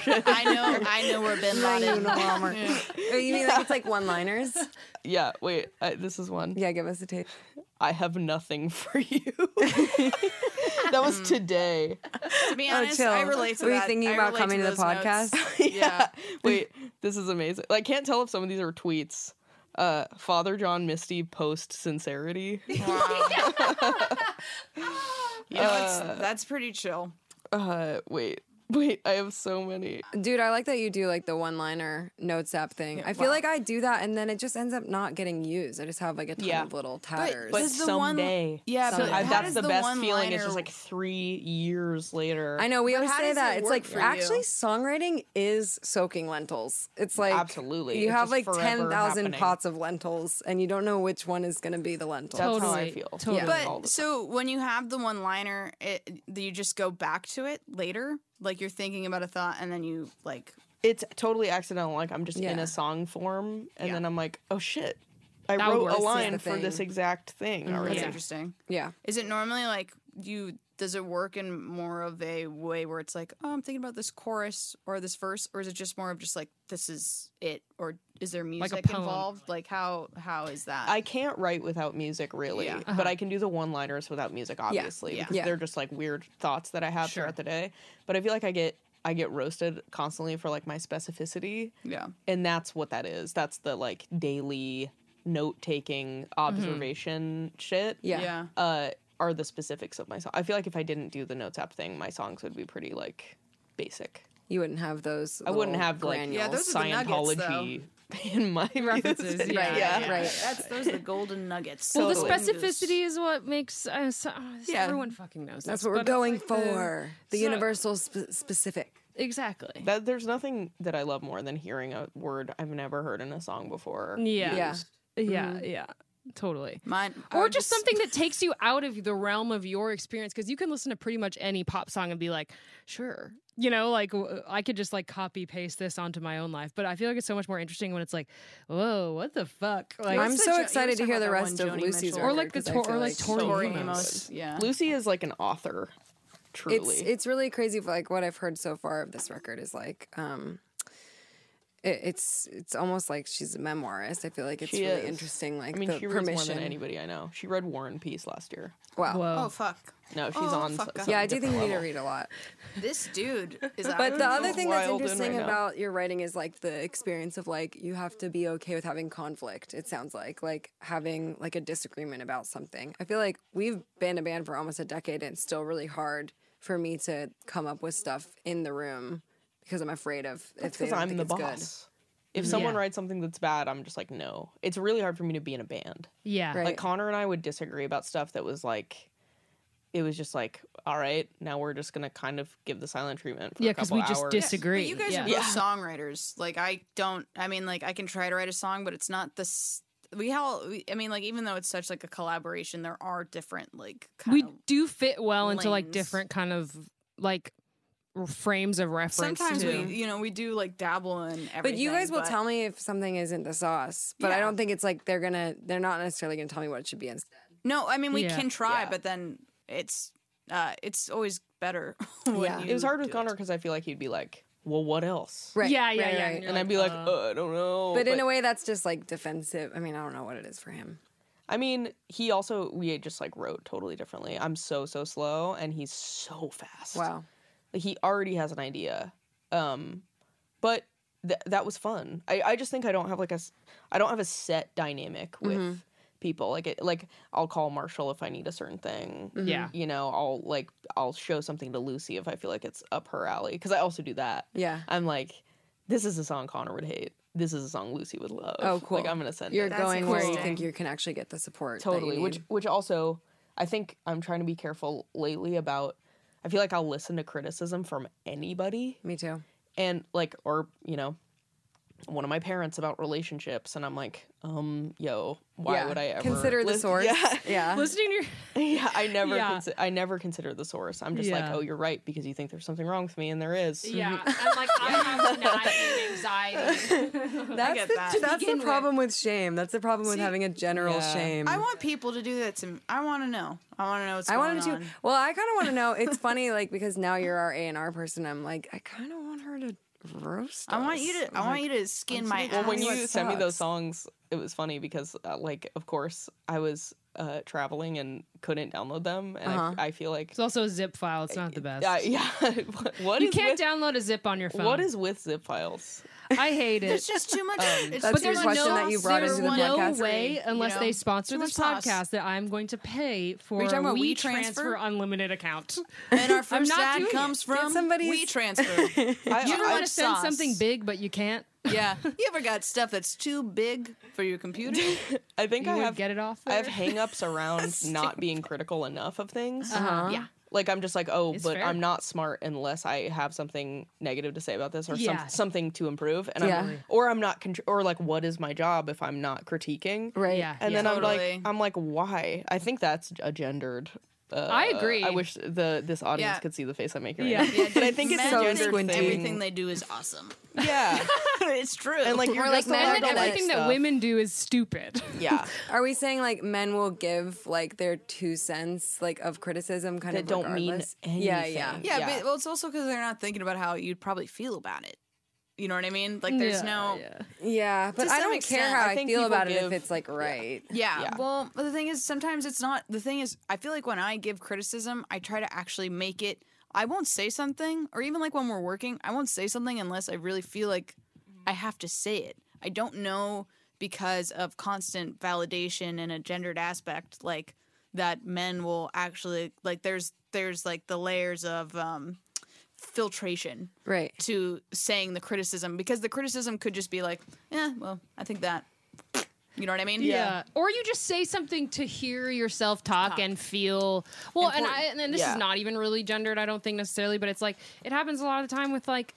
[SPEAKER 7] shit.
[SPEAKER 6] I know, I know where Bin Laden. Yeah.
[SPEAKER 4] Oh, you mean like it's like one liners?
[SPEAKER 7] Yeah, wait, I, this is one.
[SPEAKER 4] Yeah, give us a tape.
[SPEAKER 7] I have nothing for you. that was today.
[SPEAKER 6] To be honest, I
[SPEAKER 4] chill.
[SPEAKER 6] relate to
[SPEAKER 4] Were you
[SPEAKER 6] that.
[SPEAKER 4] thinking
[SPEAKER 6] I
[SPEAKER 4] about
[SPEAKER 6] relate
[SPEAKER 4] coming to the
[SPEAKER 6] those notes.
[SPEAKER 4] podcast?
[SPEAKER 6] yeah.
[SPEAKER 7] Wait, this is amazing. I can't tell if some of these are tweets. Uh, Father John Misty post sincerity.
[SPEAKER 6] You know, it's, that's pretty chill.
[SPEAKER 7] Uh, wait, wait, I have so many.
[SPEAKER 4] Dude, I like that you do like the one liner notes app thing. I feel like I do that and then it just ends up not getting used. I just have like a ton
[SPEAKER 7] Yeah.
[SPEAKER 4] of little tatters.
[SPEAKER 7] But
[SPEAKER 6] Does the one-
[SPEAKER 7] someday,
[SPEAKER 6] Yeah, but
[SPEAKER 7] I-
[SPEAKER 6] how
[SPEAKER 7] that's
[SPEAKER 6] does
[SPEAKER 7] the,
[SPEAKER 6] the
[SPEAKER 7] best feeling. It's
[SPEAKER 6] one-liner-
[SPEAKER 7] just like three years later.
[SPEAKER 4] I know we
[SPEAKER 6] But
[SPEAKER 4] always
[SPEAKER 6] how
[SPEAKER 4] say
[SPEAKER 6] does
[SPEAKER 4] that.
[SPEAKER 6] it
[SPEAKER 4] It's
[SPEAKER 6] work
[SPEAKER 4] like
[SPEAKER 6] for
[SPEAKER 4] actually
[SPEAKER 6] you?
[SPEAKER 4] soaking lentils is soaking lentils. It's like
[SPEAKER 7] Absolutely.
[SPEAKER 4] You
[SPEAKER 7] It's
[SPEAKER 4] have
[SPEAKER 7] just
[SPEAKER 4] like
[SPEAKER 7] forever
[SPEAKER 4] ten thousand
[SPEAKER 7] happening.
[SPEAKER 4] pots of lentils and you don't know which one is gonna be the lentil.
[SPEAKER 7] That's how I
[SPEAKER 5] Totally,
[SPEAKER 7] feel.
[SPEAKER 5] totally.
[SPEAKER 4] Yeah.
[SPEAKER 7] all
[SPEAKER 6] But
[SPEAKER 7] the
[SPEAKER 6] so when you have the one liner, it you just go back to it later. Like you're thinking about a thought, and then you like
[SPEAKER 7] it's totally accidental. Like I'm just in
[SPEAKER 4] Yeah.
[SPEAKER 7] a song form, and
[SPEAKER 6] Yeah.
[SPEAKER 7] then I'm like, oh shit, I
[SPEAKER 5] That would
[SPEAKER 7] wrote
[SPEAKER 5] work. This
[SPEAKER 7] a
[SPEAKER 5] is
[SPEAKER 7] line
[SPEAKER 4] the
[SPEAKER 7] for this
[SPEAKER 4] thing.
[SPEAKER 7] exact thing already.
[SPEAKER 6] that's
[SPEAKER 5] Yeah.
[SPEAKER 6] interesting.
[SPEAKER 4] Yeah.
[SPEAKER 6] Is it normally like you? Does it work in more of a way where it's like, oh, I'm thinking about this chorus or this verse, or is it just more of just like this is it, or is there music
[SPEAKER 5] a poem.
[SPEAKER 6] involved? Like how how is that?
[SPEAKER 7] I can't write without music, really,
[SPEAKER 6] Yeah.
[SPEAKER 7] but I can do the one-liners without music, obviously,
[SPEAKER 6] Yeah.
[SPEAKER 7] because
[SPEAKER 4] Yeah.
[SPEAKER 7] they're just like weird thoughts that I have throughout the day. But I feel like I get I get roasted constantly for like my specificity,
[SPEAKER 6] yeah,
[SPEAKER 7] and that's what that is. That's the like daily note-taking observation shit.
[SPEAKER 4] Yeah.
[SPEAKER 6] yeah.
[SPEAKER 7] uh, are the specifics of my song. I feel like if I didn't do the notes app thing, my songs would be pretty like basic.
[SPEAKER 4] You wouldn't have those.
[SPEAKER 7] I wouldn't
[SPEAKER 4] little
[SPEAKER 7] have like
[SPEAKER 4] granules.
[SPEAKER 6] Yeah, those are the nuggets,
[SPEAKER 7] Scientology in my
[SPEAKER 5] References,
[SPEAKER 7] music.
[SPEAKER 5] yeah,
[SPEAKER 4] yeah. Right.
[SPEAKER 6] That's those are the golden nuggets.
[SPEAKER 5] Well, the
[SPEAKER 7] Totally.
[SPEAKER 5] specificity is what makes uh, so, oh, this-
[SPEAKER 6] Yeah.
[SPEAKER 5] everyone fucking knows.
[SPEAKER 4] That's
[SPEAKER 5] this,
[SPEAKER 4] what we're
[SPEAKER 5] but it's
[SPEAKER 4] going
[SPEAKER 5] like the-
[SPEAKER 4] for. The,
[SPEAKER 5] so-
[SPEAKER 4] universal sp- specific.
[SPEAKER 5] exactly.
[SPEAKER 7] That there's nothing that I love more than hearing a word I've never heard in a song before.
[SPEAKER 5] Yeah,
[SPEAKER 4] Yeah. Mm-hmm.
[SPEAKER 5] yeah, yeah, totally.
[SPEAKER 6] Mine I
[SPEAKER 5] or
[SPEAKER 6] would
[SPEAKER 5] just something that takes you out of the realm of your experience because you can listen to pretty much any pop song and be like sure you know like w- i could just like copy paste this onto my own life but i feel like it's so much more interesting when it's like whoa what the fuck like
[SPEAKER 4] I'm
[SPEAKER 6] the
[SPEAKER 4] so
[SPEAKER 6] Jo- you
[SPEAKER 4] excited
[SPEAKER 6] always
[SPEAKER 4] to
[SPEAKER 6] talk
[SPEAKER 4] hear the
[SPEAKER 6] about that
[SPEAKER 4] rest
[SPEAKER 6] one
[SPEAKER 4] of
[SPEAKER 6] Joni
[SPEAKER 4] Lucy's
[SPEAKER 6] Mitchell.
[SPEAKER 4] record
[SPEAKER 5] Or like the
[SPEAKER 4] 'cause I
[SPEAKER 5] Tor- or
[SPEAKER 4] feel
[SPEAKER 5] like Tori
[SPEAKER 6] Tori
[SPEAKER 5] Amos.
[SPEAKER 6] Amos. Yeah.
[SPEAKER 7] Lucy is like an author, truly.
[SPEAKER 4] It's it's really crazy. for, Like what I've heard so far of this record is like. um it, it's it's almost like she's a memoirist. I feel like it's
[SPEAKER 7] She
[SPEAKER 4] really
[SPEAKER 7] is.
[SPEAKER 4] interesting. Like
[SPEAKER 7] I mean,
[SPEAKER 4] the
[SPEAKER 7] she reads
[SPEAKER 4] permission.
[SPEAKER 7] more than anybody I know. She read War and Peace last year.
[SPEAKER 4] Wow.
[SPEAKER 5] whoa
[SPEAKER 6] Oh fuck.
[SPEAKER 7] No, she's
[SPEAKER 6] Oh,
[SPEAKER 7] on.
[SPEAKER 6] fuck
[SPEAKER 7] s-
[SPEAKER 6] off.
[SPEAKER 7] some
[SPEAKER 4] yeah, I do think
[SPEAKER 7] different
[SPEAKER 4] you need to
[SPEAKER 7] level.
[SPEAKER 4] read a lot.
[SPEAKER 6] This dude is out
[SPEAKER 4] But
[SPEAKER 6] of
[SPEAKER 4] the
[SPEAKER 6] control.
[SPEAKER 4] other thing that's
[SPEAKER 7] wild in
[SPEAKER 4] interesting
[SPEAKER 7] right now.
[SPEAKER 4] about your writing is like the experience of like you have to be okay with having conflict. It sounds like like having like a disagreement about something. I feel like we've been a band for almost a decade and it's still really hard for me to come up with stuff in the room because I'm afraid of if they
[SPEAKER 7] because
[SPEAKER 4] don't
[SPEAKER 7] I'm
[SPEAKER 4] think
[SPEAKER 7] the
[SPEAKER 4] it's
[SPEAKER 7] boss. If someone
[SPEAKER 5] Yeah.
[SPEAKER 7] writes something that's bad, I'm just like, no. It's really hard for me to be in a band.
[SPEAKER 5] yeah
[SPEAKER 4] Right.
[SPEAKER 7] Like Connor and I would disagree about stuff that was like, it was just like, all right, now we're just gonna kind of give the silent treatment. For
[SPEAKER 5] yeah
[SPEAKER 7] a
[SPEAKER 5] because
[SPEAKER 7] couple
[SPEAKER 5] we just
[SPEAKER 7] hours.
[SPEAKER 5] disagree
[SPEAKER 6] But you guys
[SPEAKER 5] yeah.
[SPEAKER 6] are both songwriters. Like I don't. I mean, like I can try to write a song, but it's not this. We all. We, I mean, like even though it's such like a collaboration, there are different like. Kind
[SPEAKER 5] we
[SPEAKER 6] of,
[SPEAKER 5] do fit well into like
[SPEAKER 6] lanes.
[SPEAKER 5] different kind of like r- frames of reference
[SPEAKER 6] sometimes
[SPEAKER 5] too.
[SPEAKER 6] we, you know, we do like dabble in everything.
[SPEAKER 4] But you guys will tell me if something isn't the sauce. But I
[SPEAKER 6] Yeah.
[SPEAKER 4] don't think it's like they're gonna they're not necessarily gonna tell me what it should be instead.
[SPEAKER 6] No, I mean we
[SPEAKER 5] Yeah.
[SPEAKER 6] can try,
[SPEAKER 7] Yeah.
[SPEAKER 6] but then it's uh it's always better. when
[SPEAKER 4] Yeah.
[SPEAKER 6] you
[SPEAKER 7] It was hard with
[SPEAKER 6] do
[SPEAKER 7] Connor because I feel like he'd be like, well, what else?
[SPEAKER 4] Right.
[SPEAKER 5] yeah yeah
[SPEAKER 4] right,
[SPEAKER 5] yeah
[SPEAKER 4] right.
[SPEAKER 5] you're
[SPEAKER 7] And I'd be like,
[SPEAKER 6] Uh-huh.
[SPEAKER 5] "Oh."
[SPEAKER 7] uh, I don't know.
[SPEAKER 4] But in a way that's just like defensive. I mean, I don't know what it is for him.
[SPEAKER 7] I mean, he also we just like wrote totally differently. I'm so so slow, and he's so fast.
[SPEAKER 4] Wow.
[SPEAKER 7] Like, he already has an idea um but th- that was fun I, I just think i don't have like a s- i don't have a set dynamic with
[SPEAKER 4] Mm-hmm.
[SPEAKER 7] people like it like i'll call marshall if i need a certain thing
[SPEAKER 4] Mm-hmm.
[SPEAKER 5] Yeah.
[SPEAKER 7] you know i'll like i'll show something to lucy if i feel like it's up her alley because i also do that
[SPEAKER 4] Yeah.
[SPEAKER 7] i'm like this is a song connor would hate this is a song lucy would love
[SPEAKER 4] Oh, cool.
[SPEAKER 7] like i'm gonna send
[SPEAKER 4] You're
[SPEAKER 7] it
[SPEAKER 4] going where you
[SPEAKER 6] cool.
[SPEAKER 4] think you can actually get the support. that you
[SPEAKER 7] totally which
[SPEAKER 4] need.
[SPEAKER 7] which also i think i'm trying to be careful lately about i feel like i'll listen to criticism from anybody
[SPEAKER 4] me too.
[SPEAKER 7] and like or you know one of my parents about relationships and I'm like, um, yo, why
[SPEAKER 4] Yeah.
[SPEAKER 7] would I ever
[SPEAKER 4] Consider the
[SPEAKER 7] lis-
[SPEAKER 4] source.
[SPEAKER 7] Yeah.
[SPEAKER 4] Yeah.
[SPEAKER 5] Listening to your
[SPEAKER 7] yeah, I never
[SPEAKER 5] Yeah.
[SPEAKER 7] consi- I never consider the source. I'm just like,
[SPEAKER 5] Yeah.
[SPEAKER 7] oh, you're right because you think there's something wrong with me and there is.
[SPEAKER 5] yeah, I'm like I have nagging anxiety.
[SPEAKER 4] That's
[SPEAKER 6] get
[SPEAKER 4] the,
[SPEAKER 6] that. To
[SPEAKER 4] that's the
[SPEAKER 5] begin with.
[SPEAKER 4] problem with shame. That's the problem with having a general
[SPEAKER 7] yeah.
[SPEAKER 4] shame.
[SPEAKER 6] I want people to do that to me. I want to know. I want to know what's
[SPEAKER 4] I
[SPEAKER 6] going
[SPEAKER 4] wanted
[SPEAKER 6] on.
[SPEAKER 4] to. Well, I kind of want to know. It's funny, like because now you're our A and R person. I'm like, I kind of want her to roast.
[SPEAKER 6] I want
[SPEAKER 4] us.
[SPEAKER 6] you to. I want you to skin my
[SPEAKER 7] Well,
[SPEAKER 6] ass.
[SPEAKER 7] when you
[SPEAKER 4] That
[SPEAKER 7] sent me those
[SPEAKER 4] sucks.
[SPEAKER 7] songs, it was funny because, uh, like, of course, I was uh, traveling and couldn't download them, and
[SPEAKER 5] Uh-huh.
[SPEAKER 7] I, I feel like,
[SPEAKER 5] It's also a zip file. It's not the best.
[SPEAKER 7] uh, yeah, what
[SPEAKER 5] you
[SPEAKER 7] is
[SPEAKER 5] can't
[SPEAKER 7] with,
[SPEAKER 5] download a zip on your phone.
[SPEAKER 7] what is with zip files?
[SPEAKER 5] I hate it. Um,
[SPEAKER 6] It's just too much.
[SPEAKER 4] That's
[SPEAKER 6] it's
[SPEAKER 5] but
[SPEAKER 6] too
[SPEAKER 5] there's
[SPEAKER 4] your
[SPEAKER 6] much
[SPEAKER 4] question
[SPEAKER 5] no,
[SPEAKER 4] that you brought
[SPEAKER 5] there's
[SPEAKER 4] into the
[SPEAKER 5] no
[SPEAKER 4] podcast.
[SPEAKER 5] way unless
[SPEAKER 6] You know?
[SPEAKER 5] they sponsor
[SPEAKER 6] Too
[SPEAKER 5] this
[SPEAKER 6] much sauce.
[SPEAKER 5] podcast that I'm going to pay for
[SPEAKER 4] you
[SPEAKER 5] a
[SPEAKER 4] talking about
[SPEAKER 5] WeTransfer
[SPEAKER 4] WeTransfer?
[SPEAKER 5] unlimited account.
[SPEAKER 6] And our first
[SPEAKER 5] not
[SPEAKER 6] ad
[SPEAKER 5] doing it.
[SPEAKER 6] comes from
[SPEAKER 4] somebody's-
[SPEAKER 6] we transfer.
[SPEAKER 7] I,
[SPEAKER 5] you ever
[SPEAKER 7] I-
[SPEAKER 5] want to send
[SPEAKER 6] sauce.
[SPEAKER 5] something big but you can't?
[SPEAKER 6] yeah, you ever got stuff that's too big for your computer?
[SPEAKER 7] I think
[SPEAKER 5] You
[SPEAKER 7] I
[SPEAKER 5] would
[SPEAKER 7] have
[SPEAKER 5] get it off.
[SPEAKER 7] I have
[SPEAKER 5] there?
[SPEAKER 7] hangups around not being critical enough of things.
[SPEAKER 5] Uh-huh. Yeah.
[SPEAKER 7] Like I'm just like, oh,
[SPEAKER 5] It's
[SPEAKER 7] but
[SPEAKER 5] fair.
[SPEAKER 7] I'm not smart unless I have something negative to say about this or
[SPEAKER 5] Yeah.
[SPEAKER 7] some, something to improve, and
[SPEAKER 4] Yeah.
[SPEAKER 7] I'm, or I'm not, contr- or like, what is my job if I'm not critiquing?
[SPEAKER 4] Right.
[SPEAKER 5] Yeah.
[SPEAKER 7] and
[SPEAKER 5] yeah.
[SPEAKER 7] then
[SPEAKER 6] Totally.
[SPEAKER 7] I'm like, I'm like, why? I think that's a gendered. Uh,
[SPEAKER 5] I agree.
[SPEAKER 7] I wish the this audience
[SPEAKER 6] Yeah.
[SPEAKER 7] could see the face I'm making. Right
[SPEAKER 5] Yeah.
[SPEAKER 7] now. but I think it's
[SPEAKER 6] men
[SPEAKER 7] a
[SPEAKER 4] so
[SPEAKER 6] think
[SPEAKER 7] gendered
[SPEAKER 4] squinty.
[SPEAKER 7] thing.
[SPEAKER 6] Everything they do is awesome.
[SPEAKER 7] Yeah,
[SPEAKER 6] it's true.
[SPEAKER 7] and like you're
[SPEAKER 4] Or, like,
[SPEAKER 7] just
[SPEAKER 4] men
[SPEAKER 7] allowed
[SPEAKER 5] and
[SPEAKER 7] to
[SPEAKER 5] then
[SPEAKER 4] Like
[SPEAKER 5] everything
[SPEAKER 7] like
[SPEAKER 5] that
[SPEAKER 7] stuff.
[SPEAKER 5] women do is stupid.
[SPEAKER 7] Yeah,
[SPEAKER 4] Are we saying like men will give like their two cents like of criticism kind
[SPEAKER 7] That
[SPEAKER 4] of
[SPEAKER 7] don't mean
[SPEAKER 4] regardless? Yeah, yeah.
[SPEAKER 7] anything.
[SPEAKER 6] yeah,
[SPEAKER 7] yeah.
[SPEAKER 6] but well, it's also because they're not thinking about how you'd probably feel about it. You know what I mean? Like there's no. Yeah.
[SPEAKER 4] Yeah, but
[SPEAKER 6] To
[SPEAKER 4] I
[SPEAKER 6] some
[SPEAKER 4] don't
[SPEAKER 6] extent,
[SPEAKER 4] care how
[SPEAKER 7] I
[SPEAKER 4] I,
[SPEAKER 7] think
[SPEAKER 4] feel
[SPEAKER 7] people
[SPEAKER 4] about it if
[SPEAKER 7] give-
[SPEAKER 4] it's like right.
[SPEAKER 7] Yeah.
[SPEAKER 6] Well, but the thing is, sometimes it's not. The thing is, I feel like when I give criticism, I try to actually make it. I won't say something, or even like when we're working, I won't say something unless I really feel like I have to say it. I don't know because of constant validation and a gendered aspect, like that men will actually like. There's there's like the layers of um, filtration
[SPEAKER 4] Right.
[SPEAKER 6] to saying the criticism because the criticism could just be like, yeah, well, I think that. You know what I mean?
[SPEAKER 5] Yeah. Uh, Or you just say something to hear yourself talk, and feel well. And I and then this
[SPEAKER 7] Yeah.
[SPEAKER 5] is not even really gendered, I don't think necessarily, but it's like it happens a lot of the time with like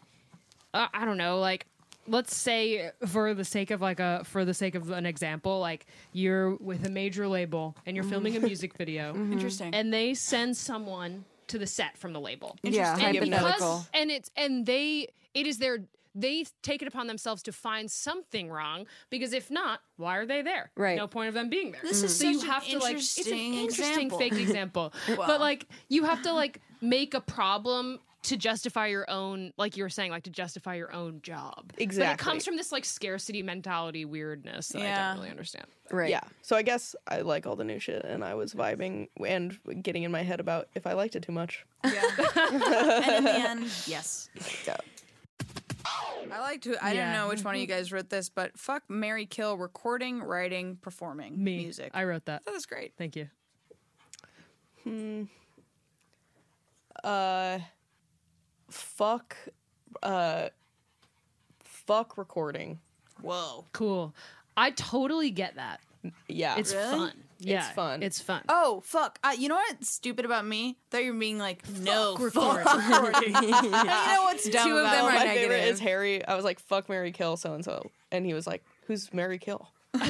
[SPEAKER 5] uh, I don't know, like let's say for the sake of like a for the sake of an example, like you're with a major label and you're filming a music video,
[SPEAKER 6] Interesting.
[SPEAKER 5] and they send someone to the set from the label.
[SPEAKER 4] Yeah,
[SPEAKER 5] and
[SPEAKER 4] hypothetical.
[SPEAKER 5] because and it's and they it is their they take it upon themselves to find something wrong because if not, why are they there?
[SPEAKER 4] Right.
[SPEAKER 5] No point of them being there. Mm-hmm.
[SPEAKER 6] This is
[SPEAKER 5] so you
[SPEAKER 6] such an
[SPEAKER 5] have to like it's an
[SPEAKER 6] interesting
[SPEAKER 5] interesting
[SPEAKER 6] example.
[SPEAKER 5] fake example, but like you have to like make a problem to justify your own like you were saying like to justify your own job. But it
[SPEAKER 7] Exactly.
[SPEAKER 5] comes from this like scarcity mentality weirdness that I
[SPEAKER 6] Yeah.
[SPEAKER 5] don't really understand.
[SPEAKER 4] Right.
[SPEAKER 7] yeah. So I guess I like all the new shit, and I was vibing and getting in my head about if I liked it too much.
[SPEAKER 6] and in the end, yes.
[SPEAKER 7] Yeah.
[SPEAKER 6] I liked. Who, I don't know which one of you guys wrote this, but fuck Mary Kill recording, writing, performing
[SPEAKER 5] Me.
[SPEAKER 6] music.
[SPEAKER 5] I wrote that.
[SPEAKER 6] that was great.
[SPEAKER 5] Thank you.
[SPEAKER 7] uh fuck uh fuck recording
[SPEAKER 6] Whoa.
[SPEAKER 5] Cool. I totally get that.
[SPEAKER 7] yeah
[SPEAKER 5] It's fun. Yeah,
[SPEAKER 7] fun.
[SPEAKER 5] It's fun.
[SPEAKER 6] Oh fuck! Uh, you know what's stupid about me? That you're being like no fuck recording. And you know what's dumb
[SPEAKER 4] Two of
[SPEAKER 6] about
[SPEAKER 4] them are
[SPEAKER 6] my-
[SPEAKER 7] my favorite
[SPEAKER 4] negative.
[SPEAKER 7] is harry i was like fuck mary kill so and so and he was like who's mary kill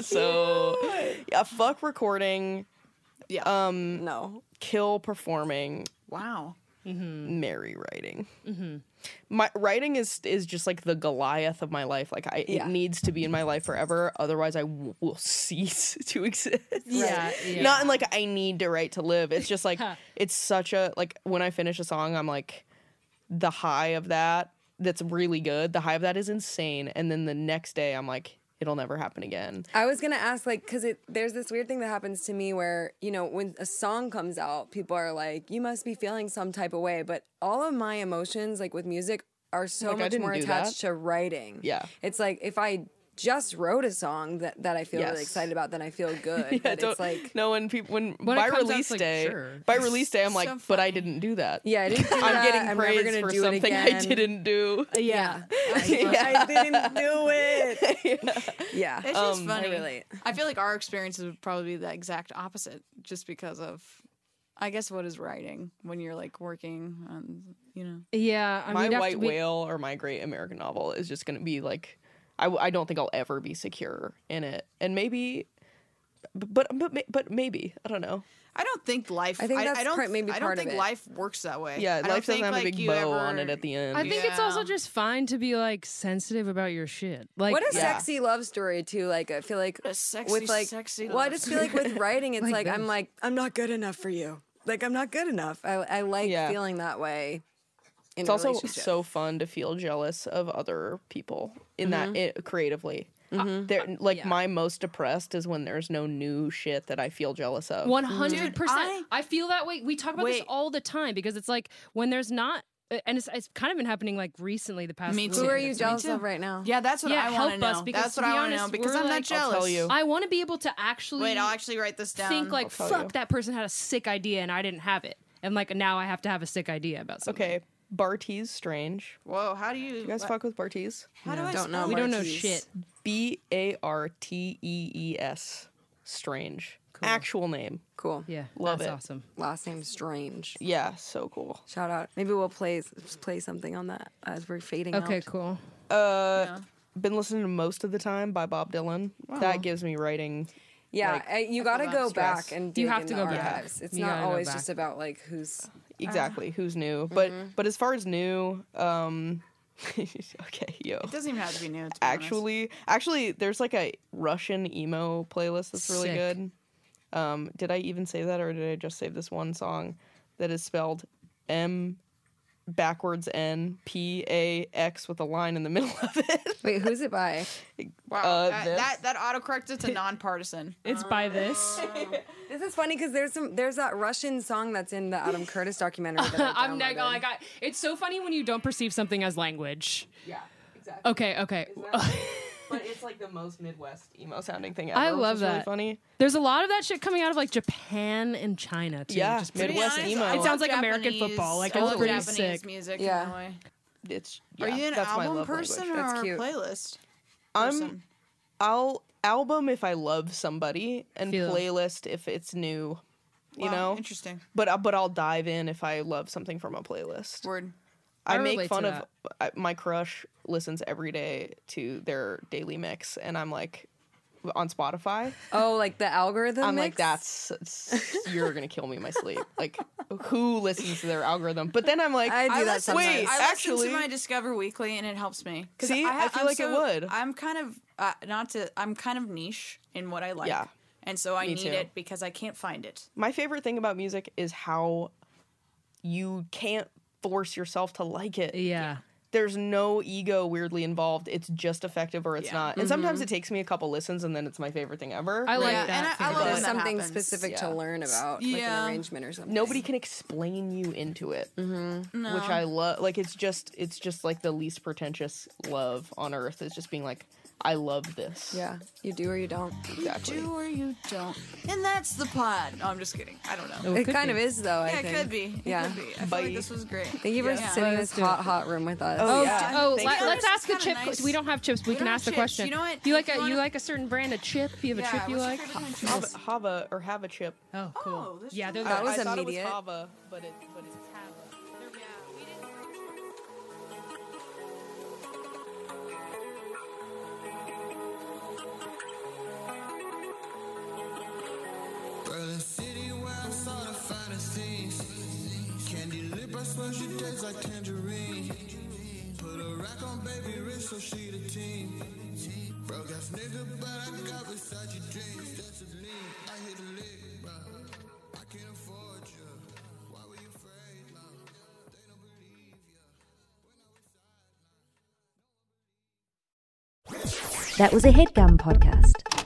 [SPEAKER 7] so yeah fuck recording
[SPEAKER 6] Yeah.
[SPEAKER 7] no kill performing
[SPEAKER 6] wow.
[SPEAKER 7] Mary writing.
[SPEAKER 5] Mm-hmm.
[SPEAKER 7] My writing is is just like the Goliath of my life. Like I,
[SPEAKER 4] Yeah.
[SPEAKER 7] it needs to be in my life forever. Otherwise, I w- will cease to exist.
[SPEAKER 5] Yeah, yeah.
[SPEAKER 7] Not in like I need to write to live. It's just like it's such a like when I finish a song, I'm like the high of that. That's really good. The high of that is insane. And then the next day, I'm like, it'll never happen again.
[SPEAKER 4] I was gonna ask, like, because it there's this weird thing that happens to me where you know when a song comes out, people are like, "You must be feeling some type of way," but all of my emotions, like with music, are so
[SPEAKER 7] Like, I
[SPEAKER 4] much
[SPEAKER 7] didn't
[SPEAKER 4] more
[SPEAKER 7] do
[SPEAKER 4] attached
[SPEAKER 7] that.
[SPEAKER 4] to writing.
[SPEAKER 7] Yeah.
[SPEAKER 4] it's like if I just wrote a song that, that I feel really
[SPEAKER 7] Yes.
[SPEAKER 4] excited about, then I feel good.
[SPEAKER 7] I
[SPEAKER 4] but
[SPEAKER 7] don't
[SPEAKER 4] it's like,
[SPEAKER 7] no when people when,
[SPEAKER 5] When it
[SPEAKER 7] by
[SPEAKER 5] comes out, it's
[SPEAKER 7] release
[SPEAKER 5] like,
[SPEAKER 7] day
[SPEAKER 5] sure.
[SPEAKER 7] by release day I'm like
[SPEAKER 6] so
[SPEAKER 7] but I
[SPEAKER 6] funny.
[SPEAKER 7] didn't do that
[SPEAKER 4] yeah, I didn't do
[SPEAKER 7] I'm
[SPEAKER 4] that.
[SPEAKER 7] getting
[SPEAKER 4] I'm never
[SPEAKER 7] praised
[SPEAKER 4] gonna
[SPEAKER 7] for
[SPEAKER 4] do it
[SPEAKER 7] something I
[SPEAKER 4] again.
[SPEAKER 7] didn't do.
[SPEAKER 4] Yeah, I didn't do it. Yeah,
[SPEAKER 6] It's just funny.
[SPEAKER 4] I relate.
[SPEAKER 6] I feel like our experiences would probably be the exact opposite, just because of I guess what is writing when you're like working on, you know.
[SPEAKER 5] Yeah, I
[SPEAKER 7] my
[SPEAKER 5] mean,
[SPEAKER 7] white whale or my great American novel is just going to be like, I, w- I don't think I'll ever be secure in it, and maybe, but but ma- but maybe I don't know.
[SPEAKER 6] I don't think life.
[SPEAKER 4] I think that's
[SPEAKER 6] I don't,
[SPEAKER 4] part- maybe
[SPEAKER 6] I don't
[SPEAKER 4] part of
[SPEAKER 6] think
[SPEAKER 4] it.
[SPEAKER 6] life works that way. I
[SPEAKER 7] Yeah,
[SPEAKER 6] don't
[SPEAKER 7] life doesn't
[SPEAKER 6] think,
[SPEAKER 7] have a
[SPEAKER 6] like,
[SPEAKER 7] big
[SPEAKER 6] you
[SPEAKER 7] bow
[SPEAKER 6] ever-
[SPEAKER 7] on it at the end.
[SPEAKER 5] I think it's
[SPEAKER 6] Yeah.
[SPEAKER 5] also just fine to be like sensitive about your shit. Like,
[SPEAKER 4] what a
[SPEAKER 5] yeah.
[SPEAKER 4] sexy love story too. Like I feel like
[SPEAKER 6] a sexy,
[SPEAKER 4] with like
[SPEAKER 6] sexy
[SPEAKER 4] well, I
[SPEAKER 6] love
[SPEAKER 4] just feel like with writing, it's
[SPEAKER 5] Like
[SPEAKER 4] like, I'm like I'm not good enough for you. Like I'm not good enough. I I like
[SPEAKER 7] Yeah.
[SPEAKER 4] feeling that way. In
[SPEAKER 7] It's
[SPEAKER 4] a
[SPEAKER 7] also
[SPEAKER 4] relationship.
[SPEAKER 7] so fun to feel jealous of other people in that it, creatively. Uh, There, like my most depressed is when there's no new shit that I feel jealous of.
[SPEAKER 5] One hundred
[SPEAKER 6] I-
[SPEAKER 5] percent. I feel that way. We talk about this
[SPEAKER 6] Wait.
[SPEAKER 5] all the time because it's like when there's not, uh, and it's, it's kind of been happening like recently the past.
[SPEAKER 6] Me
[SPEAKER 4] Who
[SPEAKER 5] little
[SPEAKER 6] too.
[SPEAKER 5] bit.
[SPEAKER 4] are you
[SPEAKER 5] It's-
[SPEAKER 4] jealous
[SPEAKER 6] too.
[SPEAKER 4] of right now?
[SPEAKER 6] Yeah, that's what
[SPEAKER 5] Yeah,
[SPEAKER 6] I want to
[SPEAKER 5] help us,
[SPEAKER 6] know.
[SPEAKER 5] because
[SPEAKER 6] that's
[SPEAKER 5] to
[SPEAKER 6] what
[SPEAKER 5] be
[SPEAKER 6] I want to know
[SPEAKER 5] honest,
[SPEAKER 6] because
[SPEAKER 5] we're
[SPEAKER 6] I'm not
[SPEAKER 5] like- I'll
[SPEAKER 6] jealous.
[SPEAKER 7] tell you.
[SPEAKER 5] I want to be able to actually
[SPEAKER 6] Wait, I'll actually write this down.
[SPEAKER 5] think like
[SPEAKER 7] tell
[SPEAKER 5] fuck
[SPEAKER 7] you.
[SPEAKER 5] that person had a sick idea and I didn't have it, and like now I have to have a sick idea about something.
[SPEAKER 7] okay, Bartiz Strange.
[SPEAKER 6] whoa, how do you,
[SPEAKER 7] You guys fuck with Bartiz?
[SPEAKER 6] How do I
[SPEAKER 4] Don't know.
[SPEAKER 6] spell
[SPEAKER 5] we don't know
[SPEAKER 4] Marquise.
[SPEAKER 5] shit.
[SPEAKER 7] B A R T E E S. Strange. Actual name.
[SPEAKER 4] Cool.
[SPEAKER 5] Yeah,
[SPEAKER 7] Love
[SPEAKER 5] that's
[SPEAKER 7] it.
[SPEAKER 5] Awesome.
[SPEAKER 4] Last name strange.
[SPEAKER 7] Yeah, so cool.
[SPEAKER 4] Shout out. Maybe we'll play play something on that as we're fading out.
[SPEAKER 5] Okay, cool.
[SPEAKER 7] Uh, been listening to most of the time by Bob Dylan. That gives me writing.
[SPEAKER 4] Yeah, I- you got to go
[SPEAKER 7] stress.
[SPEAKER 4] back and
[SPEAKER 5] You
[SPEAKER 4] dig
[SPEAKER 5] have
[SPEAKER 4] in
[SPEAKER 5] to
[SPEAKER 4] the
[SPEAKER 5] go back.
[SPEAKER 4] archives. It's
[SPEAKER 5] You
[SPEAKER 4] not
[SPEAKER 5] gotta go
[SPEAKER 4] always
[SPEAKER 5] back.
[SPEAKER 4] just about like who's
[SPEAKER 7] Exactly, who's new? But but as far as new, um, okay, yo.
[SPEAKER 6] It doesn't even have to be new. To be honest.
[SPEAKER 7] Actually, actually, there's like a Russian emo playlist that's really
[SPEAKER 5] Sick.
[SPEAKER 7] good. Um, did I even say that, or did I just save this one song that is spelled M backwards N P A X with a line in the middle of it?
[SPEAKER 4] Wait, who's it by?
[SPEAKER 6] wow,
[SPEAKER 7] uh,
[SPEAKER 6] that,
[SPEAKER 7] this-
[SPEAKER 6] that that autocorrect it's a nonpartisan.
[SPEAKER 5] It's by this.
[SPEAKER 4] This is funny because there's some there's that Russian song that's in the Adam Curtis documentary. That I
[SPEAKER 5] I'm not
[SPEAKER 4] downloaded.
[SPEAKER 5] gonna like I it's so funny when you don't perceive something as language. Yeah, exactly. Okay, okay.
[SPEAKER 7] but it's like the most Midwest emo sounding thing ever.
[SPEAKER 5] I
[SPEAKER 7] which
[SPEAKER 5] love
[SPEAKER 7] is Really
[SPEAKER 5] that.
[SPEAKER 7] funny.
[SPEAKER 5] There's a lot of that shit coming out of like Japan and China too.
[SPEAKER 7] Yeah,
[SPEAKER 5] just
[SPEAKER 7] Midwest
[SPEAKER 5] Midwest.
[SPEAKER 7] Pretty
[SPEAKER 6] honest,
[SPEAKER 7] emo.
[SPEAKER 6] I
[SPEAKER 7] It
[SPEAKER 6] love
[SPEAKER 5] sounds like American
[SPEAKER 6] Japanese-
[SPEAKER 5] football, like,
[SPEAKER 6] I
[SPEAKER 5] it's
[SPEAKER 6] love
[SPEAKER 5] pretty
[SPEAKER 6] Japanese
[SPEAKER 5] sick.
[SPEAKER 6] music.
[SPEAKER 4] Yeah.
[SPEAKER 6] In that way.
[SPEAKER 7] It's
[SPEAKER 6] Are
[SPEAKER 7] yeah,
[SPEAKER 6] you an
[SPEAKER 7] that's my
[SPEAKER 6] album
[SPEAKER 7] love
[SPEAKER 6] person
[SPEAKER 7] language.
[SPEAKER 6] or
[SPEAKER 4] cute.
[SPEAKER 6] a playlist?
[SPEAKER 7] I'm. I'll album if I love somebody, and
[SPEAKER 5] Feel.
[SPEAKER 7] playlist if it's new. You
[SPEAKER 6] Wow,
[SPEAKER 7] know,
[SPEAKER 6] interesting
[SPEAKER 7] but I- but I'll dive in if I love something from a playlist.
[SPEAKER 6] word.
[SPEAKER 7] I,
[SPEAKER 5] I
[SPEAKER 7] make
[SPEAKER 5] relate
[SPEAKER 7] fun
[SPEAKER 5] to
[SPEAKER 7] of I, my crush listens every day to their daily mix, and I'm like on Spotify.
[SPEAKER 4] Oh, like the algorithm.
[SPEAKER 7] I'm like
[SPEAKER 4] mix?
[SPEAKER 7] that's s- you're gonna kill me in my sleep. Like who listens to their algorithm? But then I'm like,
[SPEAKER 4] I do that
[SPEAKER 6] listen
[SPEAKER 4] sometimes.
[SPEAKER 7] Wait,
[SPEAKER 6] I
[SPEAKER 7] actually,
[SPEAKER 6] listen to my Discover Weekly, and it helps me. 'Cause
[SPEAKER 7] See? I
[SPEAKER 6] ha-
[SPEAKER 7] feel
[SPEAKER 6] I'm
[SPEAKER 7] like it
[SPEAKER 6] so-
[SPEAKER 7] would.
[SPEAKER 6] I'm kind of uh, not to. I'm kind of niche in what I like.
[SPEAKER 7] Yeah.
[SPEAKER 6] And so I
[SPEAKER 7] Me
[SPEAKER 6] need
[SPEAKER 7] too.
[SPEAKER 6] it because I can't find it.
[SPEAKER 7] my favorite thing about music is how you can't force yourself to like it.
[SPEAKER 5] Yeah.
[SPEAKER 7] There's no ego weirdly involved. It's just effective or it's
[SPEAKER 6] Yeah.
[SPEAKER 7] not. And sometimes it takes me a couple listens and then it's my favorite thing ever.
[SPEAKER 5] I like
[SPEAKER 6] Yeah, and
[SPEAKER 5] that.
[SPEAKER 6] I- I
[SPEAKER 5] feeling.
[SPEAKER 6] love
[SPEAKER 4] There's
[SPEAKER 6] when that
[SPEAKER 4] something
[SPEAKER 6] happens.
[SPEAKER 4] specific to
[SPEAKER 7] Yeah.
[SPEAKER 4] learn about, like
[SPEAKER 6] Yeah.
[SPEAKER 4] an arrangement or something.
[SPEAKER 7] Nobody can explain you into it, which I love. Like it's just, it's just like the least pretentious love on earth. Is just being like, I love this.
[SPEAKER 4] Yeah, you do or you don't.
[SPEAKER 7] exactly.
[SPEAKER 6] Do or you don't, and that's the pod. No, I'm just kidddding. I don't know.
[SPEAKER 4] It kind of is though. I
[SPEAKER 6] yeah, it
[SPEAKER 4] think.
[SPEAKER 6] could be. It
[SPEAKER 4] Yeah.
[SPEAKER 6] could be. I feel
[SPEAKER 7] Bye.
[SPEAKER 6] like this was great.
[SPEAKER 4] Thank you for
[SPEAKER 6] Yeah.
[SPEAKER 4] sitting in this hot, hot room with us. Oh,
[SPEAKER 6] yeah.
[SPEAKER 5] Oh,
[SPEAKER 6] Thank
[SPEAKER 5] let,
[SPEAKER 6] you.
[SPEAKER 5] us ask the
[SPEAKER 6] It's
[SPEAKER 5] chip.
[SPEAKER 6] kinda nice.
[SPEAKER 5] We don't have chips. We,
[SPEAKER 6] We
[SPEAKER 5] can
[SPEAKER 6] don't
[SPEAKER 5] ask the
[SPEAKER 6] have chips.
[SPEAKER 5] question.
[SPEAKER 6] You know what?
[SPEAKER 5] You like
[SPEAKER 6] If you
[SPEAKER 5] a you
[SPEAKER 6] wanna-
[SPEAKER 5] like a certain brand of chip? You have a chip
[SPEAKER 6] Yeah,
[SPEAKER 5] you
[SPEAKER 6] what's your
[SPEAKER 5] like?
[SPEAKER 6] favorite kind of chip?
[SPEAKER 7] Hava, Hava or have a chip.
[SPEAKER 5] Oh, cool.
[SPEAKER 6] this
[SPEAKER 5] yeah,
[SPEAKER 6] is
[SPEAKER 5] they're
[SPEAKER 6] nice.
[SPEAKER 5] the-
[SPEAKER 4] That was
[SPEAKER 7] I thought it
[SPEAKER 4] immediate.
[SPEAKER 7] was Hava, but it, but it's
[SPEAKER 8] Berlin City, where I saw the finest things. Candy lip, I swear she tastes like tangerine. Put a rack on baby wrist, so she the team. Broke ass nigga, but I got Versace dreams. That's a lean. I hit a lick, bro. I can't afford you. Why were you afraid? No, they don't believe you.
[SPEAKER 1] That was a headgum podcast.